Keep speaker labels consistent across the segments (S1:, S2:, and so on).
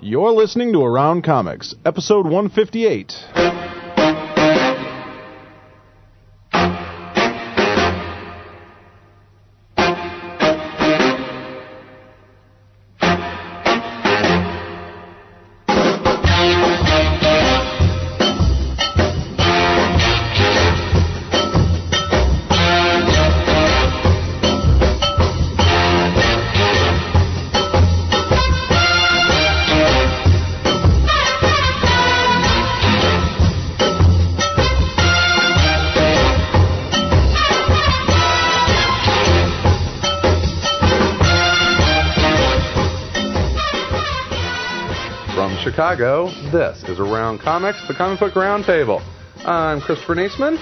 S1: You're listening to Around Comics, episode 158.
S2: From Chicago, this is Around Comics, the comic book roundtable. I'm Christopher Niesman.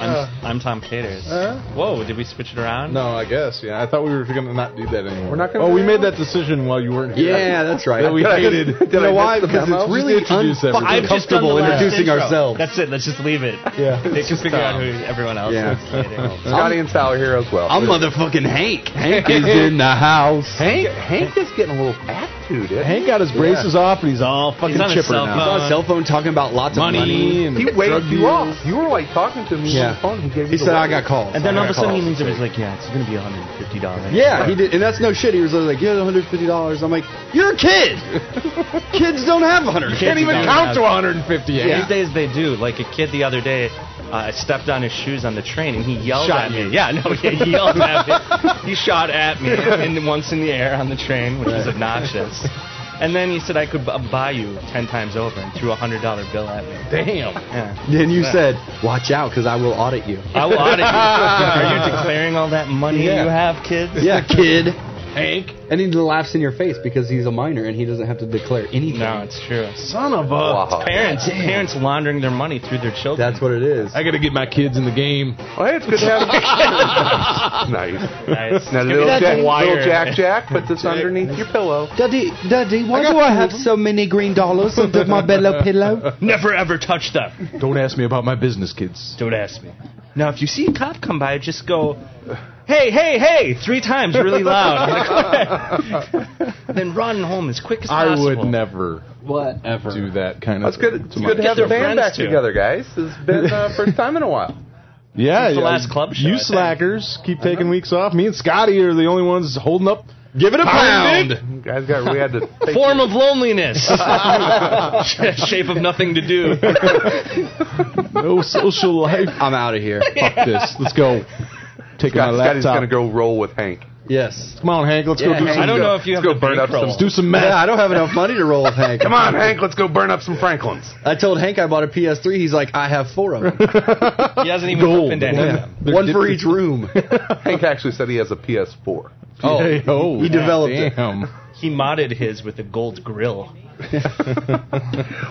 S3: I'm, I'm Tom Caters.
S2: Uh.
S3: Whoa, did we switch it around?
S1: No, I guess. Yeah, I thought we were going to not do that anymore.
S2: We're not gonna
S1: Oh,
S2: do
S1: we
S2: that?
S1: made that decision while you weren't here.
S4: Yeah, that's right.
S1: That we
S4: Did I-
S1: hated.
S4: did
S1: You
S4: I
S1: know
S4: miss
S1: why?
S4: the
S1: Because
S4: memo?
S1: it's really
S4: Just introduce
S1: unfucking
S4: everyone.
S1: I've
S3: I've just done the
S4: comfortable
S3: last
S4: introducing
S3: intro.
S4: ourselves.
S3: That's it. Let's just leave it.
S1: Yeah.
S3: They can figure out
S2: Tom.
S3: who everyone else
S4: Yeah.
S3: is. Later.
S2: Scotty and Sal are here as well.
S4: I'm motherfucking Hank. Hank is in the house.
S2: Hank, Hank is getting a little attitude. isn't he?
S1: Hank got his braces off, and he's all fucking
S3: He's on his
S1: chipper
S3: cell
S4: He's
S1: now.
S4: on a cell phone talking about lots
S1: Money
S4: of money.
S1: and
S2: He
S1: drug
S2: waved you
S1: deals.
S2: off. You were like talking to me
S4: Yeah.
S2: on the phone. He gave
S4: He
S2: you the
S4: said, I
S2: wave."
S4: got calls.
S3: And then all
S4: I
S3: of a
S4: got
S3: sudden he leans
S4: calls.
S3: over. He's like, "Yeah, it's gonna be 150 dollars."
S4: Yeah, he did, and that's no shit. He was like, "Yeah, 150 dollars." I'm like, "You're a kid. Kids don't have 100.
S3: Kids don't have-
S4: 158."
S3: These days they do. Like a kid the other day, uh, I stepped on his shoes on the train and he yelled at
S4: Shot you.
S3: me. Yeah, no, he he yelled at me. He shot at me and once in the air on the train, which was obnoxious. And then he said I could b- buy you ten times over and threw a hundred dollar bill at me.
S1: Damn.
S3: Yeah.
S4: Then you said, "Watch out, because I will audit you."
S3: I will audit you. Are you declaring all that money
S4: Yeah.
S3: you have, kids?
S4: yeah, kid.
S1: Hank.
S4: And he laughs in your face because he's a minor and he doesn't have to declare anything.
S3: No, it's true.
S1: Son of a.
S2: Wow.
S3: Parents, parents laundering their money through their children.
S4: That's what it is.
S1: I got to get my kids in the game.
S2: Well, hey, it's good to have you. nice.
S3: Nice.
S2: Now,
S3: Give me
S2: little
S3: that
S2: Jack,
S3: wire.
S2: little Jack Jack, put this underneath your pillow.
S4: Daddy, Daddy, why
S1: got
S4: do I
S1: two
S4: have
S1: of 'em.
S4: so many green dollars under my bellow pillow?
S3: Never ever touch them.
S1: Don't ask me about my business, kids.
S3: Don't ask me. Now, if you see a cop come by, just go, hey, hey, hey, three times really loud. I'm like, "What?" then run home as quick as
S1: I
S3: possible.
S1: would never
S4: What?
S1: do that kind of
S2: That's good.
S1: thing
S2: It's
S1: to my
S2: good to have the
S3: Get their friends
S2: band back
S3: too.
S2: together, guys. It's been uh, first time in a while.
S1: Yeah,
S3: Since the
S1: yeah,
S3: last club show, I
S1: You
S3: think.
S1: slackers keep taking weeks off. Me and Scotty are the only ones holding up. Give it a
S2: You guys got. We had to. Take
S3: Form of loneliness. Shape of nothing to do.
S1: No social life.
S4: I'm out of here.
S1: Fuck this. Let's go. Take my
S2: Scott, Scotty's
S1: laptop.
S2: gonna go roll with Hank.
S4: Yes.
S1: Come on, Hank. Let's
S4: Yeah,
S1: go do
S4: Hank.
S3: I
S1: some.
S3: don't know if you have
S2: Let's go
S3: the
S2: burn up
S3: bankroll.
S2: some
S1: Do some
S4: Yeah, I
S1: math.
S4: don't have enough money to roll with Hank.
S2: Come on, Hank. Let's go burn up some Franklins.
S4: I told Hank I bought a PS3. He's like, I have four of them.
S3: He hasn't even
S1: Gold.
S3: opened any of
S1: Yeah.
S3: them.
S1: They're
S4: One for
S1: different.
S4: each room.
S2: Hank actually said he has a PS4.
S4: Oh,
S1: Hey, oh,
S4: he developed it.
S1: damn.
S3: He modded his with a gold grill.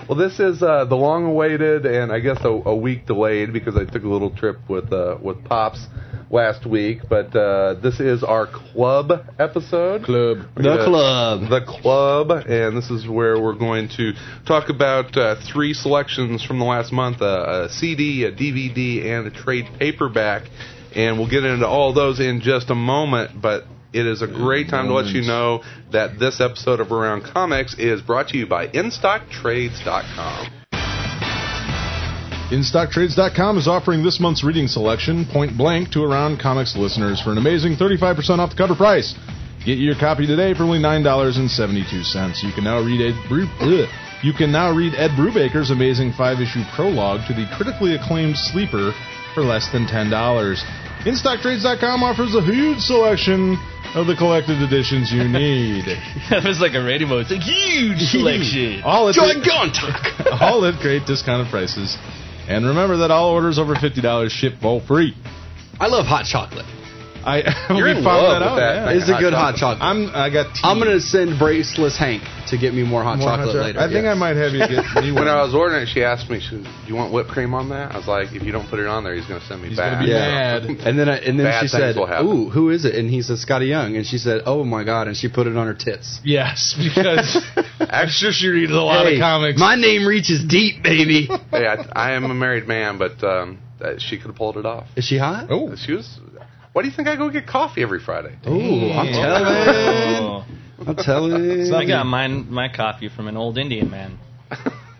S2: Well, this is uh, the long-awaited and I guess a, a week delayed because I took a little trip with uh, with pops last week. But uh, this is our club episode.
S1: Club.
S2: We're
S4: The
S2: gonna-
S4: club.
S2: The club, and this is where we're going to talk about uh, three selections from the last month: uh, a CD, a DVD, and a trade paperback. And we'll get into all those in just a moment, but. It is a great time to let you know that this episode of Around Comics is brought to you by InStockTrades.com.
S1: InStockTrades.com is offering this month's reading selection point blank to around comics listeners for an amazing 35% off the cover price. Get your copy today for only $9.72. You can now read Ed Bru- ugh. You can now read Ed Brubaker's amazing five-issue prologue to the critically acclaimed Sleeper for less than $10. InStockTrades.com offers a huge selection of the collected editions you need.
S3: That was like a radio mode. It's a huge selection.
S1: All at the-
S4: Gontok.
S1: all at great discounted prices. And remember that all orders over fifty dollars ship for free.
S4: I love hot chocolate.
S1: I
S2: You're
S1: we
S2: in
S1: found
S2: love
S1: that
S2: with
S1: out.
S2: that
S1: yeah.
S2: thing.
S4: It's a good hot
S2: Hot
S4: chocolate. I'm,
S1: I'm I got. Tea.
S4: gonna send Braceless Hank to get me more hot
S1: More hot
S4: chocolate
S1: chocolate.
S4: later.
S1: I think I
S4: yes.
S1: might have you get me one.
S2: When I was ordering it, she asked me, she, "Do you want whipped cream on that?" I was like, "If you don't put it on there, he's going to send me
S1: He's gonna
S2: back."
S1: be
S4: Yeah.
S1: mad.
S4: And then I, and then
S2: Bad
S4: she said,
S2: things will happen.
S4: "Ooh, who is it?" And he said, "Scotty Young." And she said, "Oh my god!" And she put it on her tits.
S1: Yes, because I'm sure she reads a lot
S4: Hey,
S1: of comics.
S4: My name reaches deep, baby.
S2: Hey, I, I am a married man, but um, uh, she could have pulled it off.
S4: is she hot?
S1: oh,
S2: She was. Why do you think I go get coffee every Friday?
S4: Ooh, I'm telling.
S3: Oh.
S4: I'm telling you.
S3: I got mine, my copy from an old Indian man.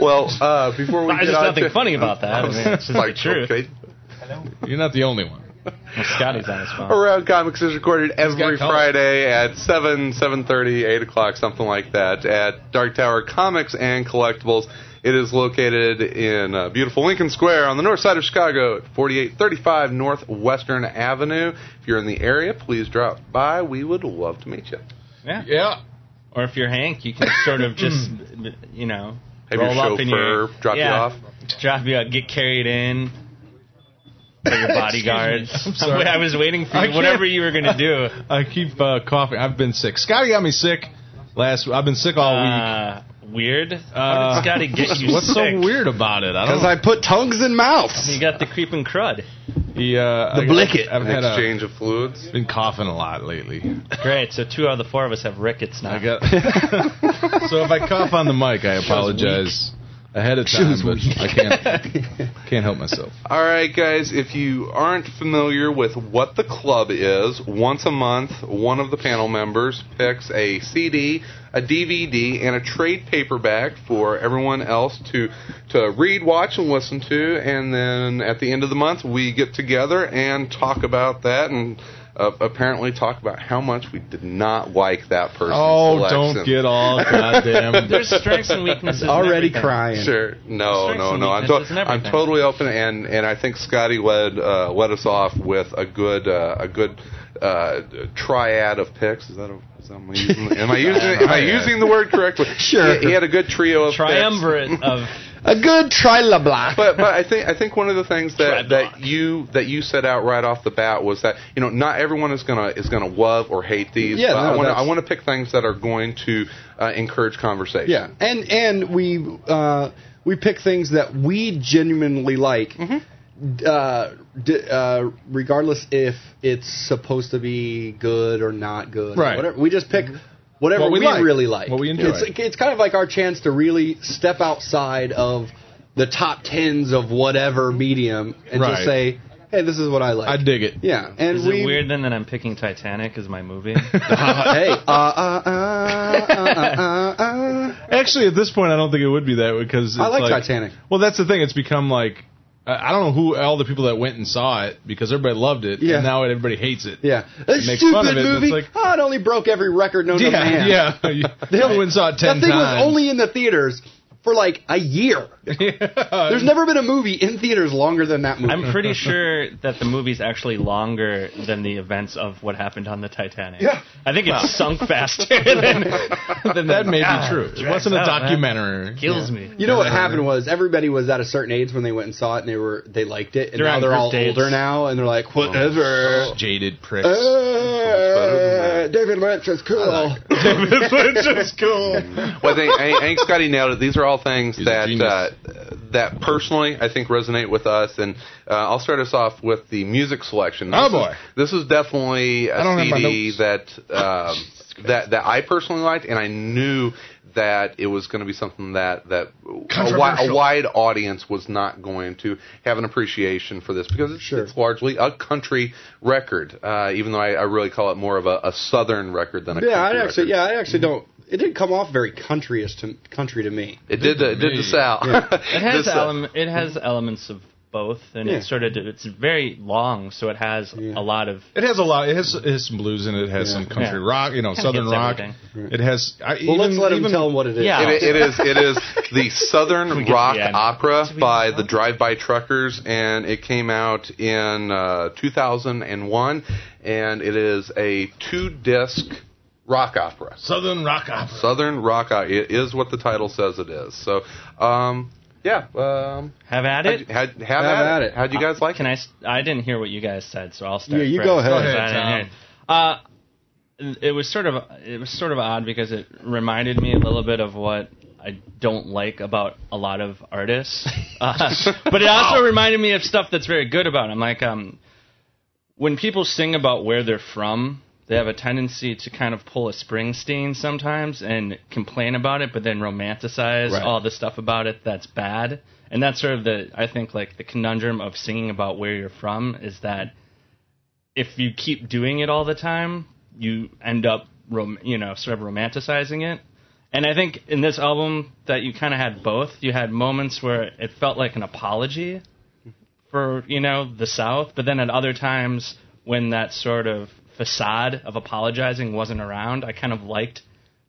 S2: Well, uh, before we
S3: There's
S2: get
S3: just
S2: on
S3: nothing
S2: to-
S3: funny about that. I mean, it's just
S2: like,
S3: the truth.
S2: okay.
S1: You're not the only one.
S3: Well, Scotty's on his phone.
S2: Around Comics is recorded every
S1: color.
S2: Friday at 7, 7.30, 8 o'clock, something like that, at Dark Tower Comics and Collectibles. It is located in uh, beautiful Lincoln Square on the north side of Chicago at 4835 Northwestern Avenue. If you're in the area, please drop by. We would love to meet you.
S3: Yeah.
S1: Yeah.
S3: Or if you're Hank, you can sort of just,
S1: Mm.
S3: you know,
S2: Have
S3: roll
S2: your
S3: up in your
S2: chauffeur drop you
S3: yeah,
S2: off.
S3: drop you off, get carried in. by your bodyguards.
S1: I'm sorry.
S3: I was waiting for
S1: I
S3: you, whatever
S1: can't-
S3: you were gonna do.
S1: I keep uh, coughing. I've been sick. Scotty got me sick last. I've been sick all week.
S3: Uh, weird. How
S1: Uh,
S3: did Scotty get you
S1: What's
S3: sick?
S1: so weird about it? I don't.
S4: Because I put tongues in mouths.
S3: You got the creeping crud.
S1: the uh,
S4: The
S1: I-
S4: blicket.
S1: I've
S2: An
S1: had a-
S2: exchange of fluids.
S1: been coughing a lot lately.
S3: Great. So two out of the four of us have rickets now.
S1: I got. so if I cough on the mic, I apologize ahead of time, but I can't can't help myself.
S2: All right, guys, if you aren't familiar with what the club is, once a month, one of the panel members picks a CD, a DVD, and a trade paperback for everyone else to, to read, watch, and listen to. And then at the end of the month, we get together and talk about that and uh, apparently talk about how much we did not like that person's
S1: Oh,
S2: selection.
S1: don't get all goddamn.
S3: There's strengths and weaknesses. in
S4: Already
S3: everything.
S4: crying.
S2: Sure. No,
S3: Strengths
S2: no,
S3: and
S2: no. I'm,
S3: weaknesses
S2: to-
S3: and
S2: I'm
S3: everything.
S2: totally open, and, and I think Scotty led uh, led us off with a good uh, a good uh, triad of picks. Is that a, is that am I using am I using am I using the word correctly?
S4: Sure.
S2: He, he had a good trio of picks.
S3: Triumvirate of
S4: A good triloblock.
S2: But but I think I think one of the things
S3: Triad
S2: that, that
S3: block.
S2: you that you set out right off the bat was that you know not everyone is gonna is gonna love or hate these.
S4: Yeah,
S2: but
S4: no,
S2: I want to
S4: that's-
S2: I want to pick things that are going to uh, encourage conversation.
S4: Yeah, and and we uh, we pick things that we genuinely like,
S1: Mm-hmm.
S4: uh, d- uh, regardless if it's supposed to be good or not good. or
S1: Right. Mm-hmm.
S4: whatever. We just pick whatever
S1: What we
S4: we,
S1: like.
S4: really like.
S1: What we enjoy.
S4: It's it's kind of like our chance to really step outside of the top tens of whatever medium and
S1: Right.
S4: just say, hey, this is what I like.
S1: I dig it.
S4: yeah, and
S3: Is
S4: we
S3: it weird then that I'm picking Titanic as my movie?
S4: hey, uh, uh, uh, uh, uh, uh, uh.
S1: Actually, at this point, I don't think it would be that because it's
S4: I like Titanic.
S1: Well, that's the thing. It's become like I I don't know who all the people that went and saw it because everybody loved it,
S4: Yeah.
S1: and now everybody hates it.
S4: Yeah,
S1: It
S4: that
S1: makes
S4: stupid
S1: fun of it, but it's
S4: movie.
S1: like-
S4: oh, it only broke every record known to
S1: yeah,
S4: man.
S1: yeah. they only went and saw it
S4: that
S1: ten
S4: thing
S1: times.
S4: was only in the theaters for like a year. There's never been a movie in theaters longer than that movie.
S3: I'm pretty sure that the movie's actually longer than the events of what happened on the Titanic.
S4: Yeah.
S3: I think it sunk faster than, than
S1: that may
S3: Ah,
S1: be true. It
S3: drags
S1: wasn't a
S3: out, man.
S1: documentary.
S3: Kills me.
S4: you know what happened was everybody was at a certain age when they went and saw it, and they were they liked it, and
S3: They're
S4: now
S3: on
S4: they're all
S3: group dates.
S4: older now, and they're like whatever.
S1: Jaded pricks.
S4: Uh, David Lynch is cool.
S2: well, I think, I, I think Scotty nailed it. These are all things
S1: a
S2: that
S1: genius.
S2: uh, that personally I think resonate with us, and uh, I'll start us off with the music selection.
S1: Oh,
S2: This
S1: boy.
S2: is, this is definitely a
S1: I don't have my
S2: CD that um, that that I personally liked, and I knew that it was going to be something that that a, wi- a
S1: Controversial.
S2: wide audience was not going to have an appreciation for this because it's,
S4: Sure.
S2: it's largely a country record, uh, even though I, I really call it more of a, a southern record than a
S4: yeah,
S2: country
S4: I actually,
S2: record.
S4: yeah, I actually don't. It didn't come off very countryish to country to me.
S2: It did the, it did
S1: me.
S2: the Sal.
S3: It has
S2: This, uh,
S3: elem- it has elements of both, and
S4: Yeah.
S3: it's sort of it's very long, so it has a lot of
S1: It has a lot. It has, it has some blues in it. It has
S4: Yeah.
S1: some country
S3: Yeah.
S1: rock, you know, southern
S3: hits
S1: rock.
S3: everything.
S1: It has. I,
S4: Well,
S1: even,
S4: let's let him
S1: even,
S4: tell him what it is.
S3: Yeah.
S2: It, it is it is the Southern
S3: get to
S2: Rock
S3: the end?
S2: Opera
S3: Did we
S2: by
S3: get
S2: the
S3: that?
S2: Drive By Truckers, and it came out in uh, 2001, and it is a two disc rock opera.
S1: Southern rock opera.
S2: Southern rock opera. It is what the title says it is. So, um, yeah. Um,
S3: have at
S2: how'd
S3: it.
S2: you- how'd- have, at, it. How'd you guys like
S3: Can
S2: it?
S3: I? s- I didn't hear what you guys said, so I'll start.
S4: Yeah, you
S3: first,
S4: go ahead. Go
S3: because
S1: ahead,
S3: I didn't hear it. Uh, it was sort of it was sort of odd because it reminded me a little bit of what I don't like about a lot of artists, uh, but it also reminded me of stuff that's very good about. Them. Like um, when people sing about where they're from, they have a tendency to kind of pull a Springsteen sometimes and complain about it, but then romanticize
S4: Right.
S3: all the stuff about it that's bad. And that's sort of the, I think, like the conundrum of singing about where you're from is that if you keep doing it all the time, you end up rom- you know sort of romanticizing it. And I think in this album that you kind of had both. You had moments where it felt like an apology for you know the South, but then at other times when that sort of facade of apologizing wasn't around, I kind of liked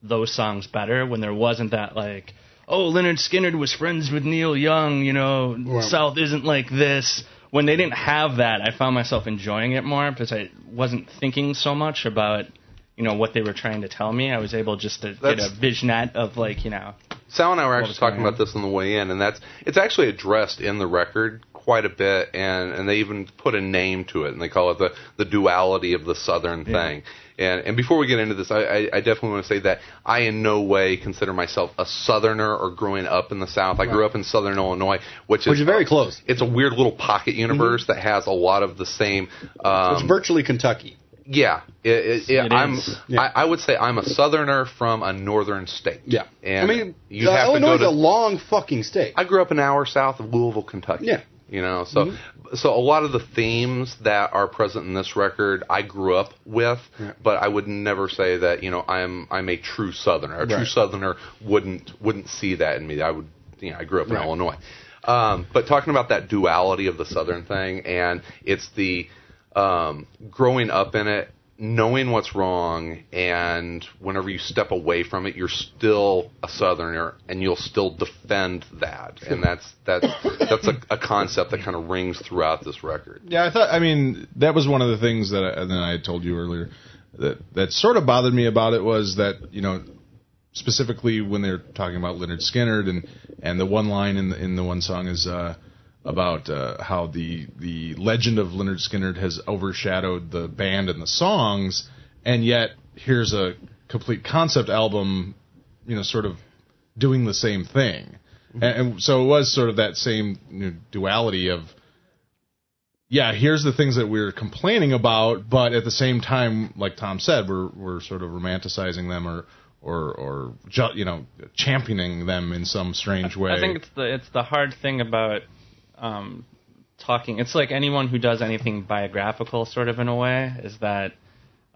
S3: those songs better when there wasn't that like, oh, Leonard Skinner was friends with Neil Young, you know, South isn't like this. When they didn't have that, I found myself enjoying it more because I wasn't thinking so much about you know what they were trying to tell me. I was able just to
S2: That's-
S3: get a visionette of like you know
S2: Sal and I were actually
S3: was
S2: talking
S3: going on?
S2: about this on the way in, and that's it's actually addressed in the record quite a bit, and and they even put a name to it, and they call it the the duality of the Southern thing. And and before we get into this, I, I, I definitely want to say that I in no way consider myself a Southerner or growing up in the South. I grew up in Southern Illinois, which is
S4: Which is very close. Mm-hmm.
S2: It's a weird little pocket universe that has a lot of the same. Um,
S4: It's virtually Kentucky.
S2: yeah, it, it, it,
S3: It
S2: I'm.
S3: is.
S4: Yeah.
S2: I, I would say I'm a Southerner from a northern state.
S4: Yeah,
S2: and
S4: I mean,
S2: you
S4: uh,
S2: have
S4: Illinois
S2: to go
S4: is
S2: to
S4: a long fucking state.
S2: I grew up an hour south of Louisville, Kentucky.
S4: Yeah. Mm-hmm.
S2: You know, so so a lot of the themes that are present in this record I grew up with, but I would never say that, you know, I'm I'm a true southerner. A true
S4: Right.
S2: southerner wouldn't wouldn't see that in me. I would you know, I grew up in
S4: Right.
S2: Illinois. Um, but talking about that duality of the southern thing and it's the um, growing up in it knowing what's wrong and whenever you step away from it you're still a southerner and you'll still defend that and that's that's that's a, a concept that kind of rings throughout this record
S1: Yeah, I thought. I mean, that was one of the things that I, that I told you earlier that that sort of bothered me about it was that you know specifically when they're talking about Leonard Skinner and and the one line in the, in the one song is uh, about uh, how the the legend of Leonard Skinner has overshadowed the band and the songs, and yet here's a complete concept album, you know, sort of doing the same thing, and, and so it was sort of that same you know, duality of yeah, here's the things that we're complaining about, but at the same time, like Tom said, we're we're sort of romanticizing them or or or ju- you know championing them in some strange way.
S3: I think it's the it's the hard thing about um, talking. It's like anyone who does anything biographical, sort of in a way, is that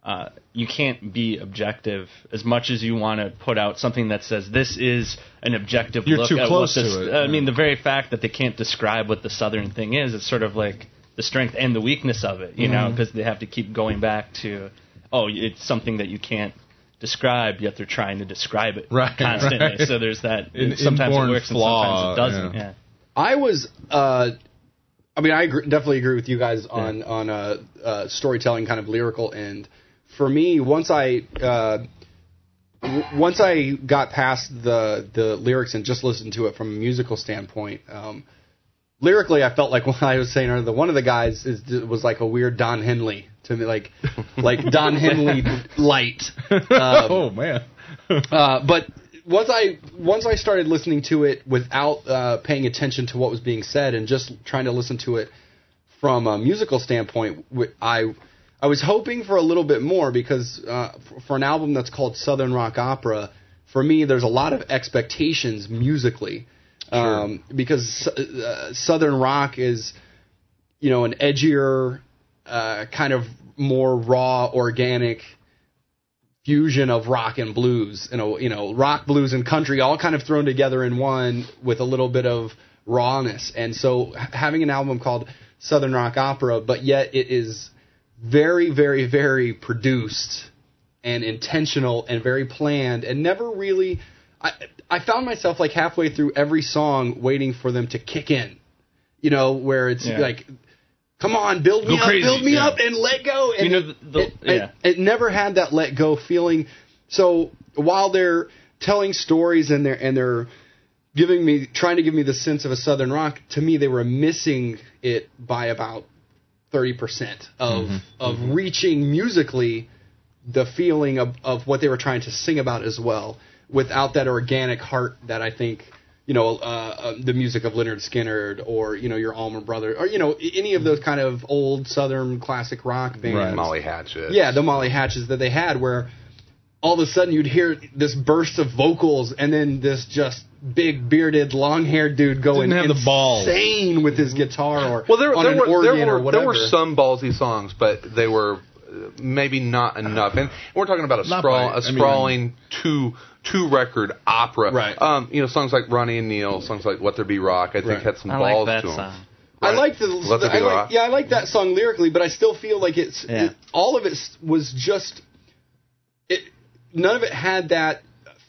S3: uh, you can't be objective as much as you want to put out something that says this is an objective
S1: You're
S3: look
S1: too
S3: at
S1: close
S3: what
S1: to
S3: this.
S1: it,
S3: I
S1: yeah.
S3: mean, the very fact that they can't describe what the southern thing is, it's sort of like the strength and the weakness of it, you
S1: Mm-hmm.
S3: know, 'cause know, because they have to keep going back to, oh, it's something that you can't describe, yet they're trying to describe it
S1: Right,
S3: constantly.
S1: right.
S3: So there's that
S1: An
S3: sometimes
S1: inborn
S3: it works
S1: flaw,
S3: and sometimes it doesn't.
S1: yeah.
S3: Yeah.
S4: I was, uh, I mean, I agree, definitely agree with you guys on on uh, uh, storytelling, kind of lyrical end. For me, once I uh, w- once I got past the the lyrics and just listened to it from a musical standpoint, um, lyrically, I felt like what I was saying earlier. One of the guys is, was like a weird Don Henley to me, like like Don Henley light.
S1: oh man,
S4: Uh, but once I once I started listening to it without uh, paying attention to what was being said and just trying to listen to it from a musical standpoint, wh- I I was hoping for a little bit more because uh, f- for an album that's called Southern Rock Opera, for me there's a lot of expectations musically um, because uh, Southern rock is you know an edgier uh, kind of more raw organic fusion of rock and blues you know you know rock blues and country all kind of thrown together in one with a little bit of rawness and so h- having an album called southern rock opera but yet it is very very very produced and intentional and very planned and never really I, I found myself like halfway through every song waiting for them to kick in you know where it's
S3: Yeah.
S4: like come on build me
S3: Go
S4: up
S3: crazy,
S4: build me
S3: yeah.
S4: up and let go and
S3: You know,
S4: it-
S3: the- the-
S4: it, it-
S3: yeah.
S4: it never had that let go feeling. So while they're telling stories and they're and they're giving me trying to give me the sense of a southern rock, to me they were missing it by about thirty percent of
S2: Mm-hmm.
S4: of reaching musically the feeling of, of what they were trying to sing about as well, without that organic heart that I think you know uh, uh, the music of Leonard Skinner or you know your Allman Brothers or you know any of those kind of old southern classic rock bands.
S1: Right.
S2: molly hatchet
S4: Yeah, the Molly Hatches that they had, where all of a sudden you'd hear this burst of vocals, and then this just big bearded, long haired dude going
S1: Didn't have the balls.
S4: insane with his guitar or
S2: well there,
S4: on
S2: there
S4: an
S2: were
S4: organ
S2: there
S4: or
S2: were,
S4: whatever.
S2: there were some ballsy songs but they were maybe not enough. And we're talking about a
S1: Not
S2: sprawl,
S1: by-
S2: a
S1: I mean-
S2: sprawling two two record opera.
S4: Right.
S2: Um, you know, songs like Ronnie and Neil, songs like Let There Be Rock. I think
S4: Right.
S2: had some
S3: I
S2: balls
S3: like that
S2: to 'em.
S3: song.
S4: I
S2: Right.
S4: like the,
S2: Let There Be
S4: I like-
S2: Rock.
S4: yeah, I like that song lyrically, but I still feel like it's
S3: Yeah.
S4: it, all of it s- was just it. None of it had that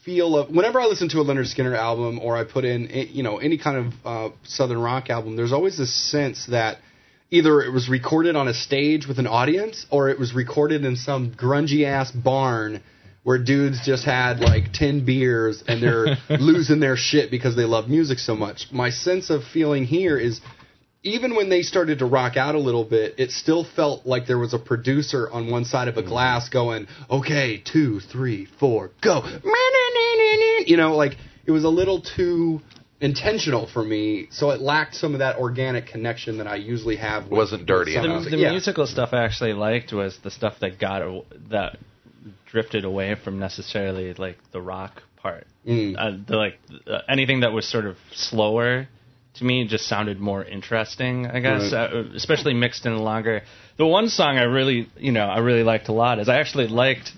S4: feel of. Whenever I listen to a Leonard Skinner album or I put in eh, you know any kind of uh, southern rock album, there's always this sense that either it was recorded on a stage with an audience or it was recorded in some grungy ass barn. Where dudes just had like ten beers and they're losing their shit because they love music so much. My sense of feeling here is even when they started to rock out a little bit, it still felt like there was a producer on one side
S2: Mm-hmm.
S4: of a glass going, "Okay, two, three, four, go!" You know, like it was a little too intentional for me, so it lacked some of that organic connection that I usually have. With,
S2: Wasn't dirty
S4: with some
S2: enough.
S3: The,
S4: music.
S3: the
S4: yeah.
S3: musical stuff I actually liked was the stuff that got aw- that drifted away from necessarily like the rock part. Uh, the, like uh, anything that was sort of slower to me just sounded more interesting. I guess, uh, especially mixed in longer. The one song I really, you know, I really liked a lot is I actually liked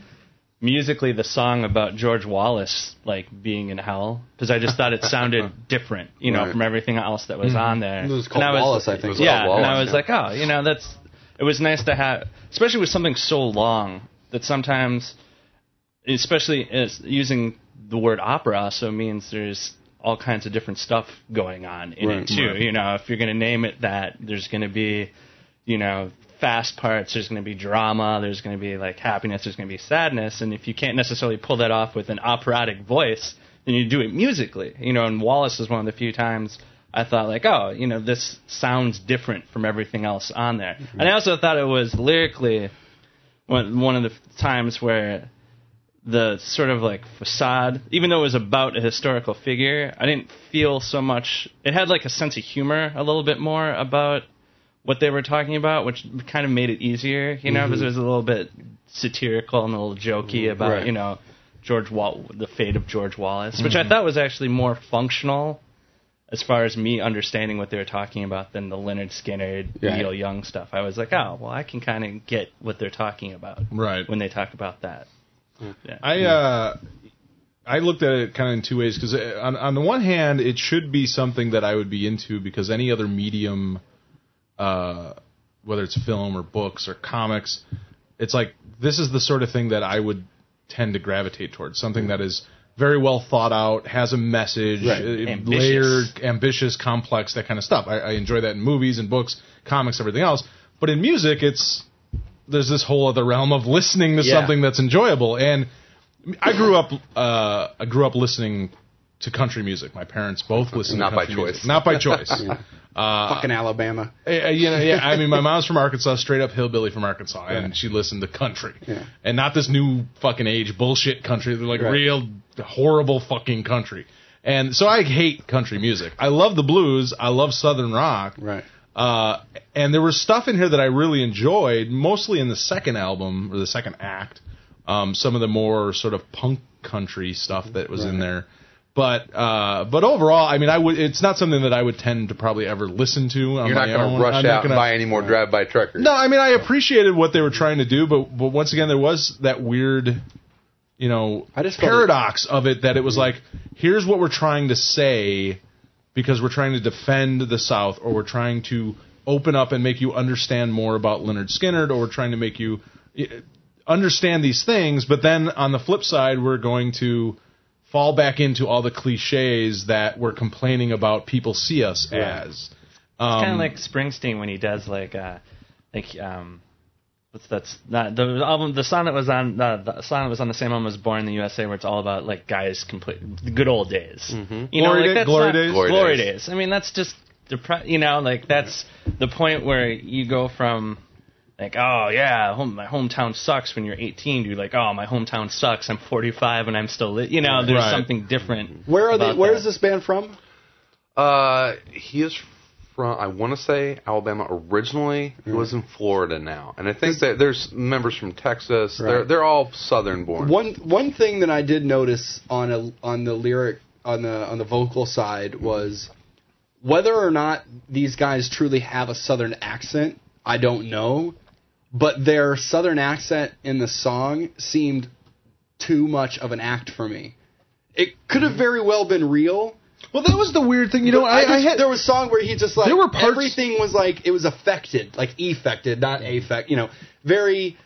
S3: musically the song about George Wallace like being in hell because I just thought it sounded different, you know,
S2: Right.
S3: from everything else that was on there.
S4: It was
S3: And
S4: called
S3: I was-
S4: Wallace, I think.
S2: was
S3: yeah,
S2: called
S3: and
S2: Wallace,
S3: I was
S2: yeah.
S3: like, oh, you know, that's. It was nice to have, especially with something so long that sometimes, especially as using the word opera, also means there's all kinds of different stuff going on in
S4: Right,
S3: it too. You know, if you're going to name it that, there's going to be, you know, fast parts. There's going to be drama. There's going to be like happiness. There's going to be sadness. And if you can't necessarily pull that off with an operatic voice, then you do it musically. You know, and Wallace is one of the few times I thought like, oh, you know, this sounds different from everything else on there.
S4: Mm-hmm.
S3: And I also thought it was lyrically one one of the times where the sort of like facade, even though it was about a historical figure, I didn't feel so much. It had like a sense of humor a little bit more about what they were talking about, which kind of made it easier, you know, because it was a little bit satirical and a little jokey about,
S4: Right.
S3: you know, George Wall, the fate of George Wallace, which I thought was actually more functional as far as me understanding what they were talking about than the Leonard Skinner,
S4: Right.
S3: Neil Young stuff. I was like, oh, well, I can kind of get what they're talking about
S1: Right.
S3: when they talk about that.
S1: I uh, I looked at it kind of in two ways because on on the one hand, it should be something that I would be into because any other medium, uh, whether it's film or books or comics, it's like this is the sort of thing that I would tend to gravitate towards. Something that is very well thought out, has a message,
S4: Right.
S1: uh,
S3: Ambitious.
S1: layered, ambitious, complex, that kind of stuff. I, I enjoy that in movies and books, comics, everything else. But in music, it's there's this whole other realm of listening to
S4: Yeah.
S1: something that's enjoyable. And I grew up, uh, I grew up listening to country music. My parents both listened
S2: Not
S1: to
S2: by
S1: country
S2: choice.
S1: music. Not by choice.
S4: fucking
S2: Uh-huh.
S4: Alabama.
S1: Yeah, Uh, you know, yeah. I mean, my mom's from Arkansas, straight up hillbilly from Arkansas, and she listened to country,
S4: Yeah.
S1: and not this new fucking age bullshit country. They're like
S4: Right.
S1: real horrible fucking country, and so I hate country music. I love the blues. I love southern rock.
S4: Right.
S1: Uh, and there was stuff in here that I really enjoyed, mostly in the second album or the second act. Um, some of the more sort of punk country stuff that was in there, but uh, but overall, I mean, I would. It's not something that I would tend to probably ever listen to. on
S2: You're not
S1: my
S2: going
S1: own.
S2: to rush
S1: I'm not
S2: out and
S1: gonna-
S2: buy any more drive-by truckers.
S1: no, I mean I appreciated what they were trying to do, but but once again there was that weird, you know,
S4: I just felt
S1: paradox of it that it was like here's what we're trying to say because we're trying to defend the South or we're trying to open up and make you understand more about Leonard Skinner or we're trying to make you eh, understand these things, but then on the flip side we're going to fall back into all the cliches that we're complaining about people see us as.
S3: kind
S1: Um,
S3: of like Springsteen when he does like uh like um what's that's not the album the song that was on uh, the song that was on the same album was Born in the USA where it's all about like guys complete the good old days you
S1: Glory
S3: know
S1: day-
S3: like that's
S1: glory
S3: not-
S1: days?
S2: Glory
S3: Mm-hmm. glory,
S2: days.
S3: days. I mean that's just depre- you know like that's the point where you go from like oh yeah home, my hometown sucks when you're 18 you're like oh my hometown sucks I'm 45 and I'm still li-. you know there's
S1: Right.
S3: something different
S4: Where are they?
S3: about
S4: Where
S3: that.
S4: is this band from?
S2: Uh, he is from I want to say Alabama originally. He was in Florida now, and I think that there's members from Texas. They're
S4: Right.
S2: they're all Southern born.
S4: One one thing that I did notice on a on the lyric on the on the vocal side was whether or not these guys truly have a southern accent, I don't know. but their southern accent in the song seemed too much of an act for me. It could have very well been real.
S1: Well, that was the weird thing. You know,
S4: But
S1: Mm-hmm. I, I
S4: just-
S1: had
S4: there was a song where he just like
S1: There were parts-
S4: everything was like it was affected, like affected, not
S1: Mm-hmm.
S4: affect. You know, very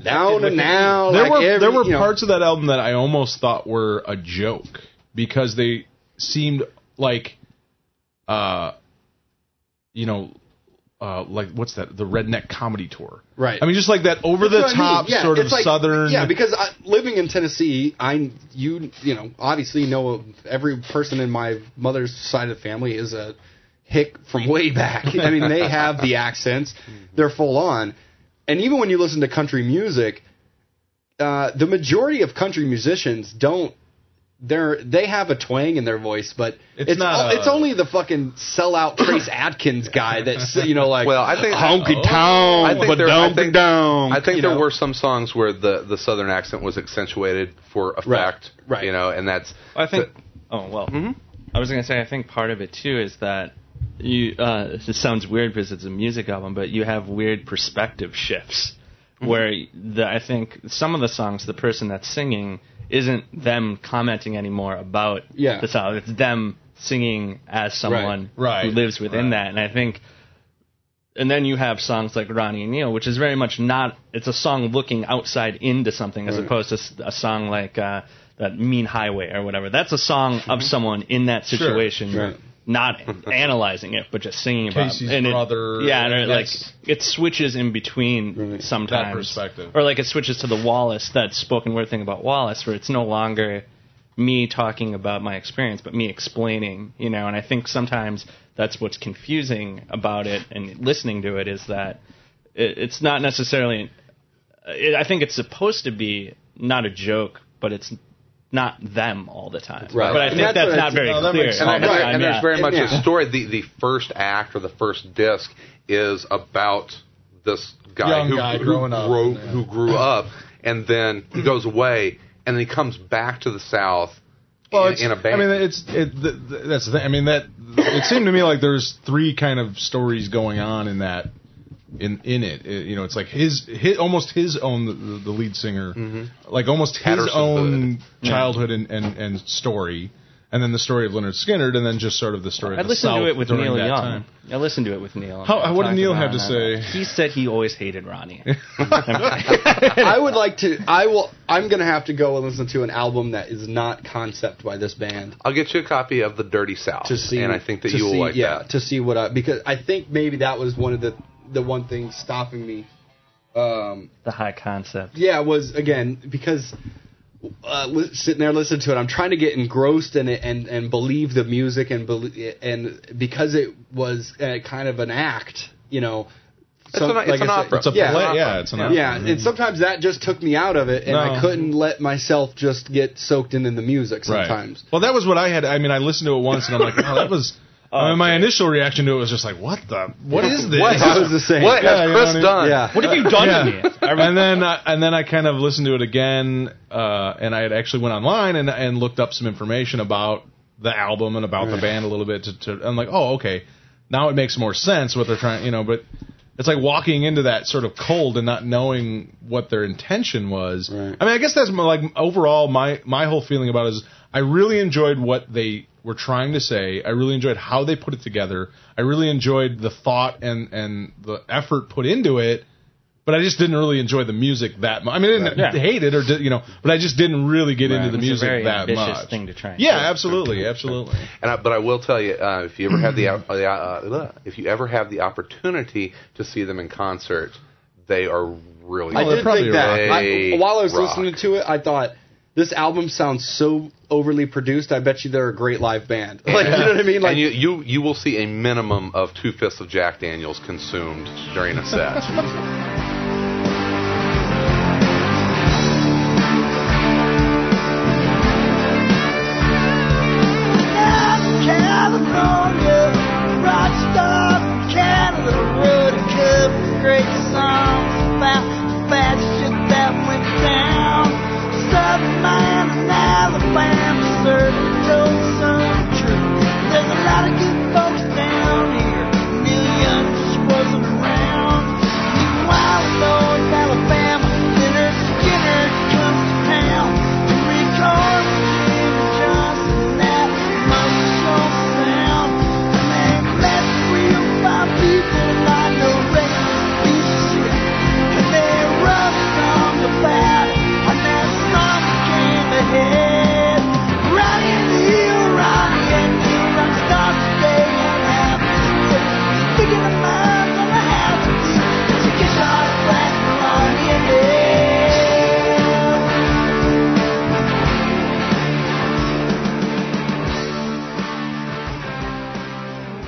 S4: down and now.
S1: there
S4: like
S1: were
S4: every-
S1: there were
S4: you know.
S1: parts of that album that I almost thought were a joke because they seemed like, uh, you know, uh, like what's that? The redneck comedy tour,
S4: Right.
S1: I mean, just like that over
S4: That's
S1: the
S4: what I
S1: top
S4: mean. Yeah,
S1: sort of
S4: it's like-
S1: southern.
S4: Yeah, because I, living in Tennessee, I you you know obviously know every person in my mother's side of the family is a hick from way back. I mean, they have the accents; they're full on. And even when you listen to country music, uh, the majority of country musicians don't. They're they have a twang in their voice, but it's,
S1: It's not
S4: o- it's
S1: a-
S4: only the fucking sellout Trace Atkins guy that's you know like
S2: Well, I think Oh.
S1: Oh.
S5: Honky town,
S2: I think
S5: but
S2: there- I think-
S5: down, down.
S2: I think
S4: you
S2: there
S4: know.
S2: were some songs where the, the southern accent was accentuated for effect,
S4: right.
S2: You know, and that's
S3: I think. Oh well.
S1: mm-hmm.
S3: I was gonna say I think part of it too is that you. Uh, this sounds weird because it's a music album, but you have weird perspective shifts
S1: Mm-hmm.
S3: where the, I think some of the songs the person that's singing isn't them commenting anymore about
S4: Yeah.
S3: the song. It's them singing as someone
S1: Right.
S3: who lives within that, and I think. And then you have songs like Ronnie and Neil, which is very much not. It's a song looking outside into something, as opposed to s- a song like uh, that Mean Highway or whatever. That's a song of someone in that situation,
S4: Right.
S3: not analyzing it, but just singing about
S1: Casey's
S3: it. And it-
S1: brother,
S3: yeah, and it, like
S1: yes.
S3: it switches in between
S4: Right.
S3: sometimes,
S1: That perspective.
S3: or like it switches to the Wallace that spoken word thing about Wallace, where it's no longer me talking about my experience, but me explaining, you know, and I think sometimes that's what's confusing about it and listening to it is that it, it's not necessarily, it, I think it's supposed to be not a joke, but it's not them all the time.
S4: Right.
S3: But I
S4: And
S3: think that's,
S4: that's what
S3: not
S4: I-
S3: very
S1: no, that
S3: clear.
S1: makes sense.
S2: and,
S3: all the
S4: Right,
S3: time,
S2: and
S3: yeah.
S2: there's very much
S4: Yeah.
S2: a story. The the first act or the first disc is about this guy
S1: Young
S2: who
S1: guy
S2: who,
S1: growing up,
S2: grew,
S1: yeah.
S2: who grew up, and then he goes away, and then he comes back to the South
S1: Well,
S2: in,
S1: it's-
S2: in a band.
S1: I mean, it's it, th th- that's the thing. I mean that it seemed to me like there's three kind of stories going on in that in in it. It- you know, it's like his, his almost his own the, the lead singer,
S2: Mm-hmm.
S1: like almost his
S2: Patterson
S1: own childhood and, and and story, and then the story of Leonard Skinner, and then just sort of the story.
S3: I
S1: of the
S3: listened to
S1: South
S3: it with
S1: during
S3: Neil
S1: that
S3: Young.
S1: time.
S3: I listened to it with Neil.
S1: How- what did
S3: Talked
S1: Neil
S3: about
S1: have to
S3: it.
S1: say?
S3: He said he always hated Ronnie.
S4: I would like to. I will. I'm gonna have to go and listen to an album that is not concept by this band
S2: I'll get you a copy of the Dirty South,
S4: to see.
S2: and I think that
S4: to
S2: you will
S4: see,
S2: like
S4: yeah,
S2: that.
S4: to see what I because I think maybe that was one of the the one thing stopping me. Um,
S3: the high concept.
S4: yeah, was again because uh, li- sitting there listening to it, I'm trying to get engrossed in it and and believe the music and belie- and because it was uh, kind of an act, you know.
S2: It's an- it's an
S4: I said-
S2: opera.
S1: It's a
S4: Yeah.
S1: play. Yeah, it's an opera.
S4: Yeah, and sometimes that just took me out of it, and I
S1: No.
S4: couldn't let myself just get soaked into the music
S1: Right.
S4: sometimes.
S1: Well, that was what I had. I mean, I listened to it once, and I'm like, oh, that was. I mean, my initial reaction to it was just like, what the? What is this?
S2: What,
S4: I was the same.
S2: what
S1: Yeah, you
S2: has
S1: know
S2: Chris
S1: what I mean?
S2: done?
S4: Yeah.
S3: What have you done to me?
S1: and then uh, and then I kind of listened to it again, uh, and I had actually went online and and looked up some information about the album and about the band a little bit. To, to I'm like, oh, okay, now it makes more sense what they're trying, you know. But it's like walking into that sort of cold and not knowing what their intention was.
S4: Right.
S1: I mean, I guess that's my, like overall my my whole feeling about it is I really enjoyed what they were trying to say. I really enjoyed how they put it together. I really enjoyed the thought and and the effort put into it but I just didn't really enjoy the music that much. I mean, I didn't
S3: Right. Yeah.
S1: hate it or di- you know, but I just didn't really get into the
S3: It's a
S1: music
S3: very
S1: that
S3: ambitious
S1: much.
S3: thing to try and
S1: yeah,
S3: do.
S1: absolutely, absolutely.
S2: And I, but I will tell you, uh, if you ever have the op- uh, uh, if you ever have the opportunity to see them in concert, they are really.
S4: I
S1: Oh, they're
S4: did
S1: probably
S4: think that.
S2: right.
S4: I, while I was
S2: Rock.
S4: listening to it, I thought this album sounds so overly produced. I bet you they're a great live band. Like you know what I mean? Like
S2: and you, you you will see a minimum of two fifths of Jack Daniels consumed during a set.
S6: Down here, millions wasn't around. Meanwhile,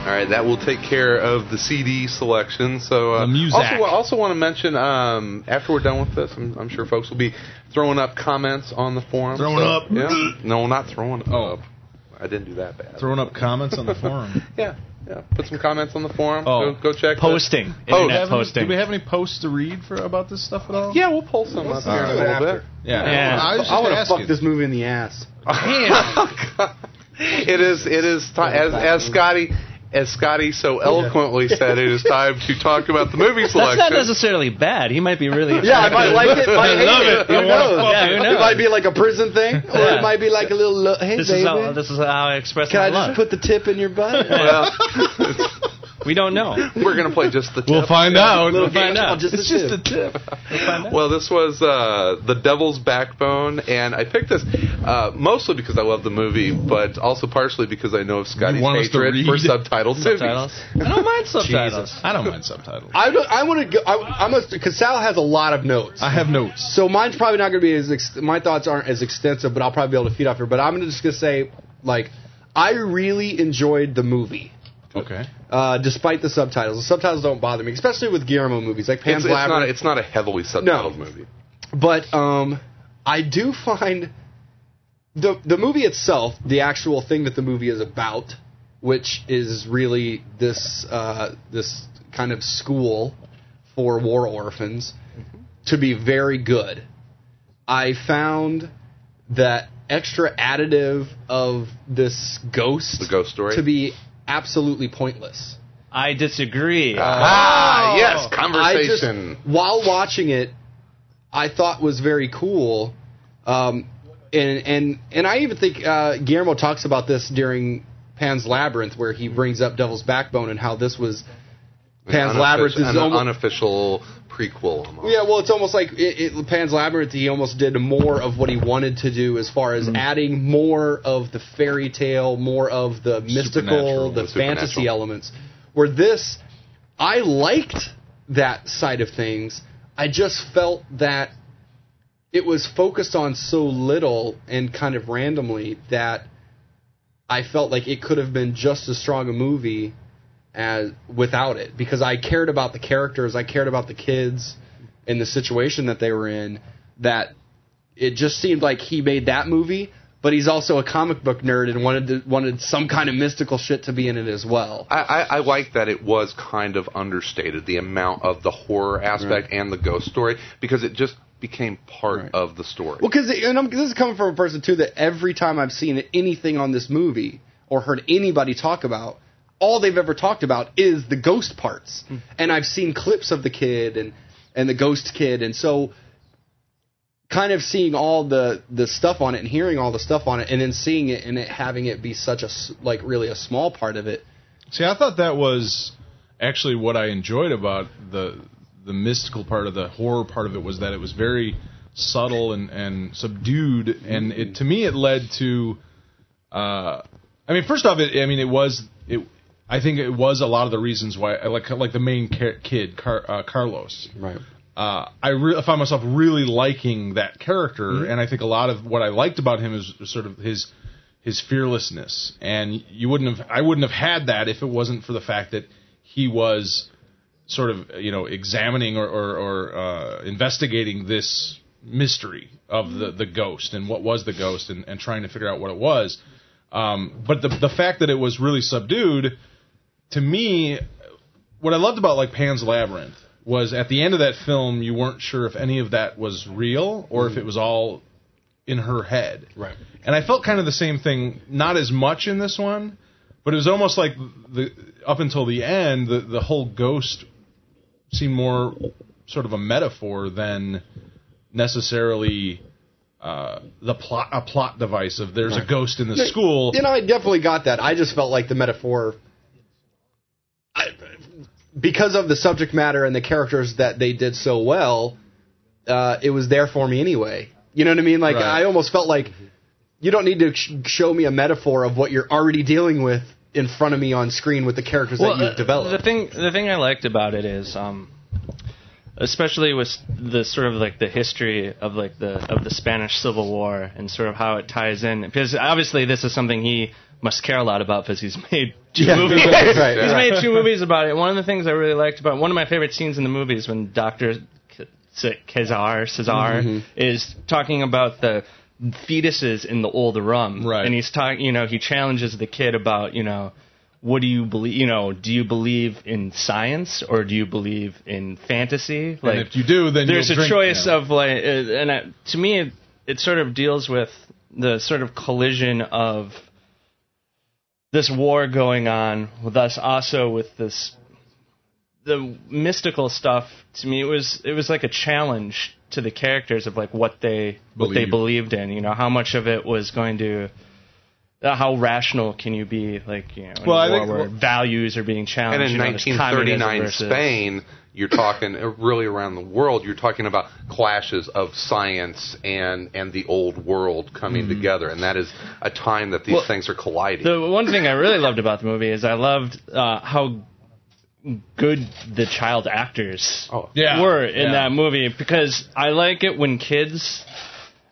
S2: All right, that will take care of the CD selection. So uh,
S1: The music.
S2: also, I also want to mention um, after we're done with this, I'm, I'm sure folks will be throwing up comments on the forum.
S1: Throwing
S2: so-
S1: up.
S2: Yeah. No, not throwing up.
S1: Oh.
S2: I didn't do that bad.
S1: Throwing up comments on the forum.
S2: Yeah, yeah. Put some comments on the forum.
S1: Oh.
S2: Go, go check. the-
S3: Posting.
S2: Oh,
S3: Internet
S2: have-
S3: posting.
S1: Do we have any posts to read for about this stuff at all?
S2: Yeah, we'll pull some up
S4: do
S2: here in a
S4: it
S2: little
S4: after.
S2: bit.
S1: Yeah.
S3: Yeah.
S1: I was just
S4: I would have
S1: asking.
S4: fucked this movie in the ass.
S2: it is. It is. Ti- as as Scotty. As Scotty so eloquently said, it is time to talk about the movie
S3: That's
S2: selection.
S3: not necessarily bad. He might be really.
S4: Yeah, I might like it. Might
S2: I
S4: hate
S2: love
S4: it.
S2: it.
S4: Who
S2: I wanna
S4: knows?
S3: fuck Yeah, it. who knows?
S4: It might be like a prison thing, or
S3: Yeah.
S4: it might be like a little. Lo- hey,
S3: This
S4: baby,
S3: is how this is how I express
S4: can
S3: my
S4: I just
S3: love.
S4: put the tip in your butt?
S2: Well,
S3: we don't know.
S2: we're gonna play just the. Tip.
S1: We'll find out.
S3: We'll find
S4: Oh,
S3: out.
S4: just
S1: It's
S4: the
S1: just a
S4: tip.
S1: tip.
S2: Well, this was uh, The Devil's Backbone, and I picked this uh, mostly because I love the movie, but also partially because I know of Scotty's
S1: want us to
S2: hatred for
S1: read
S2: subtitled
S3: subtitles.
S2: movies.
S3: I don't mind subtitles.
S1: I don't mind subtitles.
S4: I, don't- I want to go. I, I'm because Sal has a lot of notes.
S1: I have notes.
S4: So mine's probably not going to be as ex- my thoughts aren't as extensive, but I'll probably be able to feed off her. But I'm gonna just gonna say, like, I really enjoyed the movie,
S1: Okay.
S4: uh, despite the subtitles. The subtitles don't bother me, especially with Guillermo movies like
S2: It's,
S4: Pan's
S2: it's not.
S4: Labyrinth.
S2: It's not a heavily subtitled movie.
S4: but um, I do find the the movie itself, the actual thing that the movie is about, which is really this uh, this kind of school for war orphans, to be very good. I found that extra additive of this ghost,
S2: The ghost story?
S4: to be absolutely pointless.
S3: I disagree.
S1: Oh.
S2: Ah, yes,
S4: I just,
S2: conversation.
S4: while watching it, I thought was very cool, um, and and and I even think uh, Guillermo talks about this during Pan's Labyrinth, where he brings up Devil's Backbone and how this was Pan's
S2: Unofficial-
S4: Labyrinth is
S2: an
S4: almost,
S2: unofficial prequel. Almost.
S4: yeah, well, it's almost like it, it, Pan's Labyrinth. He almost did more of what he wanted to do, as far as adding more of the fairy tale, more of the
S1: Supernatural,
S4: mystical, the
S2: the supernatural.
S4: fantasy elements. Where this, I liked that side of things. I just felt that it was focused on so little and kind of randomly that I felt like it could have been just as strong a movie as without it because I cared about the characters, I cared about the kids and the situation that they were in that it just seemed like he made that movie, but he's also a comic book nerd and wanted to, wanted some kind of mystical shit to be in it as well.
S2: I, I, I like that it was kind of understated the amount of the horror aspect and the ghost story because it just became part
S4: Right.
S2: of the story.
S4: Well, because and I'm, this is coming from a person too that every time I've seen anything on this movie or heard anybody talk about, all they've ever talked about is the ghost parts, and I've seen clips of the kid and and the ghost kid, and so kind of seeing all the the stuff on it and hearing all the stuff on it, and then seeing it and it having it be such a s- like really a small part of it.
S1: See, I thought that was actually what I enjoyed about the the mystical part of the horror part of it was that it was very subtle and, and subdued, and it to me it led to. Uh, I mean, first off, it, I mean it was it. I think it was a lot of the reasons why, like like the main ca- kid, Car, uh, Carlos.
S4: Right.
S1: uh, I, re- I found myself really liking that character, and I think a lot of what I liked about him is sort of his his fearlessness. And you wouldn't have, I wouldn't have had that if it wasn't for the fact that he was sort of you know examining or or, or uh, investigating this mystery of the the ghost and what was the ghost and, and trying to figure out what it was. Um, but the the fact that it was really subdued to me what I loved about like Pan's Labyrinth was at the end of that film, you weren't sure if any of that was real or if it was all in her head.
S4: Right.
S1: And I felt kind of the same thing, not as much in this one, but it was almost like the up until the end, the the whole ghost seemed more sort of a metaphor than necessarily. Uh, the plot, a plot device of there's a ghost in the school.
S4: You know, I definitely got that. I just felt like the metaphor, I, because of the subject matter and the characters that they did so well, uh, it was there for me anyway. You know what I mean? Like
S1: Right.
S4: I almost felt like you don't need to sh- show me a metaphor of what you're already dealing with in front of me on screen with the characters that
S3: uh,
S4: you've developed.
S3: The thing, the thing I liked about it is, um, especially with the sort of like the history of like the of the Spanish Civil War and sort of how it ties in, because obviously this is something he must care a lot about because he's made two
S4: Yeah,
S3: movies.
S4: right, right,
S3: He's
S4: right.
S3: made two movies about it. One of the things I really liked about one of my favorite scenes in the movie is when Doctor Cesar Cesar
S1: Mm-hmm.
S3: is talking about the fetuses in the old rum,
S1: Right.
S3: And he's talking, you know, he challenges the kid about, you know. What do you believe? You know, do you believe in science or do you believe in fantasy? Like,
S1: if you do, then
S3: there's
S1: you'll
S3: a
S1: drink
S3: choice
S1: now.
S3: of like, uh, and I, to me, it, it sort of deals with the sort of collision of this war going on, thus also with this the mystical stuff. To me, it was it was like a challenge to the characters of like what they what they believed in. You know, how much of it was going to uh, how rational can you be? Like, you know, in
S2: Well,
S3: a
S2: I
S3: war
S2: think-
S3: where
S2: well-
S3: values are being challenged.
S2: And in
S3: you know, there's
S2: 1939
S3: communism versus-
S2: Spain, you're talking uh, really around the world. You're talking about clashes of science and and the old world coming together, and that is a time that these
S3: Mm-hmm. Well,
S2: things are colliding.
S3: The one thing I really loved about the movie is I loved uh, how good the child actors
S2: oh,
S1: Yeah.
S3: were in
S1: Yeah.
S3: that movie because I like it when kids.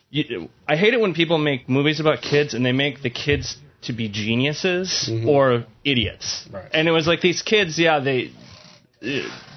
S3: You, I hate it when people make movies about kids and they make the kids to be geniuses
S1: Mm-hmm.
S3: or idiots.
S4: Right.
S3: And it was like these kids, yeah, they.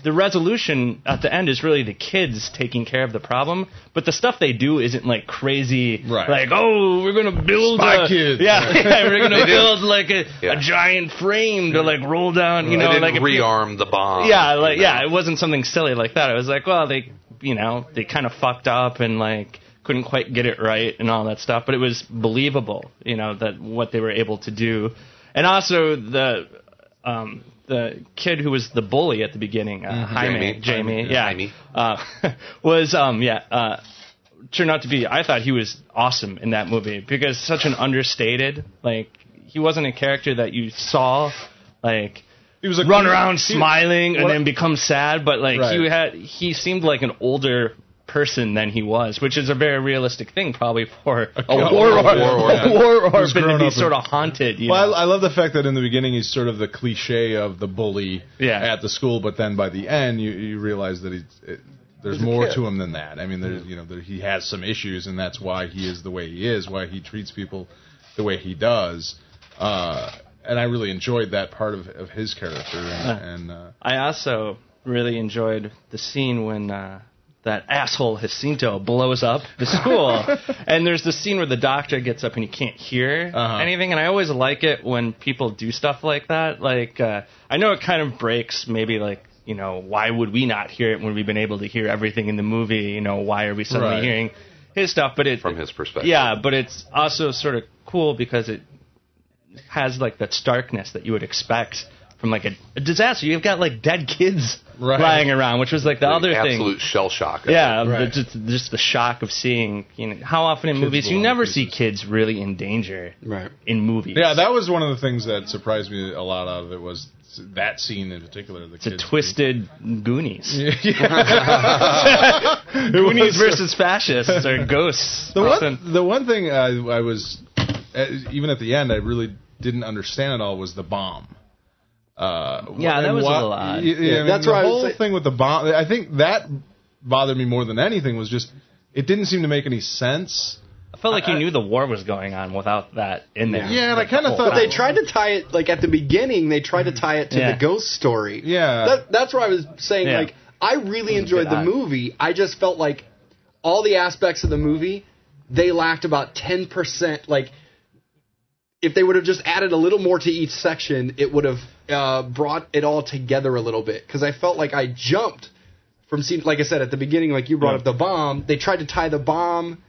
S3: The resolution at the end is really the kids taking care of the problem, but the stuff they do isn't like crazy,
S1: Right.
S3: like oh, we're gonna build
S1: Spy
S3: a
S1: Kids.
S3: yeah, yeah, we're gonna
S2: didn't-
S3: build like a,
S2: Yeah.
S3: a giant frame to like roll down, you
S2: they
S3: know,
S2: didn't
S3: like if you-
S2: rearm the bomb.
S3: yeah, like
S2: you know.
S3: yeah, it wasn't something silly like that. It was like, well, they, you know, they kind of fucked up and like couldn't quite get it right and all that stuff, but it was believable, you know, that what they were able to do. And also the um the kid who was the bully at the beginning, uh, Jaime,
S2: Jamie.
S3: Jamie,
S2: Mm-hmm. Jaime,
S3: yeah,
S2: Jaime.
S3: Uh, was um yeah, uh turned out to be I thought he was awesome in that movie because such an understated like he wasn't a character that you saw like
S1: He was a
S3: run around
S1: he-
S3: smiling and
S1: what-
S3: then become sad, but like
S1: Right.
S3: he had he seemed like an older person than he was, which is a very realistic thing probably for a,
S1: a
S3: war,
S1: war
S3: or
S2: orphan.
S3: a war orphan
S1: grown
S3: to be
S1: up
S3: sort
S1: in-
S3: of haunted. You
S1: Well,
S3: know?
S1: I, I love the fact that in the beginning he's sort of the cliche of the bully
S3: Yeah.
S1: at the school, but then by the end you, you realize that he's, it, there's
S2: a
S1: more
S2: kid.
S1: to him than that. I mean, there's, you know, there, he has some issues, and that's why he is the way he is, why he treats people the way he does. Uh, and I really enjoyed that part of, of his character. And, and uh,
S3: I also really enjoyed the scene when uh, that asshole Jacinto blows up the school. and there's the scene where the doctor gets up and he can't hear
S1: Uh-huh.
S3: anything. And I always like it when people do stuff like that. Like, uh, I know it kind of breaks maybe like. You know, why would we not hear it when we've been able to hear everything in the movie? You know, why are we suddenly
S1: Right.
S3: hearing his stuff? But it
S2: from his perspective.
S3: yeah, but it's also sort of cool because it has like that starkness that you would expect from like a, a disaster. You've got like dead kids
S1: Right.
S3: lying around, which was like the,
S2: The
S3: other
S2: absolute
S3: thing.
S2: shell shock. of
S3: Yeah,
S4: Right.
S3: the, just, just the shock of seeing. You know, how often in movies you
S1: blow up
S3: never
S1: pieces.
S3: see kids really in danger
S4: Right.
S3: in movies.
S1: yeah, that was one of the things that surprised me a lot out of it was that scene in particular. The
S3: it's a twisted Goonies.
S1: Goonies
S3: Goonies versus fascists or ghosts.
S1: The
S3: Often-
S1: one, the one thing I, I was, uh, even at the end, I really didn't understand at all was the bomb. Uh,
S3: Yeah,
S1: and
S3: that was a
S1: why-
S3: little odd.
S1: y- yeah, I mean,
S4: that's
S1: the
S4: what I would
S1: whole
S4: say-
S1: thing with the bomb. I think that bothered me more than anything was just it didn't seem to make any sense.
S3: I felt like you knew the war was going on without that in there.
S1: Yeah, and I kind of thought
S4: But they tried to tie it like at the beginning. They tried to tie it to
S3: Yeah.
S4: the ghost story.
S1: Yeah.
S4: that, that's where I was saying
S3: Yeah.
S4: like I really enjoyed
S3: good
S4: the
S3: eye.
S4: movie. I just felt like all the aspects of the movie they lacked about ten percent. Like if they would have just added a little more to each section, it would have uh, brought it all together a little bit. Because I felt like I jumped from scene, like I said at the beginning, like you brought up the bomb. They tried to tie the bomb.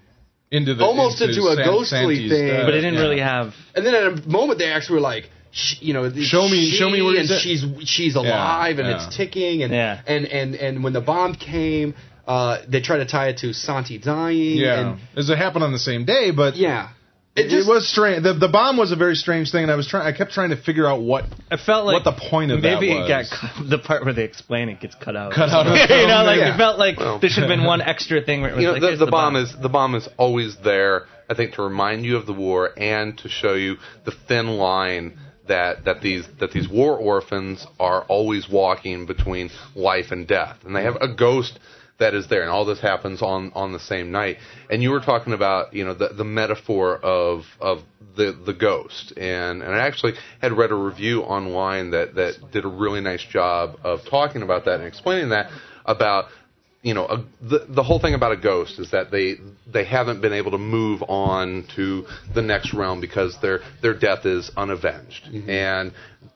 S1: into the
S4: Almost into a ghostly
S1: Santee's
S4: thing.
S1: death.
S3: but it didn't
S1: Yeah.
S3: really have
S4: And then at a moment they actually were like, sh- you know, it's
S1: Show me-
S4: she
S1: show me where
S4: and
S1: it's at.
S4: she's she's alive and
S1: yeah.
S4: it's ticking and
S3: Yeah.
S4: and and and when the bomb came, uh, they try to tie it to Santi dying.
S1: Yeah,
S4: and,
S1: as it happened on the same day, but
S4: yeah.
S1: it, was strange. The, the bomb was a very strange thing, and I was trying. I kept trying to figure out what
S3: I felt like
S1: What the point of that
S3: maybe
S1: was.
S3: it got cut, the part where they explain it gets cut out.
S1: Cut out of the
S3: you know,
S1: film,
S3: like
S4: yeah.
S3: it felt like
S2: Well.
S3: there should have been one extra thing. Where it was
S2: you know,
S3: like,
S2: the,
S3: here's
S2: the, bomb, is the bomb is always there. I think to remind you of the war and to show you the thin line that that these that these war orphans are always walking between life and death, and they have a ghost. that is there, and all this happens on on the same night. And you were talking about you know the the metaphor of of the the ghost, and and I actually had read a review online that that did a really nice job of talking about that and explaining that about you know, a, the the whole thing about a ghost is that they they haven't been able to move on to the next realm because their their death is unavenged. And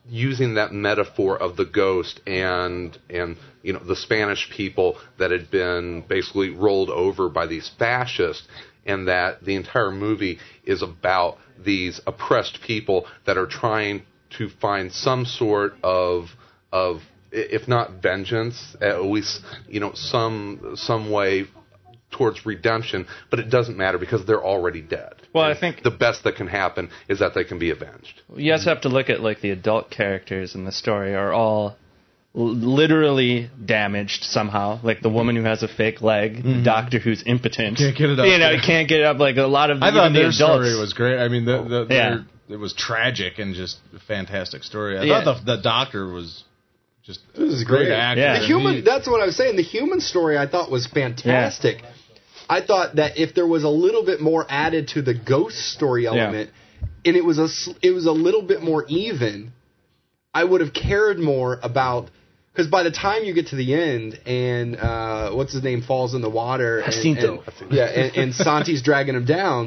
S2: using that metaphor of the ghost and and you know the Spanish people that had been basically rolled over by these fascists, and that the entire movie is about these oppressed people that are trying to find some sort of of i- if not vengeance, at least you know some some way towards redemption. But it doesn't matter because they're already dead.
S3: Well, I
S2: And
S3: think-
S2: the best that can happen is that they can be avenged.
S3: you also have to look at like the adult characters in the story are all l- literally damaged somehow like the woman who has a fake leg the doctor who's impotent
S1: Mm-hmm. Can't get it up.
S3: you know can't get it up like a lot of
S1: I
S3: even
S1: thought
S3: the
S1: their
S3: adults
S1: story was great. I mean, the, the,
S3: Yeah.
S1: their- it was tragic and just a fantastic story. I
S3: Yeah.
S1: thought the, the doctor was just
S4: This is
S1: great
S4: great.
S1: actor.
S3: Yeah.
S1: and
S4: The
S1: he-
S4: human. That's what I was saying. The human story I thought was fantastic. I thought that if there was a little bit more added to the ghost story element, and it was a s- it was a little bit more even, I would have cared more about. Because by the time you get to the end, and uh, what's his name falls in the water, and-
S3: Jacinto.
S4: and- yeah, and, and Santi's dragging him down,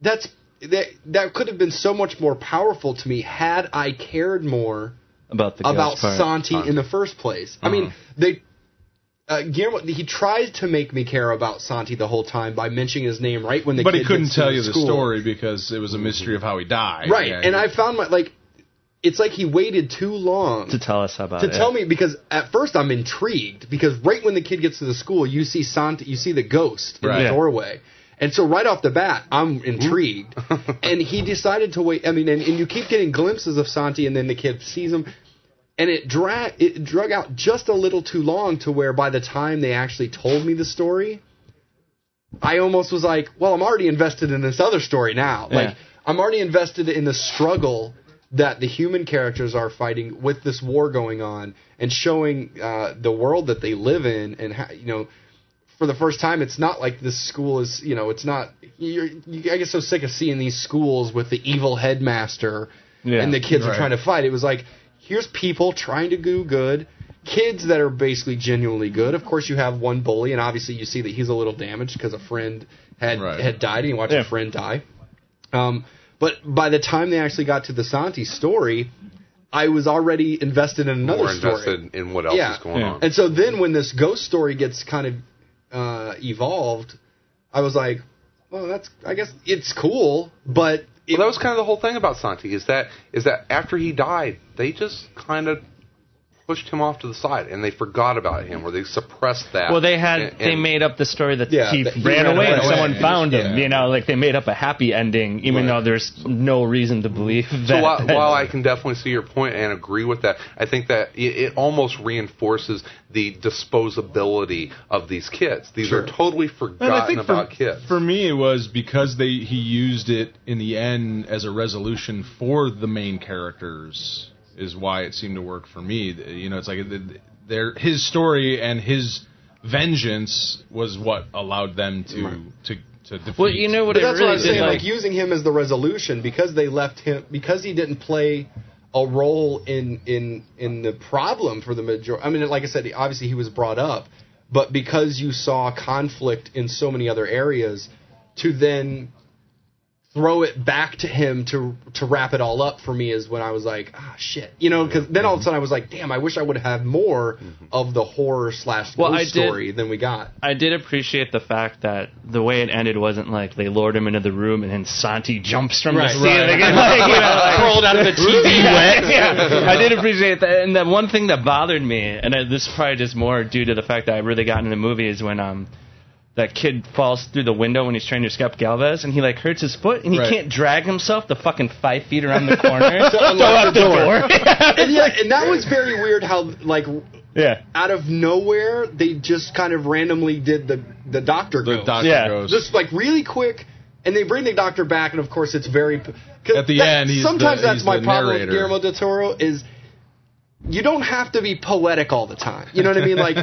S4: that's that that could have been so much more powerful to me had I cared more
S3: about the ghost
S4: about
S3: part.
S4: Santi in the first place. I
S1: Uh-huh.
S4: mean, they uh, Guillermo he tried to make me care about Santi the whole time by mentioning his name right when the
S1: but
S4: kid
S1: he couldn't
S4: gets to
S1: tell you the
S4: school.
S1: story because it was a mystery of how he died.
S4: right?
S1: Yeah,
S4: and
S1: he-
S4: I found my like it's like he waited too long
S3: to tell us about
S4: to
S3: it
S4: tell me because at first I'm intrigued because right when the kid gets to the school, you see Santa, you see the ghost in
S1: Right.
S4: the
S1: Yeah.
S4: doorway. And so right off the bat, I'm intrigued. and he decided to wait. I mean, and, and you keep getting glimpses of Santi, and then the kid sees him. And it drag it drug out just a little too long to where by the time they actually told me the story, I almost was like, well, I'm already invested in this other story now.
S3: Yeah.
S4: Like, I'm already invested in the struggle that the human characters are fighting with this war going on and showing uh, the world that they live in and how, you know, for the first time, it's not like this school is, you know, it's not. You're, you, I get so sick of seeing these schools with the evil headmaster
S3: Yeah.
S4: and the kids are
S1: Right.
S4: trying to fight. It was like, here's people trying to do good, kids that are basically genuinely good. Of course, you have one bully, and obviously you see that he's a little damaged because a friend had
S1: Right.
S4: had died, and you watch
S3: Yeah.
S4: a friend die. Um, but by the time they actually got to the Santi story, I was already invested in another
S2: More
S4: story.
S2: invested in what else
S4: Yeah.
S2: is going
S3: Yeah.
S2: on.
S4: And so then when this ghost story gets kind of uh, evolved, I was like, well, that's I guess it's cool, but it,
S2: Well, that was kind of the whole thing about Santi is that is that after he died, they just kind of pushed him off to the side and they forgot about him or they suppressed that.
S3: well they had
S2: And-
S3: they
S2: and-
S3: made up the story that
S4: Yeah,
S3: he,
S4: that he
S3: ran,
S4: ran
S3: away and
S4: away.
S3: someone
S1: Yeah.
S3: found him
S1: Yeah.
S3: you know like they made up a happy ending even
S2: Right.
S3: though there's no reason to believe that
S2: So while, while I can definitely see your point and agree with that, I think that it, it almost reinforces the disposability of these kids. These are totally forgotten
S1: And I think
S2: about
S1: for,
S2: kids.
S1: for me, it was because they he used it in the end as a resolution for the main characters is why it seemed to work for me. You know, it's like their his story and his vengeance was what allowed them to to to defeat.
S3: well you know what
S4: But
S3: it
S4: that's
S3: really
S4: what I'm
S3: did
S4: saying. Like,
S3: like
S4: using him as the resolution because they left him because he didn't play a role in in in the problem for the majority. I mean, like I said, obviously he was brought up, but because you saw conflict in so many other areas, to then throw it back to him to to wrap it all up for me is when I was like, ah, shit, you know, because then all of a sudden I was like, damn, I wish I would have more of the horror slash ghost
S3: Mm-hmm. Well, I did-
S4: story than we got.
S3: I did appreciate the fact that the way it ended wasn't like they lured him into the room and then Santi jumps from
S4: Right.
S3: the ceiling and like, you know, like, crawled out of the TV wet. Yeah. I did appreciate that. And the one thing that bothered me, and I, this is probably just more due to the fact that I really got into the movie, is when um that kid falls through the window when he's trying to escape Galvez, and he like hurts his foot, and he
S1: Right.
S3: can't drag himself the fucking five feet around the corner to
S4: unlock
S3: unlock
S4: the
S3: the door.
S4: And, yeah, and that was very weird. How like
S3: yeah.
S4: out of nowhere, they just kind of randomly did the the doctor
S1: the
S4: goes.
S1: doctor
S3: Yeah.
S1: goes.
S4: Just like really quick, and they bring the doctor back, and of course it's very. 'cause
S1: At the
S4: that-
S1: end, he's
S4: sometimes
S1: the-
S4: that's
S1: he's
S4: my
S1: the
S4: problem
S1: narrator.
S4: with Guillermo del Toro is you don't have to be poetic all the time. You know what I mean? Like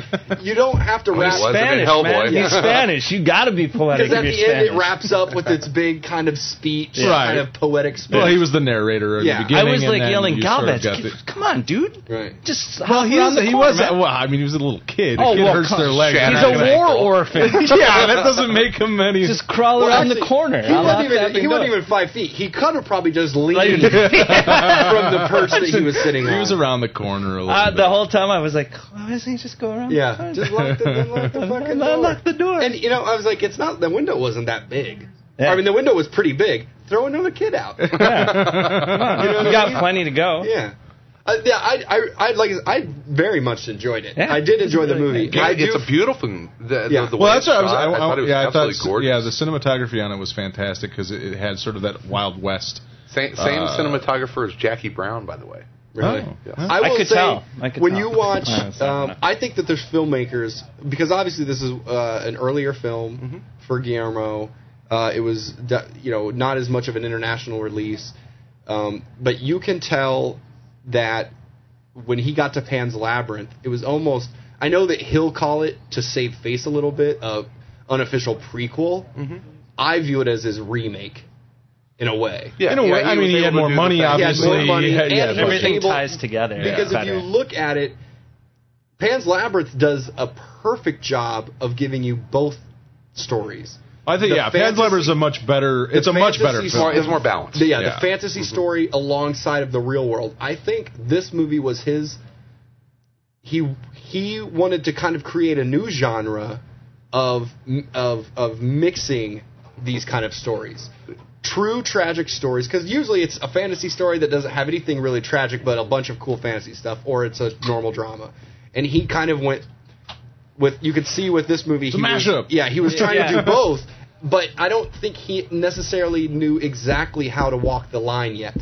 S4: you don't have to wrap.
S2: was. Wasn't it
S3: Spanish,
S2: Hellboy?
S3: man. He's Spanish. You got to be poetic.
S4: Because at
S3: if
S4: the
S3: you're
S4: end, it
S3: Spanish.
S4: wraps up with its big kind of speech,
S1: Right.
S4: kind of poetic speech.
S1: Well, he was the narrator at
S4: Yeah. I
S1: the
S3: I
S1: beginning.
S3: was
S1: and
S3: like
S1: then
S3: yelling,
S1: you sort of
S3: "Galvez,
S1: got
S3: get-
S1: the-
S3: come on, dude!"
S4: Right.
S3: Just
S1: Well, he, was,
S3: the
S1: he
S3: corner,
S1: was.
S3: man.
S1: Well, I mean, he was a little kid.
S3: Oh,
S1: a kid
S3: well,
S1: hurts
S3: come-
S1: their leg.
S2: He's
S3: He's
S1: they're
S3: a
S1: not
S2: Shatter.
S1: gonna-
S3: war orphan.
S1: yeah, that doesn't make him any.
S3: just crawl
S4: Well,
S3: around the
S4: actually,
S3: corner.
S4: He
S3: I
S4: wasn't,
S3: laughed at
S4: even,
S3: him
S4: he wasn't
S3: doing
S4: even five feet. He could have probably just leaned
S3: it.
S4: from
S3: Like-
S4: the perch that he was sitting on.
S1: He was around the corner a little
S3: Uh,
S1: bit.
S3: the whole time I was like, why doesn't he just go around? the
S4: Yeah,
S3: corner?"
S4: just lock the, unlock the fucking door.
S3: Unlock the door.
S4: And you know, I was like, it's not the window wasn't that big.
S3: Yeah.
S4: I mean, the window was pretty big. Throw another kid out.
S3: you
S4: know what I mean?
S3: got plenty to go.
S4: yeah. Uh, yeah, I, I, I like, I very much enjoyed it.
S3: Yeah.
S4: I did enjoy the movie.
S2: Yeah,
S4: I
S2: it's
S4: do
S2: a beautiful. The,
S4: Yeah.
S2: the, the
S1: well,
S2: way
S1: that's
S2: it's
S1: what I was. I,
S2: shot,
S1: I,
S2: thought it was
S1: yeah, I thought,
S2: absolutely gorgeous.
S1: yeah, the cinematography on it was fantastic because it, it had sort of that Wild West.
S2: Same, same
S1: Uh,
S2: cinematographer as Jackie Brown, by the way.
S4: Really?
S1: Oh, yeah.
S4: I
S3: I
S4: will
S3: could
S4: say,
S3: tell. I could
S4: when
S3: tell.
S4: you watch,
S3: Yeah, it's not
S4: um,
S3: enough.
S4: I think that there's filmmakers because obviously this is uh, an earlier film
S3: Mm-hmm.
S4: for Guillermo. Uh, it was de- you know not as much of an international release, um, but you can tell that when he got to Pan's Labyrinth, it was almost. I know that he'll call it to save face a little bit, a unofficial prequel.
S3: Mm-hmm.
S4: I view it as his remake, in a way.
S2: Yeah,
S1: In a way,
S2: yeah,
S1: I
S2: he
S1: mean,
S2: was
S1: he
S2: able
S1: had
S2: to
S1: more
S2: do the
S1: money,
S2: thing.
S4: had
S1: obviously.
S4: more money
S1: He had-
S4: and
S1: yeah,
S4: everything.
S1: but-
S3: Everything
S4: Cable-
S3: ties together.
S4: Because if
S3: better.
S4: you look at it, Pan's Labyrinth does a perfect job of giving you both stories.
S1: I think
S4: The
S1: yeah,
S4: fantasy-
S1: Pan's Labyrinth is a much better. It's a much better
S4: fantasy
S2: It's more,
S1: film.
S2: it's more balanced.
S4: The- yeah,
S1: Yeah. Mm-hmm.
S4: the fantasy story alongside of the real world. I think this movie was his. He he wanted to kind of create a new genre of of of mixing these kind of stories. True tragic stories, because usually it's a fantasy story that doesn't have anything really tragic, but a bunch of cool fantasy stuff, or it's a normal drama. And he kind of went with you could see with this movie
S1: a
S4: he was-
S1: mashup.
S4: yeah, he was trying to
S3: Yeah.
S4: do both, but I don't think he necessarily knew exactly how to walk the line yet.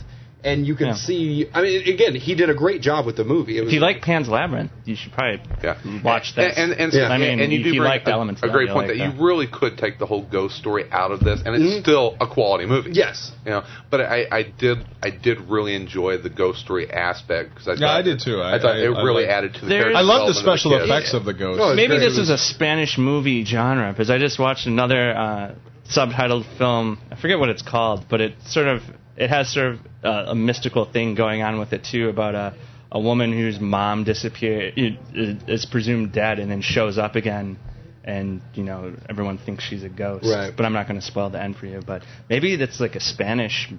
S4: And you can
S3: Yeah.
S4: see, I mean, again, he did a great job with the movie. It was
S3: If you like Pan's Labyrinth, you should probably
S2: Yeah.
S3: watch this.
S2: And, and, and,
S4: Yeah.
S2: and-
S4: I
S3: mean,
S2: and you
S3: if
S2: do
S3: you
S2: bring
S3: like
S2: a,
S3: the elements
S2: a
S3: of that,
S2: great
S3: you
S2: point
S3: like
S2: that
S3: that.
S2: you really could take the whole ghost story out of this, and it's
S1: Mm-hmm.
S2: still a quality movie.
S4: Yes.
S2: you know. But I, I did, I did really enjoy the ghost story aspect because I
S1: Yeah,
S2: thought-
S1: I did too. I-
S2: I, thought
S1: I-
S2: it
S1: I
S2: really
S1: liked-
S2: added to the.
S3: There
S2: character
S3: is-
S1: I love the
S2: development of
S1: special
S2: kid.
S1: effects of the ghost.
S4: Oh, it's
S3: Maybe
S4: great.
S3: this is a Spanish movie genre because I just watched another uh, subtitled film. I forget what it's called, but it sort of it has sort of uh, a mystical thing going on with it too about a a woman whose mom disappeared is presumed dead and then shows up again. And you know everyone thinks she's a ghost,
S4: Right.
S3: but I'm not going to spoil the end for you. But maybe that's like a Spanish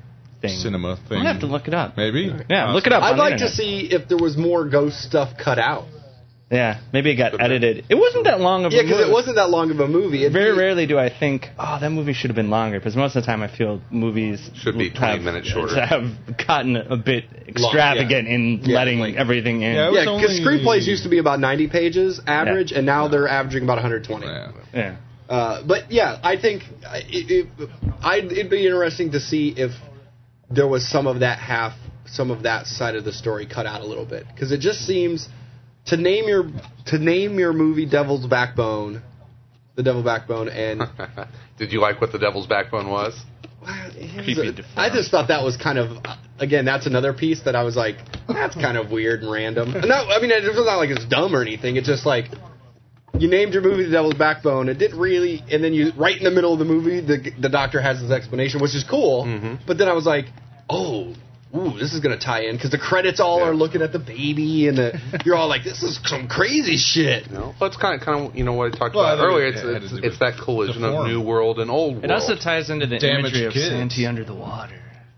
S3: thing,
S1: cinema thing.
S3: I'm gonna have to look it up.
S1: Maybe.
S3: Yeah, look it up.
S4: I'd
S3: on the
S4: like to
S3: internet.
S4: see if there was more ghost stuff cut out.
S3: Yeah, maybe it got edited. It wasn't that long of
S4: Yeah,
S3: a
S4: because it
S3: movie.
S4: wasn't that long of a movie. It'd
S3: Very
S4: be-
S3: rarely do I think, oh, that movie should have been longer, because most of the time I feel movies
S2: Should be 20 minutes shorter.
S3: Have gotten a bit extravagant in
S4: Yeah,
S3: letting
S4: like-
S3: everything in.
S1: Yeah, it
S4: Yeah,
S1: was
S4: because
S1: only-
S4: screenplays used to be about 90 pages average, and now they're averaging about 120.
S1: Yeah.
S3: Yeah.
S4: Uh, but yeah, I think I- it, it, I'd, it'd be interesting to see if there was some of that half, some of that side of the story cut out a little bit, because it just seems to name your to name your movie Devil's Backbone, the Devil Backbone, and
S2: Did you like what the Devil's Backbone was?
S3: Creepy deformed.
S4: I just thought that was kind of again that's another piece that I was like that's kind of weird and random. No, I mean it was not like it's dumb or anything. It's just like you named your movie The Devil's Backbone. It didn't really, and then you right in the middle of the movie, the the doctor has his explanation, which is cool. But then I was like, oh. Ooh, this is gonna tie in because the credits all
S2: Yeah.
S4: are looking at the baby, and the, you're all like, "This is some crazy shit."
S2: No. Well, it's kind of, kind of, you know what I talked
S1: Well, I
S2: about
S1: think
S2: earlier.
S1: it-
S2: It's,
S1: it had
S2: it's,
S1: to do
S2: it's
S1: with
S2: that collision
S1: the
S2: of
S1: form.
S2: new world and old world.
S3: It also ties into the
S1: Damaged
S3: imagery of
S1: kids.
S3: Santee under the water.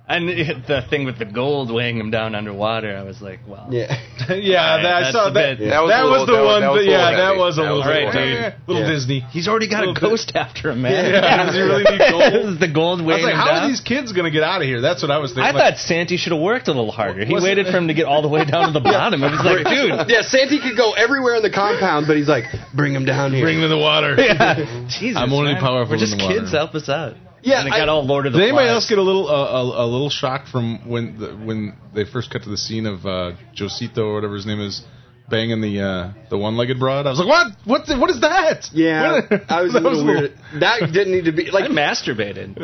S3: And it- the thing with the gold weighing him down underwater, I was like, wow.
S4: Yeah,
S1: yeah, that, I
S3: that's
S1: saw
S3: a
S1: that.
S3: bit-
S1: That
S2: That
S1: was,
S2: was a little-
S1: the
S2: that was-
S1: one.
S2: that was
S1: that-
S2: a little
S1: yeah, that
S2: heavy.
S1: was a
S2: That
S1: little,
S3: a little
S2: was
S1: eh,
S2: heavy.
S1: little
S4: Yeah.
S1: Disney.
S3: He's already got a,
S1: Little bit.
S3: ghost after him, man.
S1: Yeah, does he really need gold?
S3: the gold
S1: I
S3: weighing
S1: was like,
S3: him
S1: how
S3: down.
S1: are these kids gonna get out of here? That's what I was thinking.
S3: I
S1: like,
S3: thought Santee should have worked a little harder. He
S1: Was it-
S3: waited for him to get all the way down to the bottom. It was like, dude,
S4: yeah. Santee could go everywhere in the compound, but he's like, "Bring him down here."
S1: bring them to the water.
S3: yeah. Jesus,
S1: I'm only
S3: man.
S1: powerful
S3: We're just
S1: in the water.
S3: kids. Help us out.
S4: Yeah,
S3: and it
S4: I-
S3: got all Lord of the
S1: Did anybody else
S3: Flies.
S1: get a little uh, a, a little shock from when the, when they first cut to the scene of uh, Josito or whatever his name is banging the uh, the one legged broad. I was like, what? What? the- what is that?
S4: Yeah,
S1: What-
S4: I was a
S1: That
S4: little weird. That didn't need to be
S3: I
S4: like.
S3: masturbated.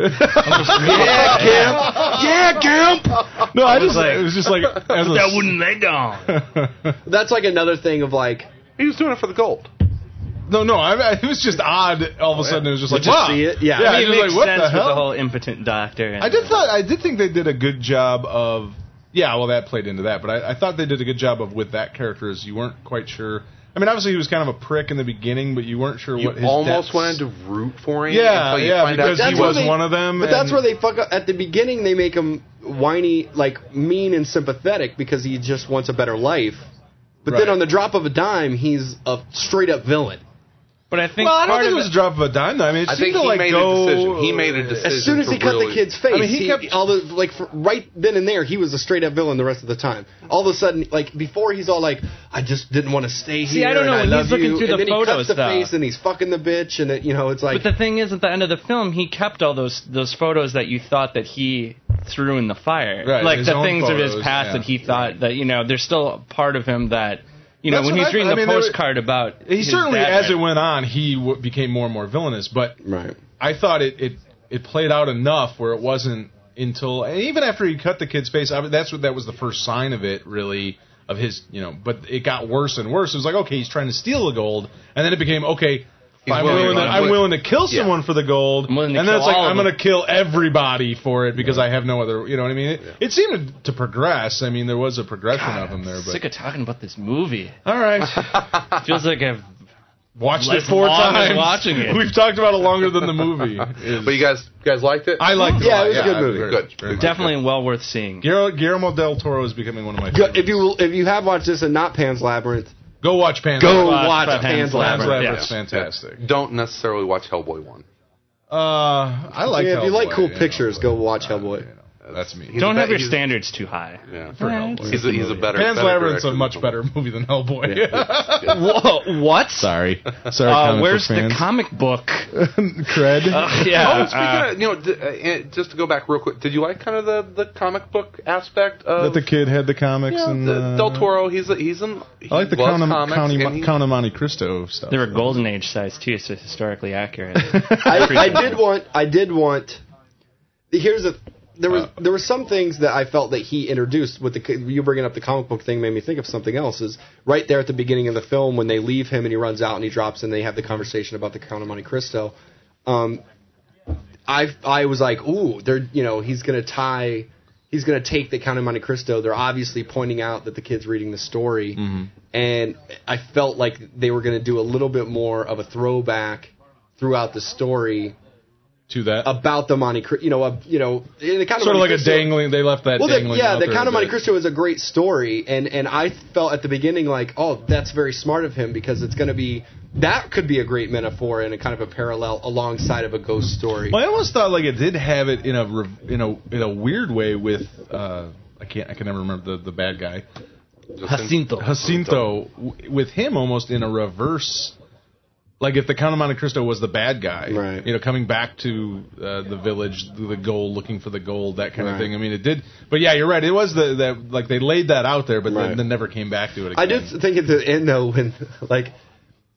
S4: Yeah, Gimp. Yeah, Gimp.
S1: No, I, just
S3: like-
S1: it was just like as a,
S3: that wouldn't lay down.
S4: That's like another thing of like.
S2: He was doing it for the gold.
S1: no, no. I, I- it was just odd. All of a sudden, it was just like,
S4: you
S1: wow.
S4: see it? Yeah.
S1: yeah.
S4: I
S1: I
S3: it
S1: was
S3: makes
S1: like, what
S3: sense
S1: the
S3: with
S1: hell?
S3: the whole impotent doctor. And
S1: I did thought I did think they did a good job of yeah, well that played into that, but I, I thought they did a good job of with that character is you weren't quite sure. I mean, obviously he was kind of a prick in the beginning, but you weren't sure
S2: You
S1: what his
S2: almost
S1: depths-
S2: wanted to root for him.
S1: Yeah,
S2: until you
S1: yeah,
S2: find
S1: because
S2: out
S1: he
S4: That's where
S1: was
S4: they-
S1: one of them.
S4: But that's
S1: and-
S4: where they fuck up. At the beginning, they make him whiny, like mean and sympathetic because he just wants a better life. But
S1: Right.
S4: then on the drop of a dime, he's a straight up villain.
S3: but I think
S1: Well, I don't
S3: part
S1: think it
S3: of
S1: was a
S3: the-
S1: drop of a dime. though. I mean, it
S2: I
S1: seemed to
S2: think he
S1: like
S2: made
S1: go.
S2: a decision. He made a decision.
S4: As soon as
S2: to
S4: he cut
S2: really-
S4: the kid's face,
S1: I mean, he
S4: he,
S1: kept-
S4: all the like for, right then and there, he was a straight up villain the rest of the time. All of a sudden, like before, he's all like, "I just didn't want to stay
S3: See,
S4: here."
S3: I don't know,
S4: and
S3: when
S4: love
S3: he's looking
S4: you."
S3: through
S4: and
S3: the
S4: then he
S3: photos,
S4: cuts the
S3: though.
S4: face and he's fucking the bitch, and it, you know, it's like
S3: But the thing is, at the end of the film, he kept all those those photos that you thought that he threw in the fire,
S1: Right,
S3: like
S1: his
S3: the
S1: own
S3: things of
S1: photos,
S3: his past
S1: yeah.
S3: that he thought that you know there's still a part of him that you know
S1: That's
S3: when
S1: what I-
S3: he's
S1: I
S3: reading the
S1: mean, there was-
S3: postcard about
S1: He
S3: his
S1: certainly,
S3: dad,
S1: as
S3: right?
S1: it went on, he w- became more and more villainous. But
S4: right.
S1: I thought it, it it played out enough where it wasn't until and even after he cut the kid's face. I mean, that's what that was the first sign of it, really, of his you know. But it got worse and worse. It was like okay, he's trying to steal the gold, and then it became okay. I'm
S2: willing
S1: willing,
S2: to
S1: to,
S2: run
S1: I'm
S2: away.
S1: willing to kill someone for the gold,
S3: I'm willing
S1: and
S3: to
S1: then
S3: kill
S1: it's like
S3: all of
S1: I'm
S3: them.
S1: going to kill everybody for it because I have no other. You know what I mean? It, it seemed to progress. I mean, there was a progression of him there. But
S3: Sick of talking about this movie.
S1: all right.
S3: Feels like I've
S1: watched
S3: Like
S1: it four
S3: long as
S1: times.
S3: watching it.
S1: We've talked about it longer than the movie. is.
S2: But you guys, you guys liked it.
S1: I liked it.
S4: Yeah,
S1: a lot.
S4: it was a good movie.
S1: very
S2: Good.
S1: much, very much.
S3: definitely well worth seeing.
S1: Guillermo, Guillermo del Toro is becoming one of my.
S4: Go,
S1: Favorites.
S4: if you if you have watched this and not Pan's Labyrinth,
S1: go watch Pan's
S4: go
S1: Labyrinth.
S4: watch
S3: Pan's
S4: Pan's
S1: Pan's
S4: Labyrinth.
S3: Labyrinth,
S1: Labyrinth's
S2: yeah.
S1: fantastic.
S2: Don't necessarily watch Hellboy one.
S1: Uh, I like.
S4: Yeah, if you like
S1: Hellboy,
S4: cool
S1: know,
S4: pictures, go
S1: but,
S4: watch
S1: uh,
S4: Hellboy.
S1: you know, that's me.
S2: He's
S3: Don't
S2: a
S3: have
S2: be-
S3: your
S2: he's-
S3: standards too high.
S2: Yeah,
S1: For Hellboy.
S2: he's a, he's a better.
S1: Pan's
S2: better
S1: Labyrinth's
S2: director
S1: a
S2: than
S1: much
S2: Hellboy.
S1: better movie than Hellboy.
S3: Whoa, what?
S1: Sorry, sorry.
S3: Uh,
S1: comic
S3: where's
S1: book
S3: the
S1: fans.
S3: comic book? Oh,
S1: cred?
S3: Uh, yeah.
S2: Oh, speaking
S3: uh,
S2: of, you know, d- uh, and just to go back real quick, did you like kind of the, the comic book aspect of
S1: that the kid had the comics
S2: you know,
S1: and
S2: the-
S1: uh,
S2: Del Toro? He's a, he's an. He
S1: I like the
S2: loves
S1: Count of,
S2: comics,
S1: Count of-
S2: and he-
S1: Count of Monte Cristo stuff.
S3: They were golden age size too, so historically accurate.
S4: I, I did want. I did want. Here's a. There was there were some things that I felt that he introduced with the you bringing up the comic book thing made me think of something else. Is right there at the beginning of the film when they leave him and he runs out and he drops and they have the conversation about the Count of Monte Cristo. Um, I I was like, ooh, they're you know he's gonna tie, he's gonna take the Count of Monte Cristo. They're obviously pointing out that the kid's reading the story, and I felt like they were gonna do a little bit more of a throwback throughout the story
S1: to that.
S4: about the Monte Cristo. You know, a, you know, in the Count of
S1: sort of
S4: Monte
S1: like a
S4: Cristo-
S1: dangling. They left that.
S4: Well, the,
S1: dangling
S4: yeah,
S1: out
S4: the
S1: there
S4: Count of
S1: that-
S4: Monte Cristo is a great story, and and I felt at the beginning like, oh, that's very smart of him because it's gonna be that could be a great metaphor and a kind of a parallel alongside of a ghost story.
S1: Well, I almost thought like it did have it in a rev- in a in a weird way with uh, I can't I can never remember the the bad guy
S3: Jacinto.
S1: Jacinto w- with him almost in a reverse. Like if the Count of Monte Cristo was the bad guy,
S4: Right.
S1: you know, coming back to uh, the village, the gold, looking for the gold, that kind of
S4: Right.
S1: thing. I mean, it did, but yeah, you're right. It was the that like they laid that out there, but then,
S4: Right.
S1: then never came back to it. Again.
S4: I did think at the end though, when like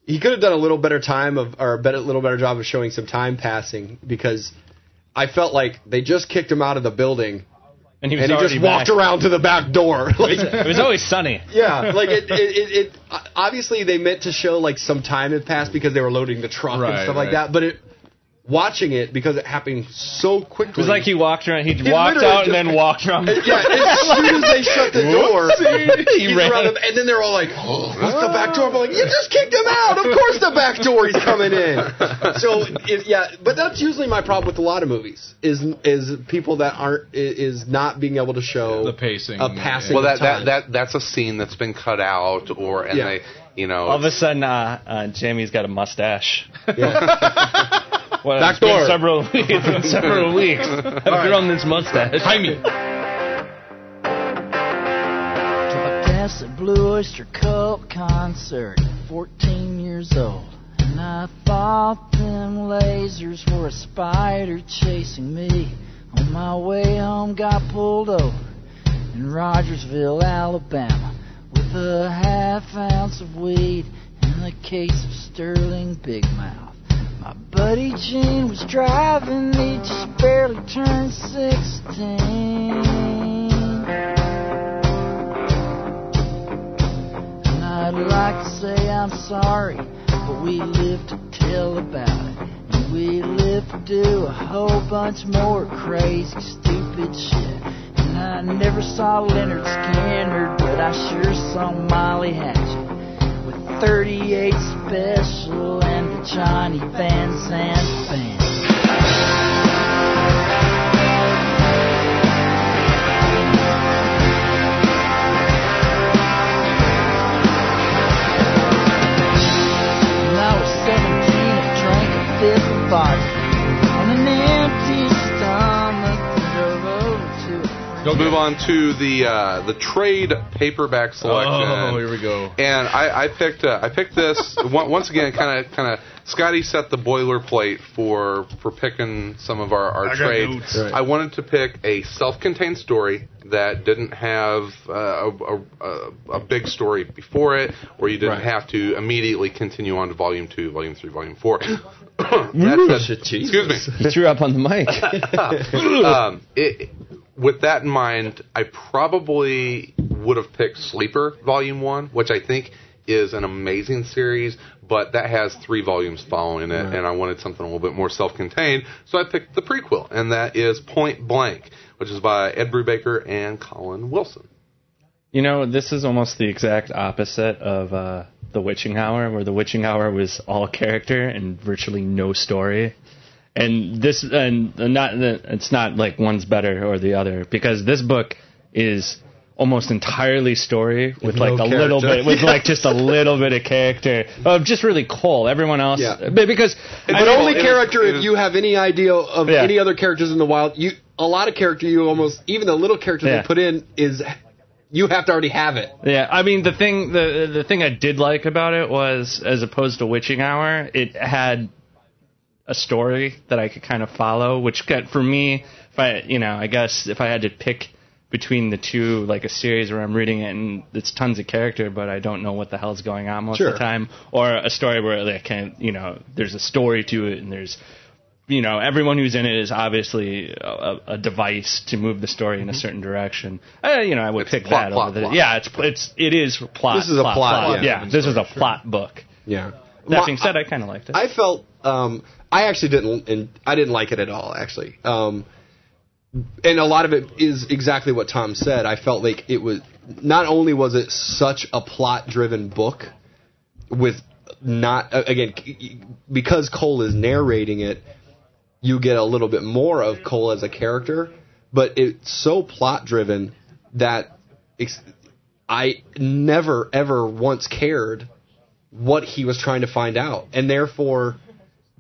S4: he could have done a little better time of or a better, little better job of showing some time passing because I felt like they just kicked him out of the building
S3: And he was
S4: and he
S3: already
S4: just walked
S3: back.
S4: around to the back door.
S3: It
S4: Like,
S3: was always sunny.
S4: yeah, like it, it, it, it. Obviously, they meant to show like some time had passed because they were loading the truck and
S1: Right,
S4: stuff like
S1: right.
S4: that. But it, watching it because it happened so quickly,
S3: It was like he walked around. He
S4: He
S3: walked
S4: literally
S3: out and
S4: just-
S3: then walked around.
S4: Yeah, as soon as they shut the door,
S3: He
S4: he's
S3: ran.
S4: around them, and then they're all like, oh, "What's the back door?" I'm like, "You just kicked him out. Of course, the back door. He's coming in." So it, yeah, but that's usually my problem with a lot of movies is is people that aren't i- is not being able to show
S1: The pacing,
S4: a passing.
S2: Well, that,
S4: of time.
S2: that that that's a scene that's been cut out, or and
S4: Yeah.
S2: they, you know,
S3: All of a sudden, uh, uh, Jamie's got a mustache.
S4: Yeah.
S3: Well,
S4: Back
S3: it's been
S4: door.
S3: Several weeks. It's been several weeks. I've grown this mustache.
S1: Jaime.
S5: To a Tacit Blue Oyster Cult concert, 14 years old. And I thought them lasers were a spider chasing me. On my way home, got pulled over in Rogersville, Alabama, with a half ounce of weed and a case of Sterling Big Mouth. My buddy Gene was driving, he just barely turned 16. And I'd like to say I'm sorry, but we live to tell about it. And we live to do a whole bunch more crazy, stupid shit. And I never saw Leonard Skinner, but I sure saw Molly Hatchet. With 38 Special and the Johnny Van Zandt Band. When I was 17, I drank a fifth of vodka. On an empty stomach, drove over to a friend's
S2: Let's move on to the uh, the trade paperback selection.
S1: Oh, here we go.
S2: And I, I picked uh, I picked this on- once again. Kind of kind of Scotty set the boilerplate for for picking some of our our
S3: got
S2: trades.
S3: notes.
S1: Right.
S2: I wanted to pick a self-contained story that didn't have uh, a, a, a a big story before it, or you didn't
S1: Right.
S2: have to immediately continue on to volume two, volume three, volume four. That's a, excuse me
S6: He threw up on the mic.
S2: um, it, with that in mind, I probably would have picked Sleeper Volume One, which I think is an amazing series, but that has three volumes following it, and I wanted something a little bit more self-contained, so I picked the prequel, and that is Point Blank, which is by Ed Brubaker and Colin Wilson.
S3: You know, this is almost the exact opposite of uh, The Witching Hour, where The Witching Hour was all character and virtually no story. And this, and not, it's not like one's better or the other, because this book is almost entirely story with like
S4: no
S3: a little
S4: character.
S3: bit, with like just a little bit of character, of just really Cole. Everyone else,
S4: Yeah.
S3: but because
S4: But
S2: Well,
S4: only
S2: it was-
S4: character
S2: it
S4: if
S2: was-
S4: you have any idea of
S3: Yeah.
S4: any other characters in the wild. You a lot of character you almost even the little character
S3: Yeah.
S4: they put in is you have to already have it.
S3: Yeah, I mean the thing the the thing I did like about it was as opposed to Witching Hour, it had a story that I could kind of follow, which got for me if I you know, I guess if I had to pick between the two, like a series where I'm reading it and it's tons of character, but I don't know what the hell's going on most of
S4: Sure.
S3: the time, or a story where like can you know there's a story to it and there's you know, everyone who's in it is obviously a- a, a device to move the story in a certain direction. Uh, you know, I would
S2: Mm-hmm. It's
S3: pick
S2: plot,
S3: that
S2: plot,
S3: over the,
S2: plot.
S3: Yeah, it's it's it is plot.
S4: This is a plot, yeah.
S3: Yeah, this is a plot book.
S4: Yeah.
S3: That being said, I kind of liked it.
S4: I felt um, I actually didn't and I didn't like it at all actually. Um, and a lot of it is exactly what Tom said. I felt like it was not only was it such a plot driven book with not uh, again c- because Cole is narrating it, you get a little bit more of Cole as a character, but it's so plot driven that ex- I never ever once cared what he was trying to find out. And therefore,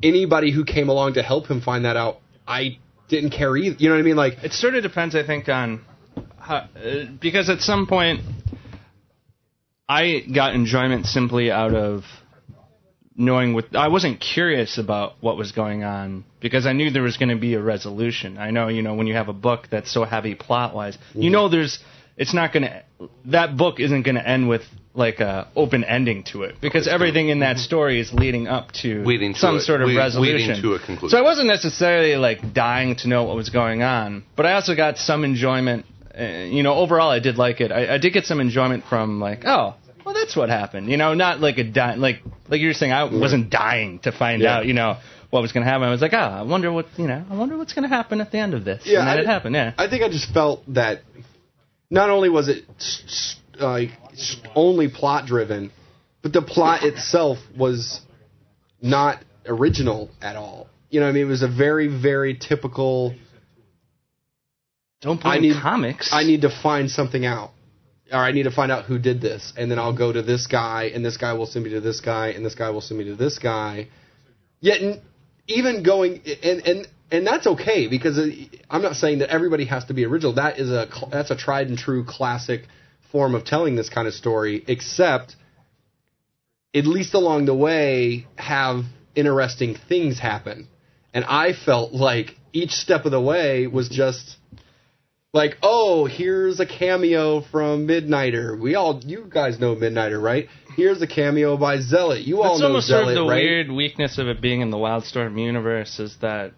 S4: anybody who came along to help him find that out, I didn't care either. You know what I mean? Like,
S3: it sort of depends, I think, on how, uh, because at some point I got enjoyment simply out of knowing what I wasn't curious about what was going on because I knew there was going to be a resolution. I know, you know, when you have a book that's so heavy plot wise, you know, there's it's not going to that book isn't going to end with like a open ending to it because everything in that story is leading up to
S2: Leading to
S3: some
S2: it.
S3: sort of
S2: Lead- leading
S3: resolution
S2: to a conclusion.
S3: So I wasn't necessarily like dying to know what was going on, but I also got some enjoyment. Uh, you know, overall, I did like it. I, I did get some enjoyment from like, oh, well, that's what happened. You know, not like a di- like like you were saying, I wasn't dying to find out. You know. What was going to happen? I was like, oh, I wonder what you know. I wonder what's going to happen at the end of this.
S4: Yeah,
S3: and
S4: I
S3: then it
S4: did-
S3: happened. Yeah,
S4: I think I just felt that not only was it s- s- like s- only plot driven, but the plot itself was not original at all. You know what I mean? It was a very, very typical.
S3: don't
S4: I
S3: blame
S4: need-
S3: comics.
S4: I need to find something out, or I need to find out who did this, and then I'll go to this guy, and this guy will send me to this guy, and this guy will send me to this guy. Yet, n- even going and and and that's okay because it- I'm not saying that everybody has to be original. That is a cl- that's a tried and true classic form of telling this kind of story. Except, at least along the way, have interesting things happen. And I felt like each step of the way was just Like, oh, here's a cameo from Midnighter. We all, you guys know Midnighter, right? Here's a cameo by Zealot. You all
S3: That's
S4: know
S3: almost sort
S4: Zealot,
S3: of the
S4: right?
S3: weird weakness of it being in the Wildstorm universe is that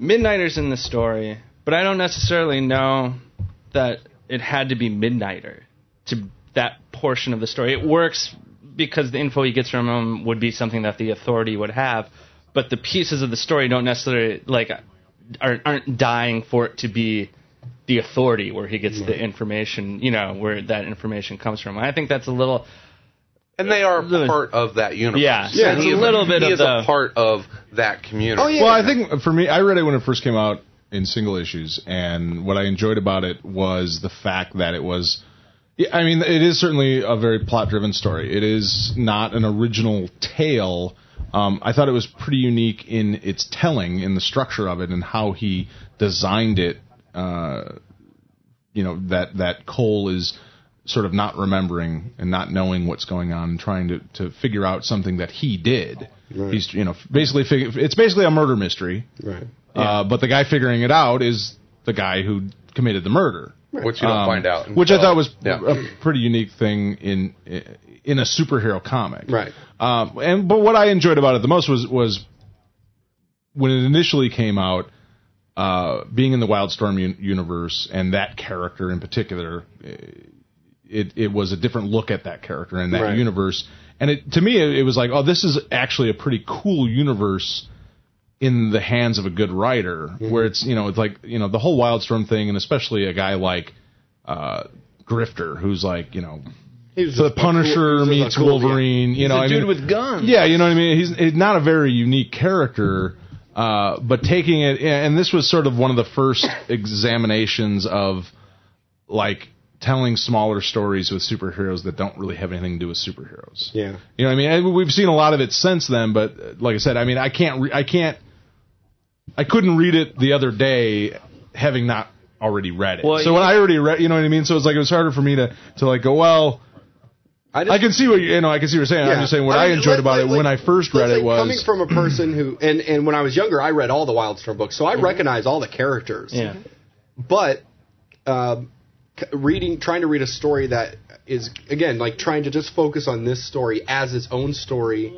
S3: Midnighter's in the story, but I don't necessarily know that it had to be Midnighter to that portion of the story. It works because the info he gets from him would be something that the authority would have, but the pieces of the story don't necessarily like aren't, aren't dying for it to be the authority where he gets the information, you know, where that information comes from. I think that's a little
S2: And they are
S3: The-
S2: part of that universe.
S3: Yeah, so
S2: And
S3: it's
S2: he
S3: a
S2: is
S3: little bit
S2: he
S3: of
S2: is a
S3: the-
S2: part of that community.
S4: Oh, yeah.
S1: Well, I think for me, I read it when it first came out in single issues, and what I enjoyed about it was the fact that it was. yeah, I mean, it is certainly a very plot-driven story. It is not an original tale. Um, I thought it was pretty unique in its telling, in the structure of it, and how he designed it. Uh, you know that that Cole is sort of not remembering and not knowing what's going on and trying to, to figure out something that he did. He's you know basically fig- it's basically a murder mystery.
S4: Right.
S1: Uh, but the guy figuring it out is the guy who committed the murder.
S2: Which you don't
S1: Um,
S2: find out.
S1: which I
S2: until-
S1: thought was
S2: Yeah.
S1: a pretty unique thing in in a superhero comic,
S4: Right.
S1: Um, and but what I enjoyed about it the most was was when it initially came out, uh, being in the Wildstorm un- universe and that character in particular, eh, it it was a different look at that character in that
S4: Right.
S1: universe, and it to me it, it was like, oh, this is actually a pretty cool universe in the hands of a good writer, where it's you know it's like you know the whole Wildstorm thing, and especially a guy like uh, Grifter, who's like you know
S4: He was
S1: the
S4: just a cool- he
S1: Punisher
S4: was just a
S1: meets
S4: cool- yeah.
S1: Wolverine. You know, I mean,
S3: guns.
S1: yeah, you know what I mean. He's, he's not a very unique character, uh, but taking it, and this was sort of one of the first examinations of like telling smaller stories with superheroes that don't really have anything to do with superheroes.
S4: Yeah.
S1: You know what I mean? And we've seen a lot of it since then, but uh, like I said, I mean, I can't, re- I can't, I couldn't read it the other day, having not already read it.
S3: Well,
S1: so when I already read, you know what I mean? So it's like it was harder for me to to like go, well,
S4: just-
S1: I can see what you, you know, I can see what you're saying. I'm
S4: Yeah.
S1: just saying what I,
S4: I mean,
S1: enjoyed
S4: like-
S1: about
S4: like-
S1: it when I first
S4: like
S1: read it
S4: saying,
S1: was
S4: coming from a person who and and when I was younger, I read all the Wildstorm books, so
S1: Mm-hmm.
S4: I recognize all the characters.
S3: Yeah.
S4: But um, c- reading, trying to read a story that is again like trying to just focus on this story as its own story.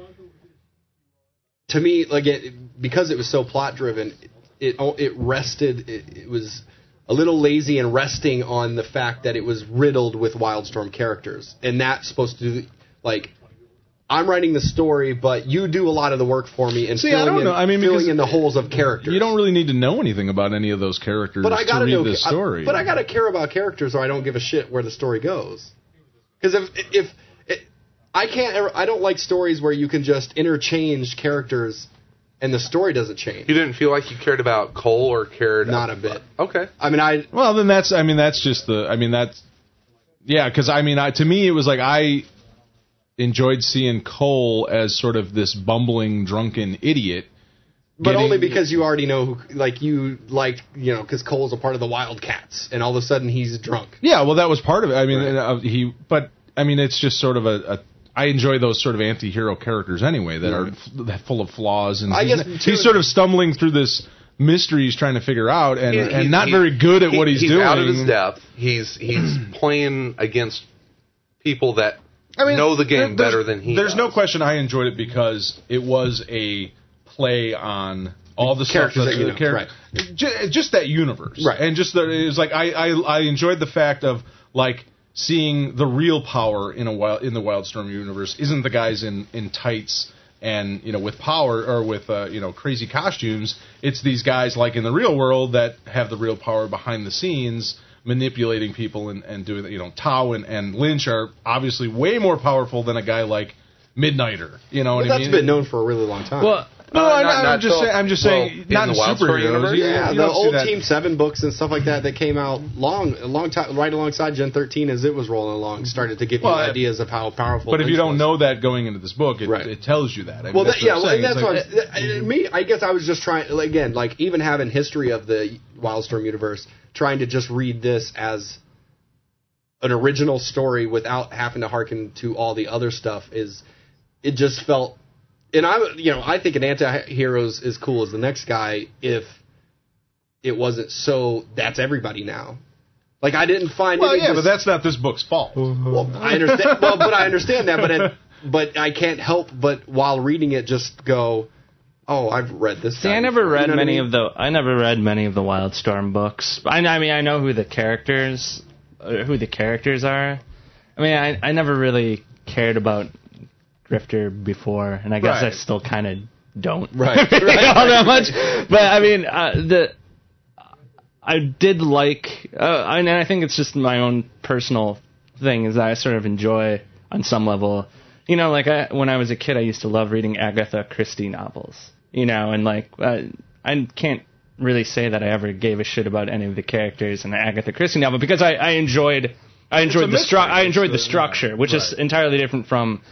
S4: To me, like it because it was so plot driven, it o- it rested. It, it was. A little lazy and resting on the fact that it was riddled with Wildstorm characters, and that's supposed to like I'm writing the story, but you do a lot of the work for me and
S1: See, I
S4: filling,
S1: don't
S4: in,
S1: know. I mean, because
S4: filling in the holes of characters.
S1: you don't really need to know anything about any of those characters
S4: but I
S1: to
S4: gotta
S1: read
S4: know,
S1: this
S4: I-
S1: story.
S4: but I gotta care about characters, or I don't give a shit where the story goes. Because if if it, I can't, ever, I don't like stories where you can just interchange characters and the story doesn't change.
S2: You didn't feel like you cared about Cole or cared.
S4: Not a bit.
S2: Okay.
S4: I mean, I
S1: Well, then that's I mean that's just the I mean that's yeah because I mean I, to me it was like I enjoyed seeing Cole as sort of this bumbling drunken idiot.
S4: but
S1: getting-
S4: only because you already know who, like you liked, you know, because Cole's a part of the Wildcats, and all of a sudden he's drunk.
S1: Yeah, well that was part of it. I mean uh, he but I mean it's just sort of a. a I enjoy those sort of anti-hero characters anyway that are f- that full of flaws and
S4: I
S1: he's,
S4: guess,
S1: he's
S4: too-
S1: sort of stumbling through this mystery he's trying to figure out and,
S2: He-
S1: and
S2: he-
S1: not
S2: he-
S1: very good at
S2: he-
S1: what he's,
S2: he's
S1: doing.
S2: out of his depth. He's he's playing against people that know the game
S1: There-
S2: better
S1: there's-
S2: than he.
S1: There's no
S2: does.
S1: question I enjoyed it because it was a play on all the
S4: Characters
S1: stuff
S4: that you
S1: the
S4: know,
S1: right. just, that universe,
S4: Right.
S1: And just the, it was like I, I I enjoyed the fact of like seeing the real power in a wild in the Wildstorm universe isn't the guys in in tights. And you know, with power or with uh, you know crazy costumes, it's these guys like in the real world that have the real power behind the scenes, manipulating people and, and doing that. You know, Tao and, and Lynch are obviously way more powerful than a guy like Midnighter. You know what
S4: But
S1: I
S4: that's
S1: mean?
S4: been known for a really long time.
S3: Well,
S1: No,
S2: Uh,
S1: I'm,
S2: not-
S1: I'm
S2: not
S1: just
S2: till-
S1: saying. I'm just
S2: well,
S1: saying,
S2: in
S1: not in
S2: the Wildstorm
S1: superheroes.
S2: universe?
S1: You-
S4: Yeah,
S1: you
S4: the
S1: don't see
S4: old
S1: that.
S4: Team Seven books and stuff like that that came out long, a long time, right alongside Gen thirteen as it was rolling along, started to give
S1: Well,
S4: you
S1: I-
S4: ideas of how powerful.
S1: But if you
S4: Lynch
S1: don't
S4: was.
S1: know that going into this book, it,
S4: Right.
S1: it tells you that. I mean,
S4: well, that,
S1: that's
S4: yeah,
S1: what
S4: well,
S1: I'm
S4: and that's
S1: saying.
S4: what
S1: It's like-
S4: I was, me. I guess I was just trying like, again, like even having history of the Wildstorm universe, trying to just read this as an original story without having to hearken to all the other stuff is it just felt and I you know I think an anti-hero is as cool as the next guy if it wasn't so that's everybody now. Like I didn't find
S1: Well,
S4: any
S1: yeah,
S4: dis-
S1: but that's not this book's fault.
S3: Oh,
S4: well, I understand. well, but I understand that. But it, but I can't help but while reading it, just go, "Oh, I've read this."
S3: See, I never read many of the I never read many of the Wildstorm books. I, I mean, I know who the characters uh, who the characters are. I mean, I I never really cared about Grifter before, and I guess I
S1: Right.
S3: still kind of don't
S4: Right,
S3: really all that much. But I mean, uh, the I did like, uh, and I think it's just my own personal thing is that I sort of enjoy on some level. You know, like I, when I was a kid, I used to love reading Agatha Christie novels. You know, and like uh, I can't really say that I ever gave a shit about any of the characters in the Agatha Christie novel because I, I enjoyed I enjoyed the
S1: mystery.
S3: stru- I enjoyed the
S1: It's a-
S3: structure, which is
S1: Right.
S3: entirely different from.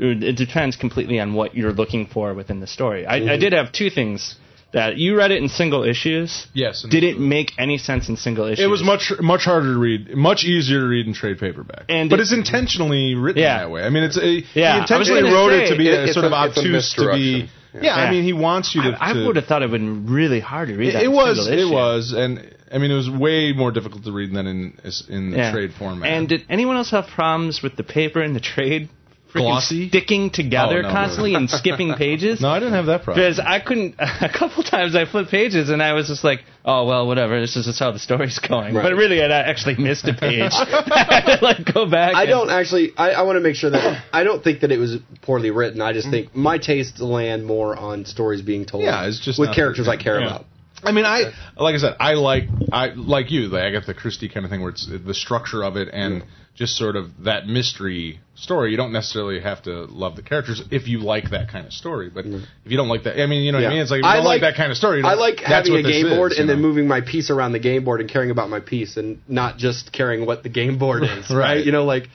S3: uh, It depends completely on what you're looking for within the story. I,
S1: Mm-hmm.
S3: I did have two things that you read it in single issues.
S1: Yes, and-
S3: Did it make any sense in single issues?
S1: It was much much harder to read, much easier to read in trade paperback.
S3: And
S1: but
S3: it-
S1: it's intentionally written
S3: Yeah.
S1: that way. I mean, it's a,
S3: Yeah, I
S1: he
S3: was
S1: intentionally
S3: gonna
S1: wrote it
S3: say,
S1: to be
S2: it-
S1: a
S2: it's
S1: sort
S2: a-
S1: of
S2: it's a
S1: obtuse to be.
S2: misdirection.
S1: Yeah.
S2: Yeah.
S1: I
S3: Yeah.
S1: mean, he wants you to.
S3: I,
S1: to-
S3: would have thought it would have been really hard to read
S1: It,
S3: that.
S1: it
S3: in
S1: was.
S3: single
S1: It
S3: issue.
S1: was, and I mean, it was way more difficult to read than in in the
S3: Yeah.
S1: trade format.
S3: And did anyone else have problems with the paper and the trade freaking
S1: Glossy?
S3: sticking together
S1: Oh, no.
S3: constantly and skipping pages?
S1: no, I didn't have that problem.
S3: Because I couldn't. A couple times I flipped pages and I was just like, "Oh well, whatever. This is just how the story's going." But
S4: Right.
S3: really, I actually missed a page. I had to, like go back.
S4: I
S3: and-
S4: don't actually. I, I want to make sure that I don't think that it was poorly written. I
S3: Mm-hmm.
S4: just think my tastes land more on stories being told.
S1: Yeah, it's just
S4: with
S1: not-
S4: characters I care
S3: yeah.
S4: about.
S1: I mean, I like I said, I like I like you the Agatha Christie kind of thing, where it's the structure of it and just sort of that mystery story. You don't necessarily have to love the characters if you like that kind of story, but if you don't like that, I mean, you know what I mean. It's like if you don't like, that kind of story. you
S4: I
S1: don't-
S4: Mm. like
S1: that's
S4: having
S1: what
S4: a
S1: this
S4: game
S1: is,
S4: board
S1: you
S4: and then
S1: know?
S4: moving my piece around the game board and caring about my piece and not just caring what the game board is. right.
S1: Right.
S4: You know, like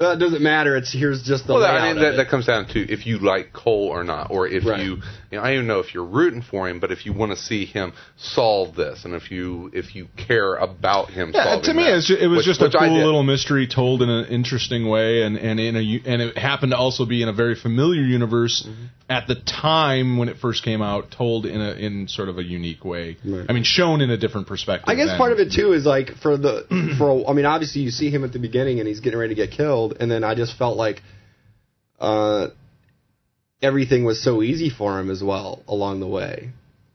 S4: uh, it doesn't matter. It's here's just the
S2: Well, that,
S4: layout.
S2: I mean,
S4: of
S2: that,
S4: it.
S2: that comes down to if you like Cole or not, or if
S4: Right.
S2: you, you know, I don't know if you're rooting for him, but if you want to see him solve this, and if you if you care about him
S1: Yeah,
S2: solving
S1: to me,
S2: that,
S1: it's ju- it was
S2: which-
S1: just
S2: which
S1: a
S2: I
S1: cool
S2: did.
S1: little mystery told in an interesting way, and and in a u- and it happened to also be in a very familiar universe at the time when it first came out, told in a in sort of a unique way.
S4: Right.
S1: I mean, shown in a different perspective.
S4: I guess
S1: than-
S4: part of it too is like for the for I mean obviously you see him at the beginning and he's getting ready to get killed and then I just felt like uh everything was so easy for him as well along the way.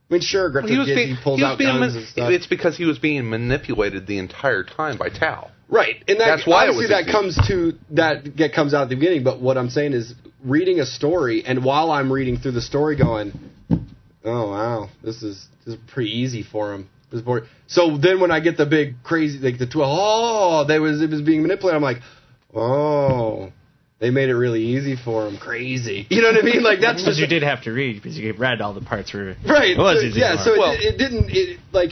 S4: I mean sure Grifter
S2: He was
S4: gets-
S2: being,
S4: he pulls
S2: he was
S4: out
S2: being
S4: guns
S2: ma-
S4: and stuff.
S2: It's because he was being manipulated the entire time by Tal.
S4: Right, and that,
S2: That's why it
S4: obviously
S2: was
S4: that
S2: easy.
S4: comes to that that comes out at the beginning. But what I'm saying is, reading a story, and while I'm reading through the story, going, "Oh wow, this is this is pretty easy for him." This board. So then when I get the big crazy, like the twelve, oh, they was it was being manipulated. I'm like, oh, they made it really easy for him. Crazy, you know what I mean? Like that's
S3: because
S4: just
S3: you did have to read because you read all the parts where
S4: Right.
S3: It was
S4: so,
S3: easy.
S4: Yeah.
S3: to
S4: So
S3: learn.
S4: it,
S2: Well-
S4: it didn't. It like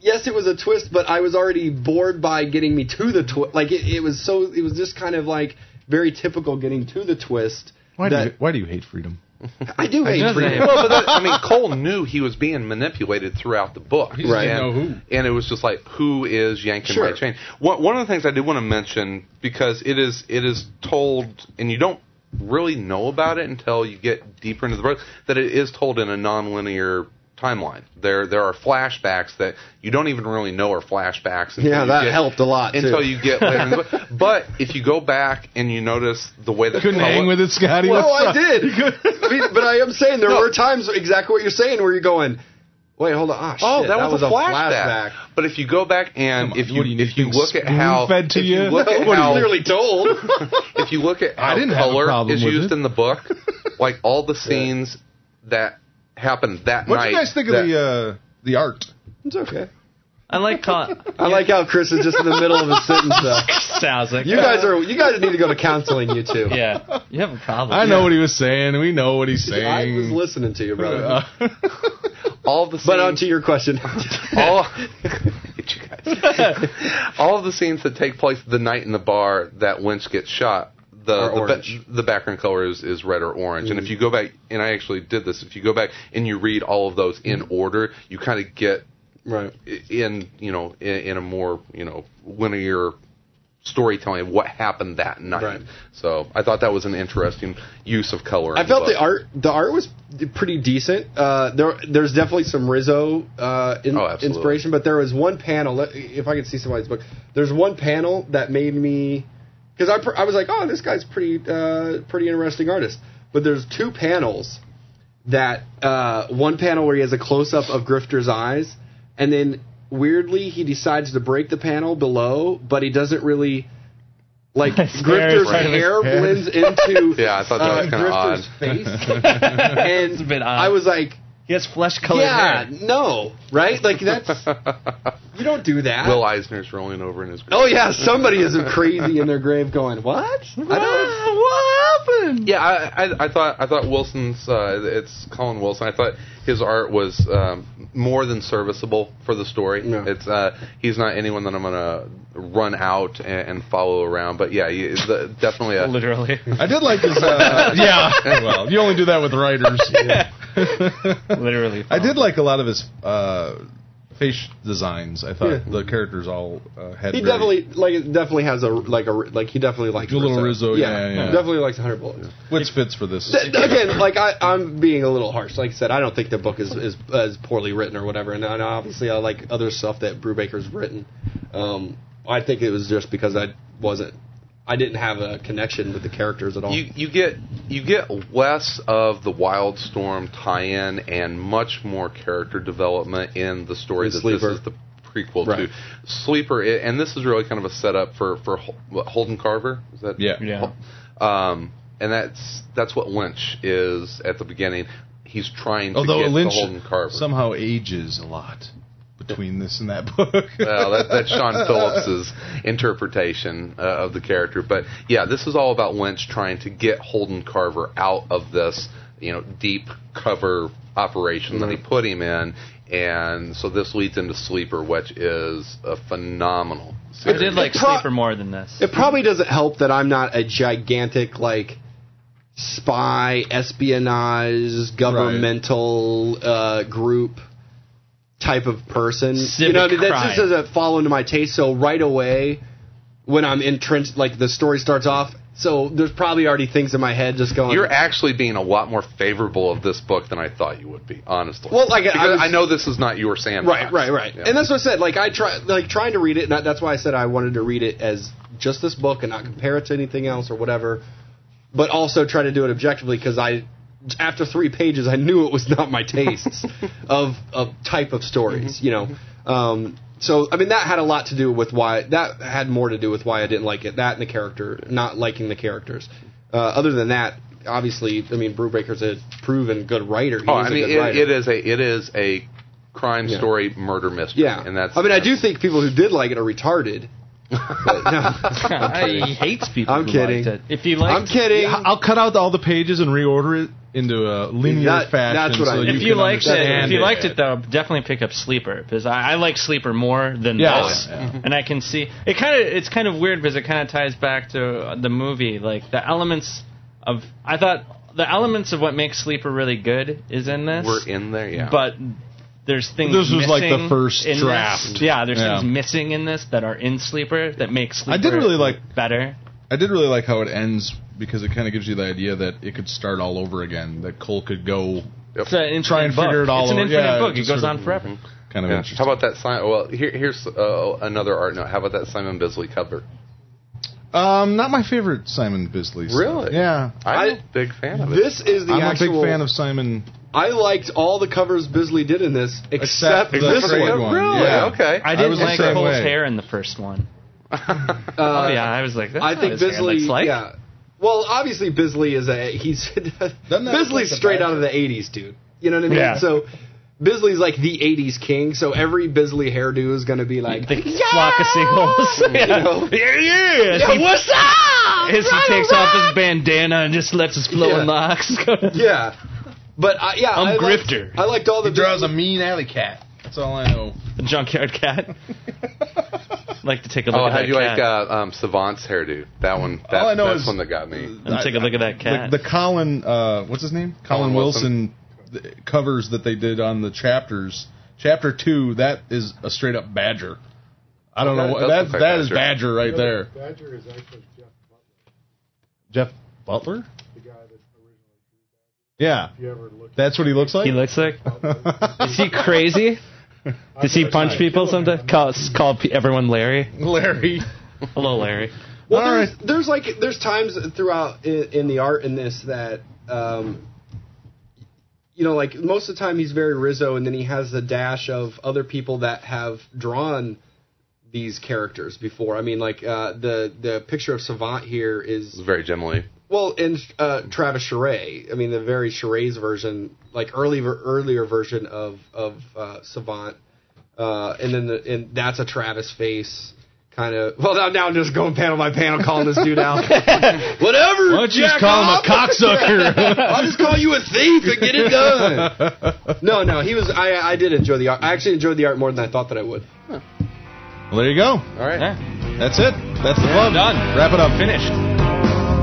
S4: yes, it was a twist, but I was already bored by getting me to the twist. Like it, it was so. It was just kind of like very typical getting to the twist.
S1: Why do,
S4: that-
S1: you, why do you hate freedom?
S4: I do hate
S3: does
S4: freedom.
S3: hate-
S2: well, but that, I mean, Cole knew he was being manipulated throughout the book.
S1: just
S4: Right.
S1: didn't
S2: And,
S1: know who.
S2: and it was just like, who is yanking
S4: Sure.
S2: my chain? One, one of the things I do want to mention because it is it is told, and you don't really know about it until you get deeper into the book, that it is told in a nonlinear timeline. There there are flashbacks that you don't even really know are flashbacks. until
S4: Yeah,
S2: you
S4: that helped a lot,
S2: Until
S4: too.
S2: you get later in the book. But if you go back and you notice the way that
S1: Couldn't
S2: Cullen-
S1: hang with it, Scotty.
S4: No,
S1: What's
S4: I
S1: up?
S4: did. I mean, but I am saying there were times exactly what you're saying where you're going. Wait, hold on. Ah,
S2: Oh,
S4: shit,
S2: that, was, a flashback. But if you go back and
S1: Come on,
S2: if you,
S1: what do you need
S2: if you
S1: things
S2: look at how
S1: spoon-fed to
S2: if
S1: you?
S2: you look at
S1: What are you
S2: how
S4: Clearly told.
S2: if you look at
S1: I
S2: how
S1: didn't have a
S2: color
S1: problem
S2: is
S1: with
S2: used
S1: it.
S2: in the book, like all the scenes that happened that
S1: What
S2: night.
S1: do you guys think of
S2: that-
S1: the uh, the art?
S4: it's okay.
S3: I like call-
S4: I like how Chris is just in the middle of a sentence. Though.
S3: sounds like "Oh,
S4: You guys are you guys need to go to counseling. You two.
S3: yeah. You have a problem.
S1: I know what he was saying. We know what he's
S4: I was
S1: saying.
S4: listening to you, brother.
S1: Uh,
S2: all the scenes,
S4: But on to your question.
S2: all, Hate you guys. all of the scenes that take place the night in the bar that Lynch gets shot. The
S4: Are
S2: the, ba-
S4: orange.
S2: the background color is, is red or orange,
S1: Mm.
S2: and if you go back, and I actually did this. If you go back and you read all of those
S1: Mm.
S2: in order, you kind of get
S4: right.
S2: in you know in, in a more you know linear storytelling of what happened that night.
S4: Right.
S2: So I thought that was an interesting use of color.
S4: I felt
S2: but-
S4: the art. The art was pretty decent. Uh, there, there's definitely some Rizzo uh, in,
S2: Oh, absolutely.
S4: inspiration, but there was one panel. let- If I could see somebody's book, there's one panel that made me because I, pr- I was like, oh, this guy's pretty uh, pretty interesting artist. But there's two panels that uh, one panel where he has a close up of Grifter's eyes, and then weirdly he decides to break the panel below, but he doesn't really. Like Grifter's
S3: right.
S4: hair blends into
S2: Yeah, I thought that was kinda
S4: Grifter's
S2: odd.
S4: Uh, face.
S3: it's a
S4: and
S3: bit odd.
S4: I was like,
S3: he has flesh colored
S4: yeah,
S3: hair.
S4: no, right? Like that's you don't do that.
S2: Will Eisner's rolling over in his grave.
S4: oh yeah, somebody is crazy in their grave going, what? I don't.
S3: What happened?
S2: Yeah, I, I, I thought I thought Wilson's uh, it's Colin Wilson. I thought his art was um, more than serviceable for the story.
S4: Yeah.
S2: It's uh, he's not anyone that I'm gonna run out and, and follow around. But yeah, he, the, definitely a
S3: Literally.
S1: I did like his. Uh,
S3: yeah.
S1: well, you only do that with writers.
S3: Literally.
S1: I
S4: Um,
S1: did like a lot of his uh, face designs. I thought
S4: Yeah.
S1: the characters all uh, had.
S4: He
S1: very-
S4: definitely like it definitely has a like a like he definitely likes
S1: Do a little Rizzo, yeah, yeah.
S4: definitely likes hundred bullets.
S1: which fits for this.
S4: Th- Again, like I, I'm being a little harsh. Like I said, I don't think the book is is, is poorly written or whatever. And, and obviously, I like other stuff that Brubaker's written. Um, I think it was just because I wasn't, I didn't have a connection with the characters at all.
S2: you you get you get less of the Wildstorm tie-in and much more character development in the story
S4: In
S2: that
S4: Sleeper.
S2: this is the prequel
S4: Right.
S2: to Sleeper, i- and this is really kind of a setup for for Hol- what, Holden Carver. Is that
S1: Yeah.
S3: Yeah.
S2: Um, and that's that's what Lynch is at the beginning. He's trying to
S1: Although
S2: get
S1: Lynch
S2: to Holden Carver.
S1: somehow ages a lot between this and that book.
S4: Uh,
S2: well, that, that's Sean Phillips's interpretation uh, of the character. But yeah, this is all about Lynch trying to get Holden Carver out of this, you know, deep cover operation that
S4: Mm-hmm.
S2: he put him in, and so this leads into Sleeper, which is a phenomenal.
S3: I
S2: Series.
S3: did like
S4: It pro-
S3: Sleeper more than this.
S4: It probably doesn't help that I'm not a gigantic like spy, espionage, governmental uh, group type of person. you
S3: Civic
S4: know, what I mean, that just
S3: crime.
S4: doesn't fall into my taste. So right away, when I'm entrenched, like the story starts off, so there's probably already things in my head just going.
S2: You're actually being a lot more favorable of this book than I thought you would be, honestly.
S4: Well, like, I
S2: because I,
S4: was-
S2: know this is not your
S4: Right,
S2: sandbox.
S4: right, right,
S2: Yeah.
S4: and that's what I said. Like I try, like trying to read it, and that- that's why I said I wanted to read it as just this book and not compare it to anything else or whatever. but also try to do it objectively because I, after three pages, I knew it was not my tastes of of type of stories, you know. Um, so I mean that had a lot to do with why that had more to do with why I didn't like it. That and the character, not liking the characters. Uh, other than that, obviously, I mean Brubaker's a proven good writer. He
S2: Oh,
S4: is
S2: I
S4: a
S2: mean,
S4: good
S2: it,
S4: writer.
S2: it is a it is a crime
S4: Yeah.
S2: story murder mystery.
S4: Yeah,
S2: and that's.
S4: I mean, I do
S2: that's-
S4: think people who did like it are retarded. But, no.
S3: he hates people.
S4: I'm
S3: who
S4: kidding.
S3: liked it. If you liked,
S4: I'm kidding.
S1: I'll cut out all the pages and reorder it into a linear
S4: That-
S1: fashion.
S4: that's what
S1: so
S4: I-
S1: that
S4: you
S3: If you
S1: can
S3: liked it, if
S1: understand
S3: you liked it though, definitely pick up Sleeper because I, I like Sleeper more than
S1: Yeah,
S3: this,
S1: yeah, yeah.
S3: and I can see it. Kind of, it's kind of weird because it kind of ties back to the movie, like the elements of. I thought the elements of what makes Sleeper really good is in this,
S2: we're in there. Yeah,
S3: but there's things.
S1: This was like the
S3: missing
S1: first
S3: in this.
S1: draft.
S3: Yeah, there's
S1: Yeah.
S3: things missing in this that are in Sleeper that make Sleeper.
S1: I did really like-
S3: better.
S1: I did really like how it ends because it kind of gives you the idea that it could start all over again. That Cole could go
S3: uh, It's an infinite
S1: Try and
S3: book.
S1: figure it all
S3: It's an
S1: out.
S3: infinite
S1: Yeah,
S3: book. It
S1: just
S3: goes
S1: sort of-
S3: on forever.
S1: kind of
S2: Yeah.
S1: interesting.
S2: How about that? Simon? Well, here, here's uh, another art note. How about that Simon Bisley cover?
S1: Um, not my favorite Simon Bisley. stuff.
S2: Really?
S1: Yeah.
S2: I'm
S4: I-
S2: a big fan of it.
S4: this is the
S1: I'm
S4: actual.
S1: a big fan of Simon.
S4: I liked all the covers Bisley did in this, except,
S1: the
S4: this
S1: trade
S4: one.
S1: one.
S2: Really?
S1: Yeah.
S2: Okay.
S3: I
S1: I
S3: didn't
S1: was the
S3: like
S1: same
S3: Cole's
S1: way.
S3: hair in the first one.
S4: Uh,
S3: oh yeah, I was like, that's
S4: I
S3: not
S4: think
S3: his hair
S4: Bisley.
S3: looks like.
S4: Yeah. Well, obviously Bisley is a he's
S1: look like
S4: Bisley's
S1: the
S4: straight
S1: Badger?
S4: out of the '80s, dude. You know what I mean?
S3: Yeah.
S4: So Bisley's like the '80s king. So every Bisley hairdo is gonna be like
S3: The flock of seagulls. yeah. yeah, yeah. As he-
S4: what's up?
S3: as he takes off his bandana and just lets his flowing
S4: Yeah.
S3: locks go.
S4: Yeah. But I, yeah,
S3: I'm
S4: I liked-
S3: Grifter.
S4: I liked all the
S1: He draws a
S4: Bisley-
S1: mean alley cat. That's all I know.
S3: The junkyard cat. like to take a look
S2: Oh,
S3: at
S2: how
S3: that
S2: do you
S3: cat.
S2: like uh, um, Savant's hairdo? That one. That,
S1: all I know
S2: that's
S1: is
S2: one that got me.
S3: And take a look at that cat.
S1: The, the Colin, uh, what's his name? Colin,
S2: Colin
S1: Wilson,
S2: Wilson.
S1: th- covers that they did on the chapters. Chapter two, that is a straight up badger. I don't
S2: That-
S1: know. What,
S2: that
S1: that
S2: looks like
S1: that is
S2: Badger.
S1: Badger right there.
S6: Badger is actually Jeff Butler,
S1: Jeff Butler.
S6: the guy that originally.
S1: Yeah,
S6: If you ever looked,
S1: that's what he looks like.
S7: He looks like. Is he crazy? Does he punch people sometimes? Call call pe- everyone Larry.
S1: Larry.
S7: Hello, Larry.
S4: Well,
S1: All
S4: there's,
S1: right.
S4: there's like there's times throughout in, in the art in this that um, you know, like most of the time he's very Rizzo, and then he has the dash of other people that have drawn these characters before. I mean, like uh, the the picture of Savant here is
S2: It's very Jim
S4: well, in uh, Travis Charay, I mean the very Charay's version, like early earlier version of of uh, Savant, uh, and then the, and that's a Travis face kind of. Well, now, now I'm just going panel by panel calling this dude out. Whatever.
S1: Why don't you just
S4: jack
S1: call
S4: off.
S1: him a cocksucker?
S4: I'll just call you a thief and get it done. no, no, he was. I I did enjoy the art. I actually enjoyed the art more than I thought that I would.
S1: well, there you go.
S2: All right.
S3: Yeah.
S1: That's it. That's the club.
S3: Done.
S1: Wrap it up.
S3: Finished.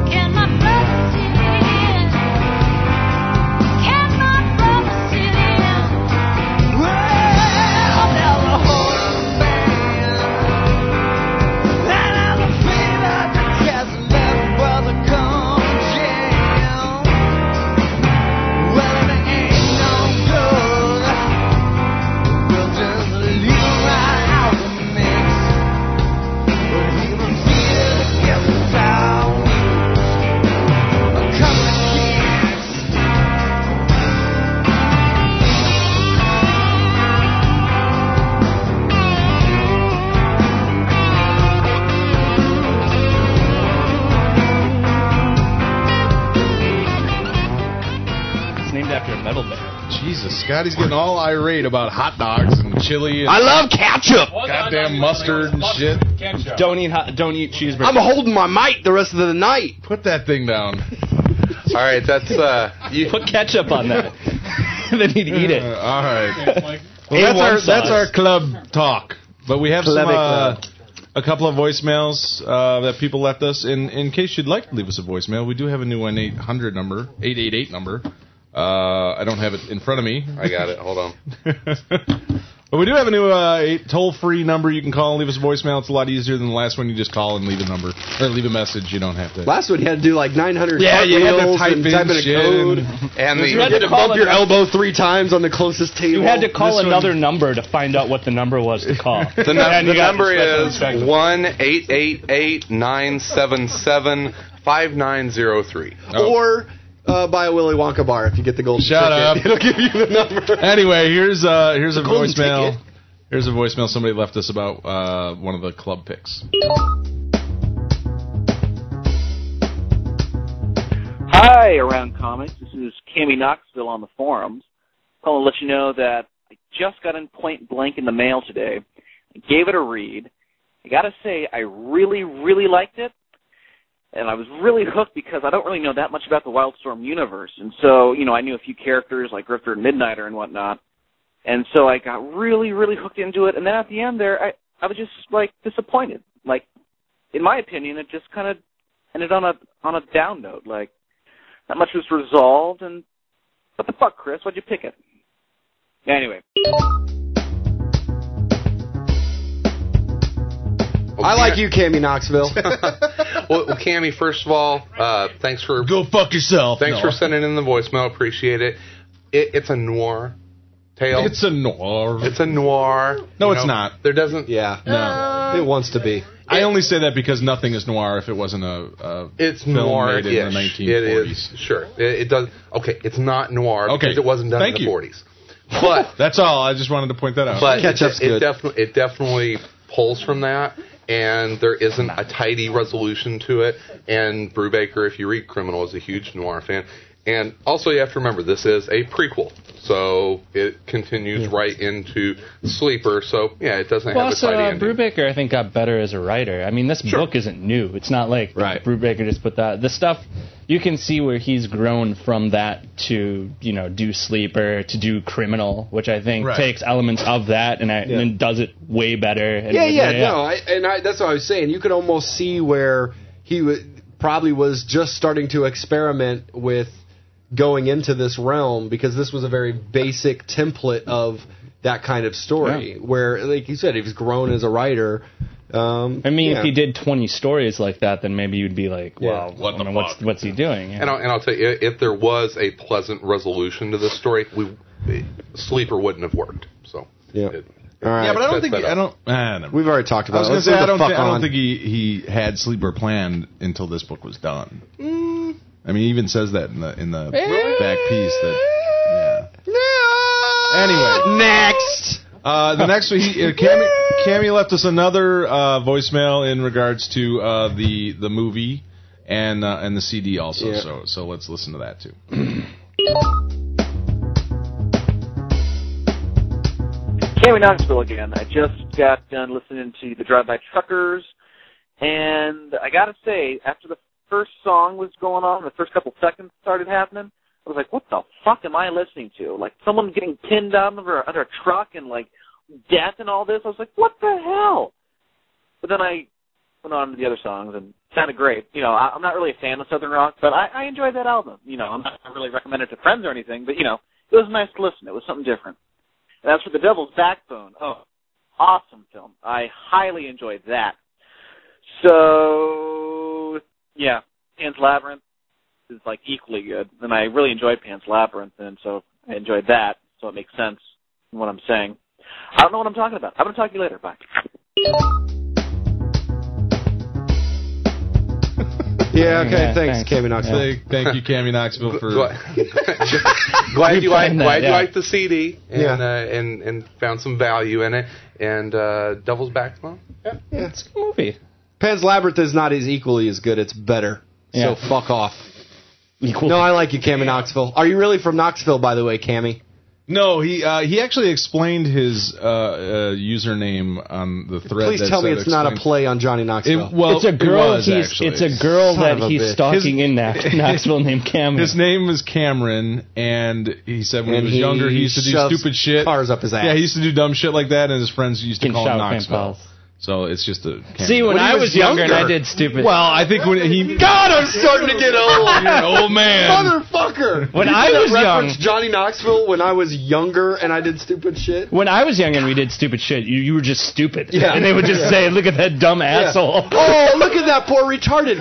S8: Can my brother sit in? Can my brother sit in? Well, now the horse band. And I'm afraid I just hasn't let brother come jam. Well, if it ain't no good, we'll just leave him right out of the mix. But he was here to get without
S3: It's named after a metal band.
S1: Jesus, Scotty's getting all irate about hot dogs and chili and
S4: love ketchup.
S1: goddamn mustard and shit.
S3: Don't eat hot, don't eat cheeseburgers.
S4: I'm holding my mic the rest of the night.
S1: Put that thing down.
S2: All right. That's uh. You,
S7: Put ketchup on that. then he'd eat
S1: Uh,
S7: it.
S1: all right. Well, that's
S7: A1
S1: our that's
S7: sauce.
S1: our club talk. But we have some,
S7: Clubby
S1: uh,
S7: club.
S1: a couple of voicemails uh, that people left us. In in case you'd like to leave us a voicemail, we do have a new one eight hundred number, eight eight eight number. Uh, I don't have it in front of me.
S2: I got it. Hold on.
S1: but we do have a new uh, toll free number you can call and leave us a voicemail. It's a lot easier than the last one. You just call and leave a number or leave a message. You don't have to.
S4: Last one you had to do like 900
S1: Yeah, you had to
S4: cartwheels
S1: type
S4: and
S1: in
S4: type in a
S1: shit
S4: code.
S1: and-
S2: And
S4: You had
S2: the
S4: to bump your elbow three times on the closest table.
S7: You had to call
S1: this one-
S7: another number to find out what the number was to call.
S2: the, num-
S7: And
S2: the
S7: you got
S2: number
S7: respect-
S2: is
S7: respect-
S2: one eight eight eight nine seven seven five nine zero three.
S1: Oh.
S4: or uh, buy a Willy Wonka bar if you get the golden
S1: Shut
S4: ticket.
S1: up.
S4: It'll give you the number.
S1: anyway, here's uh here's a
S4: golden
S1: voicemail.
S4: ticket.
S1: Here's a voicemail somebody left us about uh, one of the club picks.
S9: Hi, Around Comics. This is Cammy Knoxville on the forums. Calling to let you know that I just got in Point Blank in the mail today. I gave it a read. I gotta say, I really, really liked it. And I was really hooked because I don't really know that much about the Wildstorm universe. And so, you know, I knew a few characters like Grifter and Midnighter and whatnot. And so I got really, really hooked into it. And then at the end there, I, I was just, like, disappointed. Like, in my opinion, it just kind of ended on a, on a down note. Like, not much was resolved, and what the fuck, Chris? Why'd you pick it? Anyway,
S4: I like you, Cammy Knoxville.
S2: Well, well, Cammy, first of all, uh, thanks for
S1: Go fuck yourself.
S2: thanks
S1: No.
S2: for sending in the voicemail. Appreciate it. it it's a noir tale.
S1: It's a noir.
S2: It's a noir.
S1: No,
S2: you
S1: it's not.
S2: There doesn't.
S4: yeah,
S1: no.
S4: it wants to be.
S1: I only say that because nothing is noir if it wasn't a, a
S2: It's
S1: film
S2: noir.
S1: made in the 1940s.
S2: It is sure. It, it does. Okay, it's not noir
S1: Okay,
S2: because it wasn't done
S1: thank
S2: in the
S1: you.
S2: 40s. But
S1: That's all. I just wanted to point that out.
S2: but it,
S4: Ketchup's
S2: it
S4: good.
S2: definitely it definitely pulls from that, and there isn't a tidy resolution to it. And Brubaker, if you read Criminal, is a huge noir fan. And also, you have to remember this is a prequel, so it continues right into Sleeper. So yeah, it doesn't
S7: Well,
S2: have a
S7: also,
S2: tidy
S7: uh,
S2: ending.
S7: Brubaker, I think, got better as a writer. I mean, this book isn't new. It's not like
S1: Right.
S7: Brubaker just put that. The stuff you can see where he's grown from that to you know do Sleeper to do Criminal, which I think
S1: Right.
S7: takes elements of that and, I, and then does it way better. And
S4: Yeah, yeah, no, I, and I, that's what I was saying. You could almost see where he wa probably was just starting to experiment with going into this realm because this was a very basic template of that kind of story where, like you said, he was grown as a writer. Um,
S3: I mean,
S4: yeah.
S3: if he did 20 stories like that, then maybe you'd be like,
S4: Yeah.
S3: well,
S2: What
S3: I
S2: the
S3: mean, what's
S2: fuck?
S3: what's he doing? Yeah.
S2: And I'll, and I'll tell you, if there was a pleasant resolution to this story, we sleeper wouldn't have worked. So
S4: Yeah.
S2: it-
S4: All right.
S1: yeah, but I don't
S2: cut
S1: think
S2: that
S1: I
S2: out.
S1: don't. Ah, never mind.
S4: We've already talked
S1: I
S4: about.
S1: was
S4: it.
S1: gonna
S4: Let's
S1: say
S4: move
S1: I
S4: the
S1: don't.
S4: fuck
S1: Think, I
S4: on.
S1: don't think he, he had sleeper planned until this book was done.
S4: Mm.
S1: I mean, he even says that in the in the
S4: Eh.
S1: back piece that. Yeah. Anyway, next. Uh, the next week, uh, Cammy, Cammy left us another uh, voicemail in regards to uh, the the movie and uh, and the CD also.
S4: Yeah.
S1: So so let's listen to that too.
S9: Cammy Knoxville again. I just got done listening to the Drive By Truckers, and I gotta say, after the first song was going on, the first couple seconds started happening, I was like, "What the fuck am I listening to? Like someone getting pinned down under under a truck and like death and all this." I was like, "What the hell?" But then I went on to the other songs and sounded great. You know, I, I'm not really a fan of Southern rock, but I, I enjoyed that album. You know, I'm not gonna really recommend it to friends or anything, but you know, it was nice to listen. It was something different. And as for The Devil's Backbone, oh, awesome film. I highly enjoyed that. So, yeah, Pan's Labyrinth is like equally good, and I really enjoyed Pan's Labyrinth, and so I enjoyed that. So it makes sense in what I'm saying. I don't know what I'm talking about. I'm gonna talk to you later. Bye.
S4: Yeah. Okay.
S3: Yeah,
S4: thanks,
S3: thanks.
S4: Cammy Knoxville.
S1: Thank, thank you, Cammy Knoxville, for
S2: Gl- glad you liked,
S3: Replaying that,
S2: glad
S3: yeah.
S2: you liked the CD and
S4: Yeah.
S2: uh, and and found some value in it. And uh, Devil's Backbone.
S3: it's a movie.
S4: Pan's Labyrinth is not as equally as good. It's better.
S3: Yeah.
S4: So fuck off.
S3: Equal.
S4: No, I like you, Cammy Knoxville. Are you really from Knoxville, by the way, Cammy?
S1: No, he uh, he actually explained his uh, uh, username on the thread.
S4: Please
S1: that
S4: tell me
S1: said
S4: it's not a
S1: explain-
S4: play on Johnny Knoxville.
S1: It, well,
S3: it's a girl.
S1: It was,
S3: he's
S1: actually.
S3: it's a girl
S4: Son of
S3: that
S4: a
S3: he's
S4: bitch.
S3: stalking
S1: His-
S3: in Knox- Knoxville named Cameron.
S1: His name was Cameron, and he said when
S4: And
S1: he was younger he used to do
S4: shoves
S1: stupid shit.
S4: Cars up his ass.
S1: Yeah, he used to do dumb shit like that, and his friends used to
S3: Fucking
S1: call him
S3: shout out
S1: Knoxville.
S3: Campbell's.
S1: So it's just a. Cameron.
S3: See, when, I
S4: he
S3: was,
S4: was
S3: younger, and I
S4: younger.
S3: did stupid.
S1: well, I think when he
S4: God, I'm starting to get old.
S1: you're an old man.
S4: Motherfucker.
S3: When
S4: You
S3: I
S4: could've
S3: was young-
S4: referenced Johnny Knoxville when I was younger and I did stupid shit.
S3: when I was young and we did stupid shit, you, you were just stupid.
S4: Yeah.
S3: And they would just say, "Look at that dumb asshole."
S4: Oh, look at that poor retarded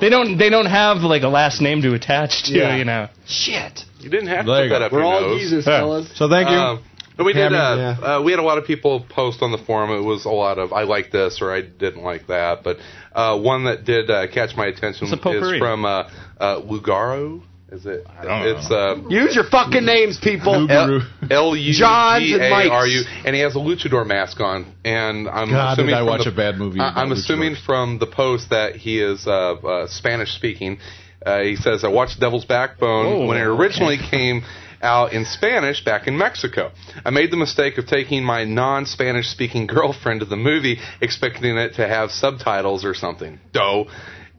S3: they don't they don't have like a last name to attach to,
S4: Yeah.
S3: you know.
S4: Shit.
S2: You didn't have to
S1: There
S2: put
S1: you
S2: that
S1: go.
S2: up
S4: We're
S2: your
S4: all
S2: nose.
S4: geezers,
S3: Yeah.
S4: fellas.
S1: So thank you.
S2: Um, but we did. Uh,
S4: Hammond,
S2: uh, we had a lot of people post on the forum. It was a lot of I like this or I didn't like that. But uh, one that did uh, catch my attention
S3: It's a potpourri.
S2: is from uh, uh, Lugaro. Is it?
S1: don't know.
S2: It's uh,
S4: Use your fucking names, people.
S1: Lugar- Guru.
S2: L U G
S4: John's and
S2: A
S4: Mike's.
S2: R U, and he has a luchador mask on. And I'm
S1: God, did
S2: assuming
S1: I
S2: from
S1: watch
S2: the-
S1: a bad movie
S2: I,
S1: about
S2: am assuming
S1: luchadors.
S2: from the post that he is uh, uh, Spanish speaking. Uh, he says, "I watched Devil's Backbone
S3: Oh,
S2: when it
S3: okay.
S2: originally came." Out in Spanish back in Mexico. I made the mistake of taking my non Spanish speaking girlfriend to the movie, expecting it to have subtitles or something. Doe.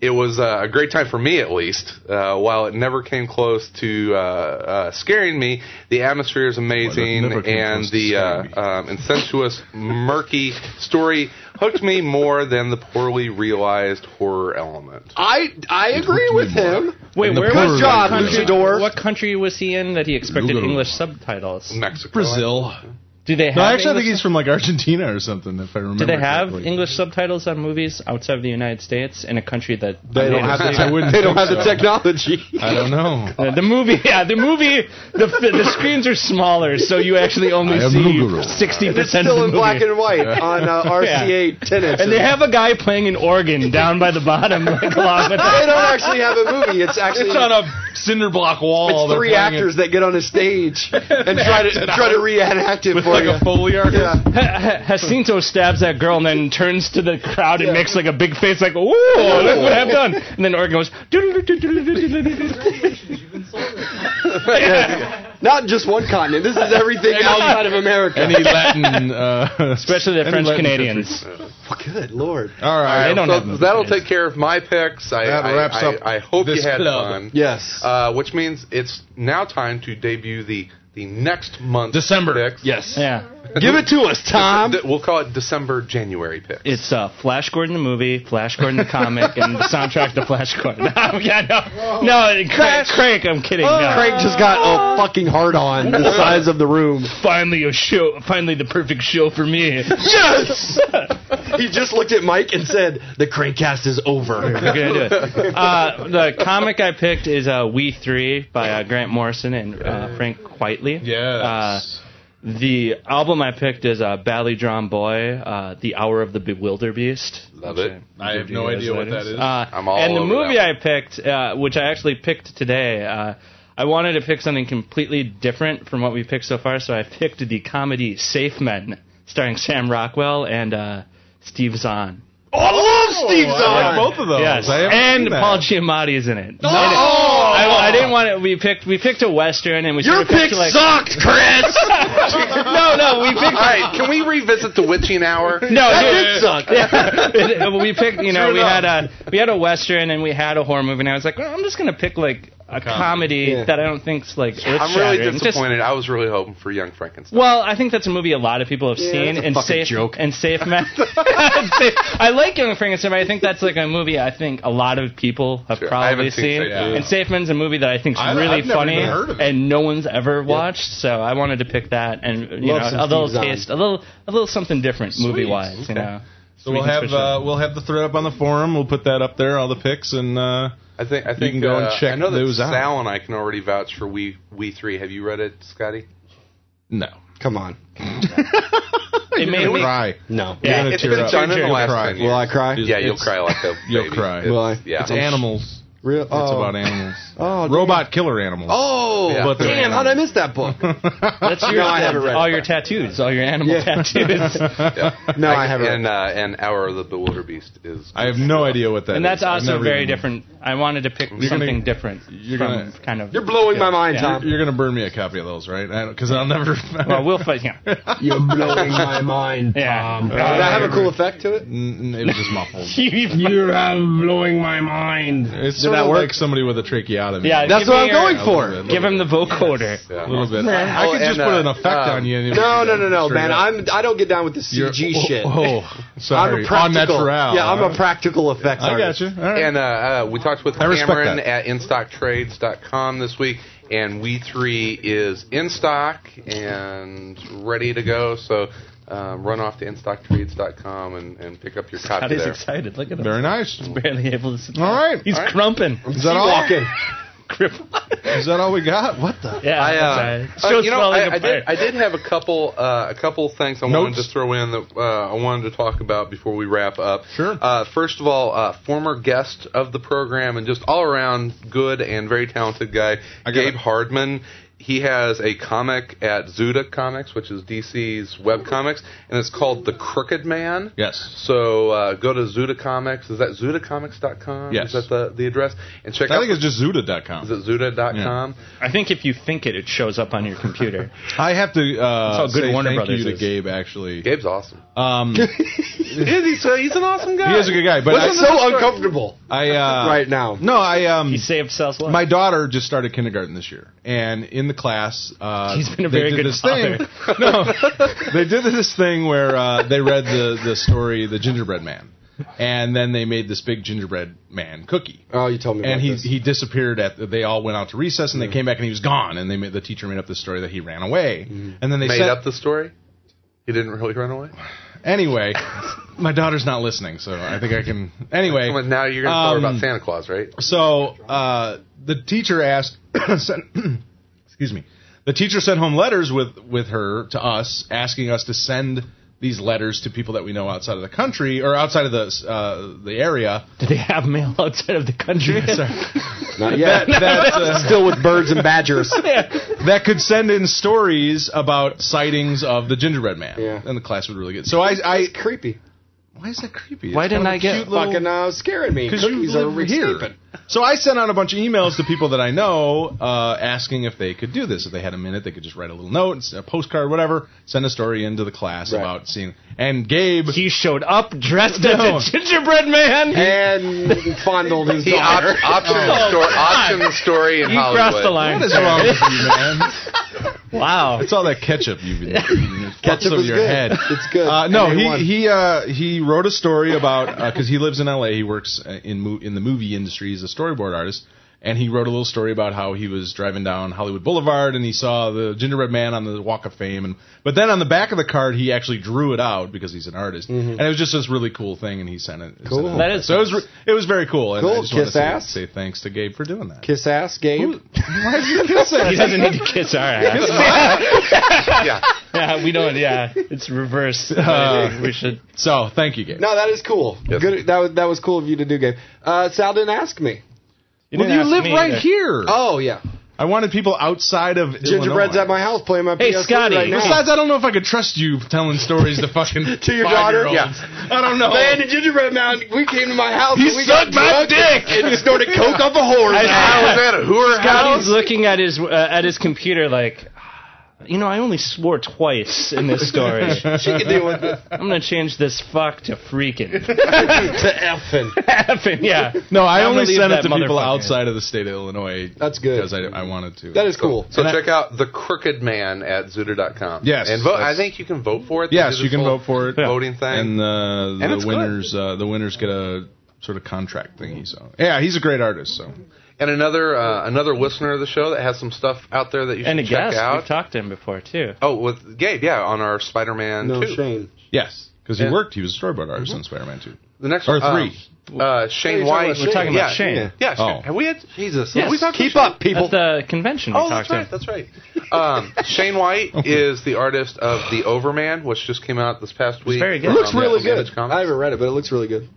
S2: It was uh, a great time for me, at least. Uh, while it never came close to uh, uh, scaring me, the atmosphere is amazing,
S1: Well, it never came
S2: and
S1: close to
S2: the
S1: scaring
S2: uh,
S1: me.
S2: um, and sensuous, murky story hooked me more than the poorly realized horror element.
S4: I I agree with him.
S3: Wait,
S1: And the
S3: where
S1: poor
S3: was
S1: Good
S4: job,
S3: country,
S4: luchador.
S3: What country was he in that he expected
S1: Lugar.
S3: English subtitles?
S2: Mexico,
S1: Brazil.
S3: Do they have?
S1: No, actually, I
S3: English,
S1: think he's from like Argentina or something. If I remember.
S3: do they have
S1: correctly.
S3: English subtitles on movies outside of the United States in a country that
S4: They don't have the
S1: I wouldn't
S4: they don't
S1: think
S4: have the
S1: so.
S4: technology.
S1: I don't know.
S3: Uh, the movie, yeah, the movie, the fi- the screens are smaller, so you actually only
S1: I am Lugar.
S3: see sixty
S4: It's
S3: percent of the
S4: still in
S3: movie.
S4: black and white on uh, RCA tennis.
S3: And they have a guy playing an organ down by the bottom, like along with
S4: They
S3: the,
S4: don't actually have a movie. It's actually
S1: It's on a cinder block wall.
S4: It's
S1: They're
S4: three
S1: playing it
S4: actors that get on a stage and try to try to reenact it
S1: with
S4: for
S1: like
S4: you.
S1: a E foley artist.
S4: yeah.
S3: Jacinto stabs that girl and then turns to the crowd and makes like a big face, like "Ooh, look what I've done!" And then Oregon goes.
S4: Not just one continent. This is everything outside of America.
S1: Any Latin, uh,
S3: Especially the
S1: any
S3: French
S1: Latin
S3: Canadians.
S1: countries.
S4: Oh, good lord.
S1: All right,
S3: They don't
S2: So
S3: have those
S2: that'll
S3: guys.
S2: take care of my picks. I,
S1: That
S2: I-
S1: wraps
S2: I-
S1: up
S2: I hope you
S1: this
S2: had
S1: club.
S2: fun.
S4: Yes.
S2: Uh, which means it's now time to debut the, the the next month.
S10: December.
S2: Picks.
S10: Yes.
S3: Yeah. Um,
S4: Give it to us, Tom.
S2: Th- We'll call it December January picks.
S3: It's uh, Flash Gordon the movie, Flash Gordon the comic, and the soundtrack to Flash Gordon. Oh, yeah, no, Oh. no, Crank, Crank, I'm kidding. no.
S4: Craig just got a fucking hard on the size of the room.
S3: finally a show, finally the perfect show for me.
S4: Yes! he just looked at Mike and said, The Crankcast is over.
S3: We're gonna do it. Uh, the comic I picked is uh, We Three by uh, Grant Morrison and uh, Frank Whiteley. Uh,
S1: Yes.
S3: the album I picked is uh, Ballydron Boy, uh, The Hour of the Bewilder Beast.
S2: Love it.
S1: I have no idea what that is.
S3: Uh,
S2: I'm all
S3: and the
S2: over
S3: movie
S2: that
S3: I picked, uh, which I actually picked today, uh, I wanted to pick something completely different from what we picked so far, so I picked the comedy Safe Men, starring Sam Rockwell and uh, Steve Zahn.
S1: Steve's on both of those.
S3: Yes,
S1: I haven't
S3: and
S1: seen that.
S3: Paul Giamatti is in it. Oh! I, I didn't want it. We picked we picked a western, and we
S4: Oh. Your
S3: sort of picked
S4: pick
S3: like
S4: sucked, Chris!
S3: no no we picked
S2: All right, can we revisit the witching hour?
S3: no
S4: That
S3: dude.
S4: did suck.
S3: Yeah. we picked you know
S2: True
S3: we
S2: enough.
S3: had a we had a western and we had a horror movie, and I was like well, I'm just gonna pick like a comedy
S4: Yeah.
S3: that I don't think's like
S2: I'm really
S3: earth-shattering. Just-
S2: disappointed. I was really hoping for Young Frankenstein.
S3: well, I think that's a movie a lot of people have seen,
S4: that's a
S3: and
S4: fucking
S3: safe
S4: joke.
S3: and safe men. I like Young Frankenstein, but I think that's like a movie I think a lot of people have
S2: Sure. I
S3: probably
S2: haven't seen
S3: seen.
S2: Safe Men.
S3: And Safe Men's a movie that I think is
S1: I- I've
S3: really
S1: never
S3: funny,
S1: even heard of it.
S3: and no one's ever watched. So I wanted to pick that, and you
S4: Love some
S3: know, a little
S4: Steve Zahn.
S3: taste, a little, a little something different movie-wise. You
S2: Okay.
S3: know.
S1: So we'll
S3: We can
S1: have
S3: switch it
S1: uh,
S3: up.
S1: we'll have the thread up on the forum. We'll put that up there, all the picks, and uh,
S2: I think I think
S1: can go and
S2: uh,
S1: check
S2: I know that
S1: those out.
S2: Sal and I can already vouch for we we three. Have you read it, Scotty?
S1: no,
S4: Come on.
S3: it made me
S1: cry.
S4: No.
S1: You're
S3: Yeah,
S1: gonna
S2: it's
S1: tear
S2: been
S1: up.
S2: done in the
S1: You'll
S2: last
S1: cry.
S2: 10 years.
S4: Will I cry?
S2: Yeah, you'll
S1: It's-
S2: cry like a
S1: You'll
S2: baby.
S1: cry.
S2: It's-
S4: Will I?
S2: Yeah.
S1: It's animals.
S4: Real,
S1: It's
S4: oh.
S1: about animals.
S4: Oh, damn.
S1: Robot killer animals.
S4: Oh,
S2: Yeah.
S1: But they're
S4: damn, how'd I miss that book?
S3: Oh. That's your
S4: No, I haven't read
S3: all
S4: it.
S3: your tattoos, all your animal
S4: Yeah.
S3: tattoos,
S2: Yeah.
S4: No, I haven't.
S2: And uh, and Hour of the Bewilder Beast is.
S1: I have no idea what that is.
S3: and that's
S1: I've
S3: also
S1: never
S3: very
S1: even-
S3: different. I wanted to pick
S1: gonna-
S3: something different.
S1: you're
S3: from
S1: gonna-
S3: kind of
S4: You're blowing my mind,
S3: Yeah.
S4: Tom.
S1: You're gonna burn me a copy of those, right? Because I'll never.
S3: Well, we'll fight. Yeah.
S4: You're blowing my mind,
S3: Yeah.
S4: Does that have a cool effect to it?
S1: N- n- it was just muffled.
S3: You're blowing my mind.
S1: It's sort
S4: that
S1: of
S4: work?
S1: like somebody with a tracheotomy.
S3: Yeah,
S4: That's
S3: give
S4: what
S3: me
S4: I'm
S3: your-
S4: going for.
S1: A little bit,
S3: Give him the vocoder.
S1: A
S2: Yeah.
S1: little bit. I, I
S2: Oh,
S1: could just
S2: and,
S1: put
S2: uh,
S1: an effect
S2: um,
S1: on you. And
S4: No, no, no, no, man. I'm I don't get down with the
S1: You're-
S4: CG
S1: oh,
S4: shit.
S1: Oh, sorry.
S4: I'm a
S1: On
S4: practical.
S1: natural.
S4: Yeah, I'm a practical effects
S1: I got
S4: artist.
S1: you. All right.
S2: And uh, uh, we talked with
S1: I respect
S2: Cameron
S1: that.
S2: at InStockTrades.com this week, and We Three is in stock and ready to go. So uh, run off to InStockTrades.com and, and pick up your copy
S3: He's
S2: there.
S3: excited. Look at him.
S1: Very nice.
S3: Barely able to.
S1: All right.
S3: He's
S1: All right.
S3: crumping.
S1: Is that all?
S4: Walking.
S1: Is that all we got? What the?
S3: Yeah.
S2: I, uh,
S3: that's
S2: uh,
S3: all right. Show's
S2: you know,
S3: falling
S2: I, I did,
S3: apart.
S2: I did have a couple, uh, a couple things I wanted
S1: Notes?
S2: to throw in that uh, I wanted to talk about before we wrap up.
S1: Sure.
S2: Uh, first of all, uh, former guest of the program and just all around good and very talented guy,
S1: I got
S2: Gabe
S1: it.
S2: Hardman. He has a comic at Zuda Comics, which is DC's web comics, and it's called The Crooked Man.
S1: Yes.
S2: So uh, go to Zuda Comics. Is that ZudaComics.com?
S1: Yes.
S2: Is that the, the address? And check
S1: I
S2: out.
S1: think it's just
S2: is
S1: Zuda.com.
S2: it Zuda.com?
S3: I think if you think it, it shows up on your computer.
S1: I have to uh,
S3: That's how good
S1: say
S3: Warner
S1: thank
S3: Brothers
S1: you to
S3: is.
S1: Gabe. Actually,
S2: Gabe's awesome.
S1: um, he
S2: Dude, he's, uh, he's an awesome guy.
S1: is a good guy, but
S4: But
S1: I,
S4: it's so uncomfortable
S1: I uh,
S4: right now.
S1: No, I um,
S3: He saved Sal's life.
S1: my daughter just started kindergarten this year, and in the class, uh,
S3: He's been a
S1: they
S3: very
S1: did
S3: good
S1: this
S3: father.
S1: thing. No, they did this thing where uh, they read the the story, the Gingerbread Man, and then they made this big Gingerbread Man cookie.
S4: Oh, you told me.
S1: And
S4: about
S1: he
S4: this.
S1: he disappeared at. They all went out to recess, and they came back, and he was gone. And they made the teacher made up this story that he ran away, and then they
S2: made
S1: said,
S2: up the story. He didn't really run away.
S1: anyway. My daughter's not listening, so I think I can. Anyway,
S2: But now you're going to tell her
S1: um,
S2: about Santa Claus, right?
S1: So uh, the teacher asked, sent, excuse me, the teacher sent home letters with with her to us, asking us to send these letters to people that we know outside of the country or outside of the uh, the area.
S3: Do they have mail outside of the country?
S1: Sorry.
S4: Not yet.
S1: That, uh,
S4: Still with birds and badgers.
S1: that could send in stories about sightings of the gingerbread man,
S4: Yeah.
S1: and the class would really get. So I, I
S4: It's creepy.
S1: why is that creepy?
S3: Why
S1: It's
S3: didn't
S1: kind of
S3: I
S1: a
S3: get
S1: cute little-
S4: Fucking uh, scaring me.
S1: Because you
S4: Cookies are
S1: live here.
S4: escaping.
S1: So I sent out a bunch of emails to people that I know, uh, asking if they could do this. If they had a minute, they could just write a little note, a postcard, whatever. Send a story into the class
S4: Right.
S1: about seeing. And Gabe,
S3: He showed up dressed
S1: No.
S3: as a gingerbread man.
S4: And fondled his
S2: He op-
S4: daughter.
S2: optioned, the story, optioned the story in
S3: you
S2: Hollywood.
S3: crossed the line.
S1: what is wrong with you, man?
S7: Wow.
S1: It's all that ketchup you've been ketchup
S4: Ketchup
S1: over
S4: is
S1: your
S4: good.
S1: head.
S4: It's good.
S1: Uh, no,
S4: And they won.
S1: he he uh, he wrote a story about because he lives in L.A. He works uh, in mo- in the movie industry. He's a storyboard artist, and he wrote a little story about how he was driving down Hollywood Boulevard and he saw the gingerbread man on the Walk of Fame. And but then on the back of the card, he actually drew it out because he's an artist, and it was just this really cool thing. And he sent it.
S4: Mm-hmm. Cool.
S1: sent it
S7: That is
S1: so. It was re- it was very cool. And I
S4: Cool.
S1: just wanna
S4: Kiss
S1: say,
S4: ass.
S1: Say thanks to Gabe for doing that.
S4: Kiss ass, Gabe.
S7: He doesn't need to kiss our ass.
S2: yeah.
S7: yeah, we don't. Yeah, it's reverse.
S1: Uh,
S7: we should.
S1: So thank you, Gabe.
S4: No, that is cool.
S2: Yes.
S4: Good. That was that was cool of you to do, Gabe. Uh, Sal didn't ask me.
S1: well,
S7: didn't
S1: you
S7: ask
S1: live
S7: me
S1: right
S7: either.
S1: here.
S4: Oh yeah,
S1: I wanted people outside of
S4: gingerbread's
S1: Illinois.
S4: at my house playing my.
S7: Hey,
S4: PS3
S7: Scotty.
S4: Right now.
S1: Besides, I don't know if I could trust you telling stories to fucking
S4: To your daughter?
S1: five-year-olds. I don't know.
S4: Man, the gingerbread mountain. We came to my house.
S1: He
S4: and we got
S1: sucked my
S4: drunk
S1: dick.
S4: and snorted coke up a whore.
S2: How was that a hooer house?
S7: Scotty's looking at his uh, at his computer like, you know, I only swore twice in this story.
S4: She can deal with it.
S7: I'm gonna change this fuck to freaking.
S4: to effing.
S7: Effing, yeah.
S1: no, I
S7: I'm
S1: only
S7: gonna leave
S1: sent it
S7: that
S1: to people
S7: motherfucker.
S1: outside of the state of Illinois.
S4: That's good.
S1: because I, I wanted to.
S4: That is cool.
S2: So
S7: And I-
S2: check out the Crooked Man at Zuda.com.
S1: Yes,
S2: and vote. I
S1: that's-
S2: think you can vote for it. They
S1: yes,
S2: do
S1: you
S2: this
S1: can
S2: whole
S1: vote for it.
S2: Voting
S1: and
S2: thing.
S1: uh, the
S2: it's good.
S1: winners, uh, the winners get a sort of contract thingy. So yeah, he's a great artist. So
S2: And another uh, another listener of the show that has some stuff out there that you should
S7: And a
S2: check
S7: guest. We've
S2: out.
S7: talked to him before too.
S2: oh, with Gabe, yeah, on our Spider-Man
S4: No
S2: two.
S4: shame.
S1: yes, because he
S2: Yeah.
S1: worked, he was a storyboard artist on Spider-Man 2.
S2: The next
S1: Or
S2: um,
S1: three.
S2: uh, Shane White.
S7: We're talking about
S2: yeah,
S7: Shane.
S2: Yeah, Shane.
S1: Oh.
S2: Have we had Jesus?
S7: Yes.
S2: have we talked
S4: Keep
S2: about Shane?
S4: up, people.
S7: At the convention, we
S2: Oh,
S7: talked
S2: that's
S7: to
S2: right.
S7: him.
S2: That's right. Um, Shane White is the artist of the Overman, which just came out this past week.
S7: very good.
S4: It
S2: from,
S4: looks
S2: uh,
S4: really
S2: Image
S4: good.
S2: Comics.
S4: I haven't read it, but it looks really good.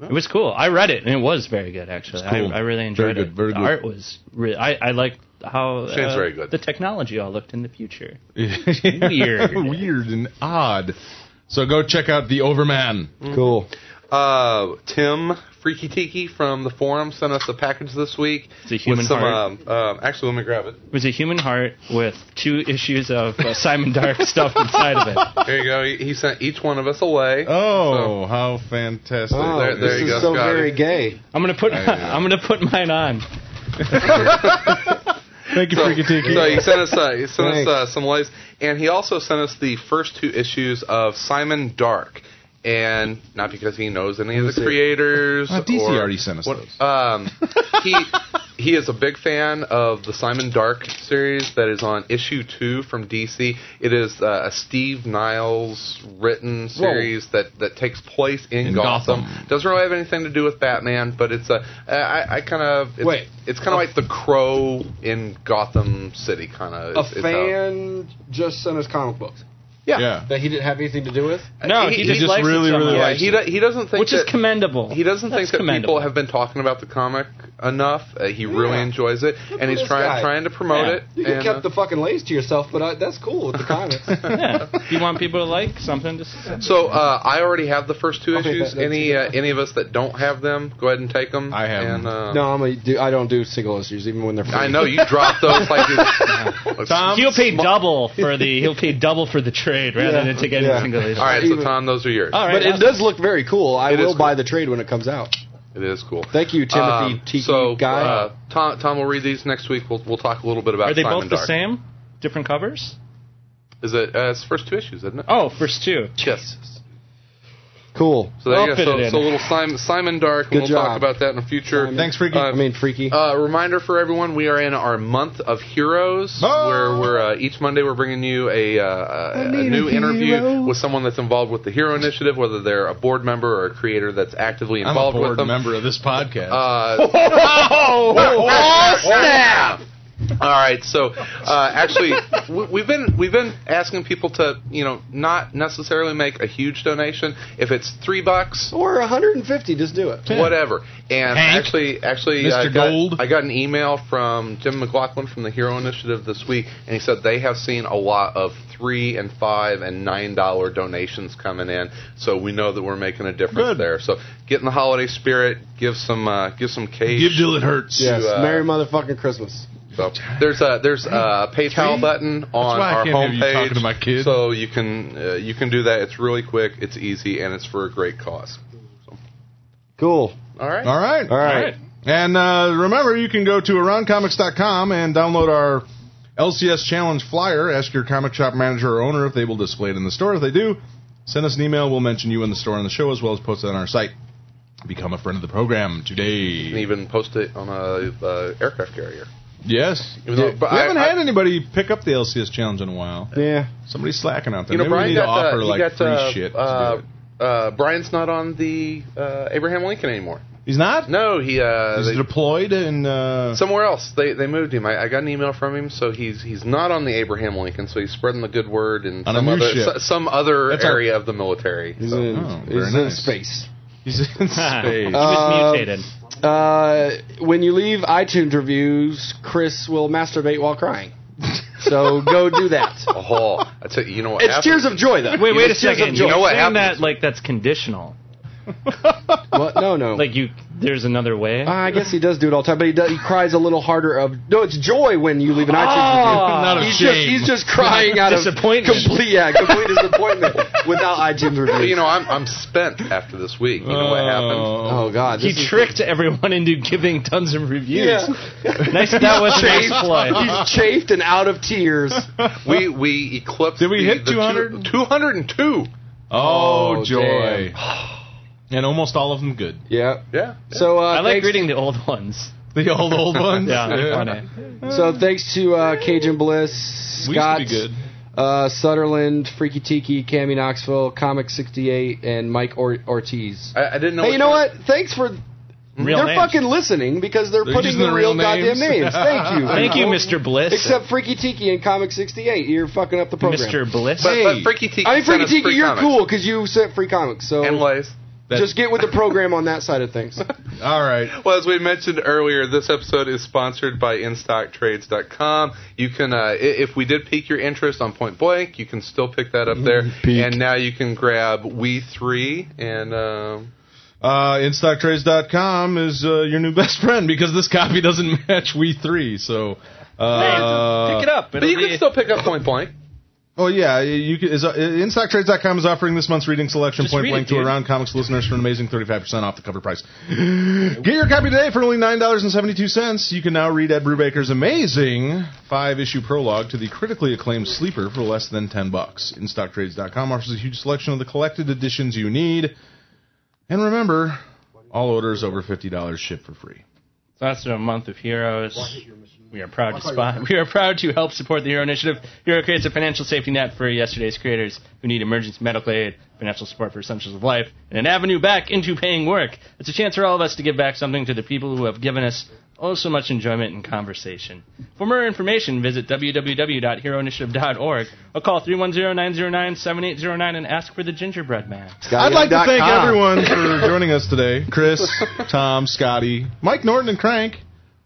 S7: It was cool. I read it and it was very good actually.
S1: It's cool.
S7: I, I really enjoyed
S1: Very
S7: it.
S1: good, very
S7: the
S1: good.
S7: art was really. I, I liked how uh,
S2: Shane's very good.
S7: the technology all looked in the future.
S1: Weird, weird and odd. So go check out the Overman.
S4: Cool.
S2: Uh, Tim Freaky Tiki from the forum sent us a package this week.
S7: It's a human
S2: with some,
S7: heart.
S2: Um, um, actually, let me grab it.
S7: It was a human heart with two issues of uh, Simon Dark stuff inside of it.
S2: There you go. He, he sent each one of us a lay.
S1: Oh, how fantastic!
S4: Oh,
S2: there- there
S4: this
S2: you
S4: is
S2: go,
S4: so
S2: Scotty.
S4: very gay.
S7: I'm gonna put I'm gonna put mine on.
S1: Thank you,
S2: So,
S1: Freaky Tiki.
S2: so he sent us, uh, he sent us
S4: Thanks.
S2: uh, some lays, and he also sent us the first two issues of Simon Dark. And not because he knows any of the creators.
S1: Oh, DC
S2: or-
S1: already sent us those.
S2: Um, he he is a big fan of the Simon Dark series that is on issue two from DC. It is uh, a Steve Niles written series that, that takes place in,
S1: In
S2: Gotham.
S1: Gotham.
S2: Doesn't really have anything to do with Batman, but it's a I, I kind of it's,
S4: Wait.
S2: It's kind of like the Crow in Gotham City, kind of.
S4: A fan just sent us comic books
S2: yeah.
S1: yeah.
S4: that he didn't have anything to do with.
S7: No,
S2: He-
S7: he,
S2: he
S7: just,
S2: just
S7: likes
S1: really,
S7: it so
S1: really
S7: much.
S2: Yeah,
S1: likes
S2: he, do, he doesn't think
S7: which is
S2: that-
S7: commendable.
S2: He doesn't
S7: That's
S2: think that
S7: commendable.
S2: people have been talking about the comic enough. Uh, he really
S4: Yeah.
S2: enjoys it,
S4: Look at
S2: and he's
S4: this
S2: trying
S4: guy.
S2: trying to promote
S7: Yeah.
S2: it.
S4: You
S2: and,
S4: kept
S2: uh,
S4: the fucking lace to yourself, but I, that's cool with the comics.
S7: Yeah. you want people to like something? Just
S2: So uh, I already have the first two
S4: Okay,
S2: issues.
S4: that- that's
S2: any uh, any of us that don't have them, go ahead and take them.
S1: I have
S2: And,
S1: them.
S2: uh,
S4: no, I'm a, do, I don't do single issues, even when they're free.
S2: I know you dropped those like you.
S1: Tom?
S7: he'll pay double for the he'll pay double for the trade rather
S4: Yeah.
S7: than take any
S4: Yeah.
S7: single issue.
S2: All right, so Tom, those are yours.
S7: All right,
S4: But it
S7: awesome.
S4: does look very cool. I
S2: It is
S4: will buy
S2: cool.
S4: the trade when it comes out.
S2: It is cool.
S4: Thank you, Timothy
S2: Um,
S4: Tiki
S2: so,
S4: guy.
S2: Uh, Tom, Tom will read these next week. We'll, we'll talk a little bit about.
S7: Are they
S2: Simon
S7: both the
S2: Dark.
S7: same? Different covers?
S2: Is it? Uh, it's the first two issues, isn't it?
S7: Oh, first two.
S2: yes.
S4: cool.
S2: So there
S7: I'll
S2: you go.
S7: fit
S2: So,
S7: it in.
S2: so little Simon, Simon Dark, and
S4: Good
S2: we'll talk
S4: job.
S2: about that in the future.
S1: Thanks, Freaky.
S2: Uh,
S4: I mean, freaky.
S2: Uh, reminder for everyone: we are in our month of heroes,
S1: Oh.
S2: where we're uh, each Monday we're bringing you a, uh, a, a new interview with someone that's involved with the Hero Initiative, whether they're a board member or a creator that's actively
S1: I'm a
S2: involved with
S1: board
S2: them.
S1: member of this podcast.
S2: Uh,
S1: oh,
S2: snap! All right, so uh, actually, we- we've been we've been asking people to you know not necessarily make a huge donation. If it's three bucks,
S4: or 150, just do it.
S2: whatever. And
S1: Hank?
S2: actually, actually,
S1: Mr.
S2: I got,
S1: Gold?
S2: I got an email from Jim McLaughlin from the Hero Initiative this week, and he said they have seen a lot of three and five and nine dollar donations coming in. So we know that we're making a difference
S1: Good.
S2: there. So get in the holiday spirit. Give some uh, give some cash.
S1: Give till it hurts.
S4: Yes.
S2: uh,
S4: Merry motherfucking Christmas.
S2: So there's a there's a PayPal button on
S1: why I
S2: our
S1: can't have
S2: homepage.
S1: you talking to my kid.
S2: So you can uh, you can do that. It's really quick. It's easy, and it's for a great cause.
S4: Cool.
S2: All right.
S1: All right.
S4: All right.
S1: And uh, remember, you can go to aroundcomics.com and download our LCS Challenge flyer. Ask your comic shop manager or owner if they will display it in the store. If they do, send us an email. We'll mention you in the store on the show as well as post it on our site. Become a friend of the program
S2: And
S1: today.
S2: even post it on a uh, aircraft carrier.
S1: Yes.
S2: Even though-
S1: we
S2: but I-
S1: haven't
S2: I-
S1: had anybody pick up the LCS Challenge in a while.
S4: Yeah.
S1: Somebody's slacking out there.
S2: You know,
S1: Maybe
S2: Brian
S1: we need
S2: got,
S1: to offer
S2: uh, he
S1: like
S2: got
S1: free
S2: uh,
S1: shit. to
S2: uh,
S1: do it.
S2: uh, Brian's not on the uh, Abraham Lincoln anymore.
S1: He's not.
S2: No, he uh,
S1: He's
S2: they-
S1: deployed and uh,
S2: somewhere else. They they moved him. I, I got an email from him, so he's he's not on the Abraham Lincoln. So he's spreading the good word in
S1: On a
S2: some
S1: new
S2: other
S1: ship.
S2: so- some other
S1: That's our-
S2: area of the military.
S4: He's
S2: So.
S4: in,
S1: Oh, very
S4: he's in
S1: nice.
S4: space.
S1: he's
S2: Oh,
S1: in space.
S3: He
S4: Uh,
S3: was mutated.
S4: Uh, when you leave iTunes reviews, Chris will masturbate while crying. So go do that.
S2: Oh, that's it. You know what?
S4: It's
S2: happened?
S4: Tears of Joy, though.
S3: Wait, wait a
S2: It's just a
S3: second.
S2: joke. You know
S3: You're
S2: what
S3: saying
S2: happens-
S3: that like that's conditional.
S4: What? No, no.
S3: Like you, there's another way.
S4: Uh, I guess he does do it all the time, but he does, he cries a little harder. Of no, it's joy when you leave an iTunes review.
S1: Not of
S4: he's
S1: shame.
S4: just he's just crying out
S3: Disappointment.
S4: of complete yeah complete disappointment without iTunes
S2: Well,
S4: reviews.
S2: you know, I'm I'm spent after this week. You know what happened?
S4: oh God,
S3: he
S4: this is-
S3: tricked everyone into giving tons of reviews.
S4: Yeah.
S3: Nice, that was a nice play.
S4: He's chafed and out of tears.
S2: We we eclipsed.
S1: Did we
S2: the,
S1: hit
S2: the
S1: 200?
S2: Two hundred and two.
S1: Oh,
S4: Oh,
S1: joy. And almost all of them good.
S4: Yeah.
S2: Yeah.
S4: So uh,
S3: I like
S4: thanks,
S3: reading the old ones.
S1: The old old ones.
S3: Yeah, they're funny.
S4: So thanks to uh, Cajun Bliss,
S1: We used to
S4: Scott,
S1: be good.
S4: Uh, Sutherland, Freaky Tiki, Cammy Knoxville, Comic 68, and Mike or- Ortiz.
S2: I, I didn't know.
S4: Hey,
S2: which
S4: you know
S2: one-
S4: what? Thanks for
S3: Real
S4: they're
S3: names.
S4: fucking listening because they're,
S1: They're
S4: putting
S1: using
S4: the
S1: the
S4: real
S1: real
S4: goddamn names.
S1: names.
S4: Thank you.
S3: Thank you,
S4: people.
S3: Mr. Bliss.
S4: Except Freaky Tiki and Comic 68, you're fucking up the program.
S3: Mr. Bliss.
S2: But,
S1: Hey.
S2: but Freaky Tiki.
S4: I mean,
S2: sent
S4: Freaky
S2: us
S4: Tiki,
S2: free
S4: you're
S2: comics.
S4: cool because you sent free comics. So
S2: And lays.
S1: That-
S4: just get with the program on that side of things.
S1: all right.
S2: Well, as we mentioned earlier, this episode is sponsored by InStockTrades.com. You can, uh, i- if we did pique your interest on Point Blank, you can still pick that up there.
S1: Pique.
S2: And now you can grab We Three and um,
S1: Uh, InStockTrades.com is uh, your new best friend because this copy doesn't match We Three. So, uh,
S3: Pick it up.
S2: but you can still pick up Point Blank.
S1: Oh yeah, you can, is uh, InStockTrades.com is offering this month's reading selection
S3: Just
S1: point
S3: read
S1: blank
S3: it,
S1: to
S3: dude.
S1: around comics listeners for an amazing 35% off the cover price. Get your copy today for only $9.72. You can now read Ed Brubaker's amazing 5-issue prologue to the critically acclaimed Sleeper for less than 10 bucks. InStockTrades.com offers a huge selection of the collected editions you need. And remember, all orders over $50 ship for free.
S3: So that's a month of heroes. We are proud to spot. We are proud to help support the Hero Initiative. Hero creates a financial safety net for yesterday's creators who need emergency medical aid, financial support for essentials of life, and an avenue back into paying work. It's a chance for all of us to give back something to the people who have given us oh so much enjoyment and conversation. For more information, visit www.heroinitiative.org or call 310-909-7809 and ask for the Gingerbread Man.
S1: I'd like to thank
S4: Skyam.com.
S1: everyone for joining us today. Chris, Tom, Scotty, Mike Norton, and Crank.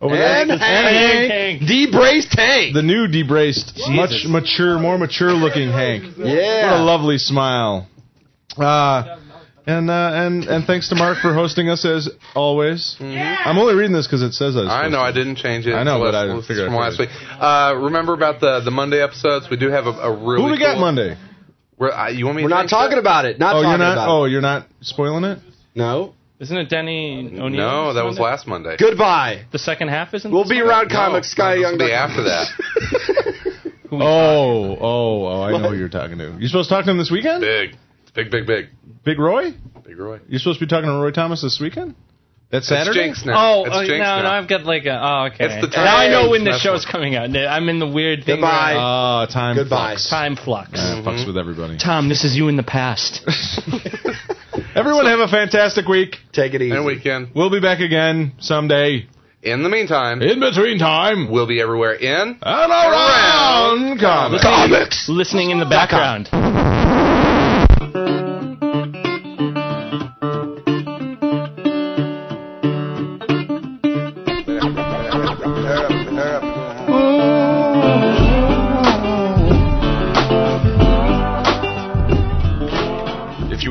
S1: Over
S4: And Hank.
S3: Hank.
S4: Debrace Tank.
S1: The new debraced, much mature, more mature looking Hank. What a
S4: Yeah.
S1: lovely smile. Uh, and uh, and and thanks to Mark for hosting us as always.
S4: Mm-hmm.
S1: I'm only reading this because it says I. was
S2: I know I
S1: supposed to.
S2: didn't change it.
S1: I know,
S2: It's
S1: but I
S2: less-
S1: figured
S2: from
S1: I
S2: last
S1: could.
S2: week. Uh, remember about the the Monday episodes? We do have a, a really.
S1: Who do we got
S2: cool-
S1: Monday?
S2: We're, uh, you want me?
S4: We're
S2: to
S4: not
S2: change
S4: talking
S2: that?
S4: about it. Not
S1: Oh,
S4: talking
S1: you're not.
S4: about
S1: Oh,
S4: it.
S1: you're not spoiling it.
S4: No.
S3: Isn't it Denny O'Neill?
S2: No, that was
S3: Sunday?
S2: last Monday.
S4: Goodbye.
S3: The second half isn't
S4: We'll
S3: this
S4: be
S3: one?
S4: around
S2: No,
S4: comics. Sky
S2: this
S4: Young.
S2: will be after that.
S1: Oh, oh, oh! I know who you're talking to. You're supposed to talk to him this weekend,
S2: Big, big, big, big,
S1: Big Roy.
S2: big Roy.
S1: You're supposed to be talking to Roy Thomas this weekend? That's
S2: It's
S1: Saturday?
S2: Jinx now.
S3: Oh,
S2: it's
S3: uh, no,
S2: Jinx now.
S3: no, I've got like a. Oh, okay.
S2: It's the time.
S3: now I know when the
S2: That's
S3: show's
S2: what-
S3: coming out. I'm in the weird thing.
S4: Goodbye.
S3: where, uh,
S1: Ah, time
S4: Goodbye.
S1: fucks.
S3: time flux.
S1: Yeah, fucks with everybody.
S3: Tom, this is you in the past.
S1: Everyone have a fantastic week.
S4: Take it easy.
S2: And weekend.
S1: We'll be back again someday.
S2: In the meantime,
S1: In between time
S2: we'll be everywhere in.
S1: and around comics.
S3: Comics. Listening in the background.
S5: Oh.
S1: If you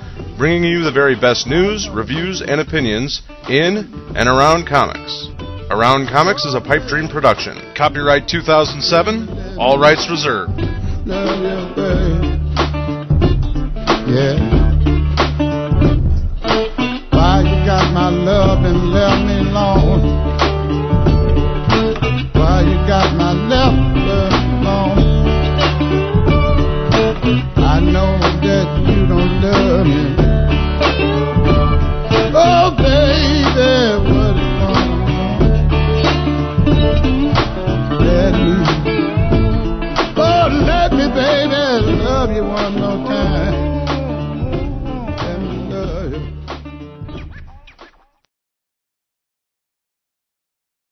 S1: bringing you the very best news, reviews, and opinions in and around comics. Around Comics is a Pipe Dream production. Copyright 2007, all rights reserved.
S11: Love you, babe. Yeah. Why you got my love and left me alone? Why you got my left love alone? I know that you don't love me. Oh, baby, what is wrong? Let me Oh, let me, baby, love you one more time.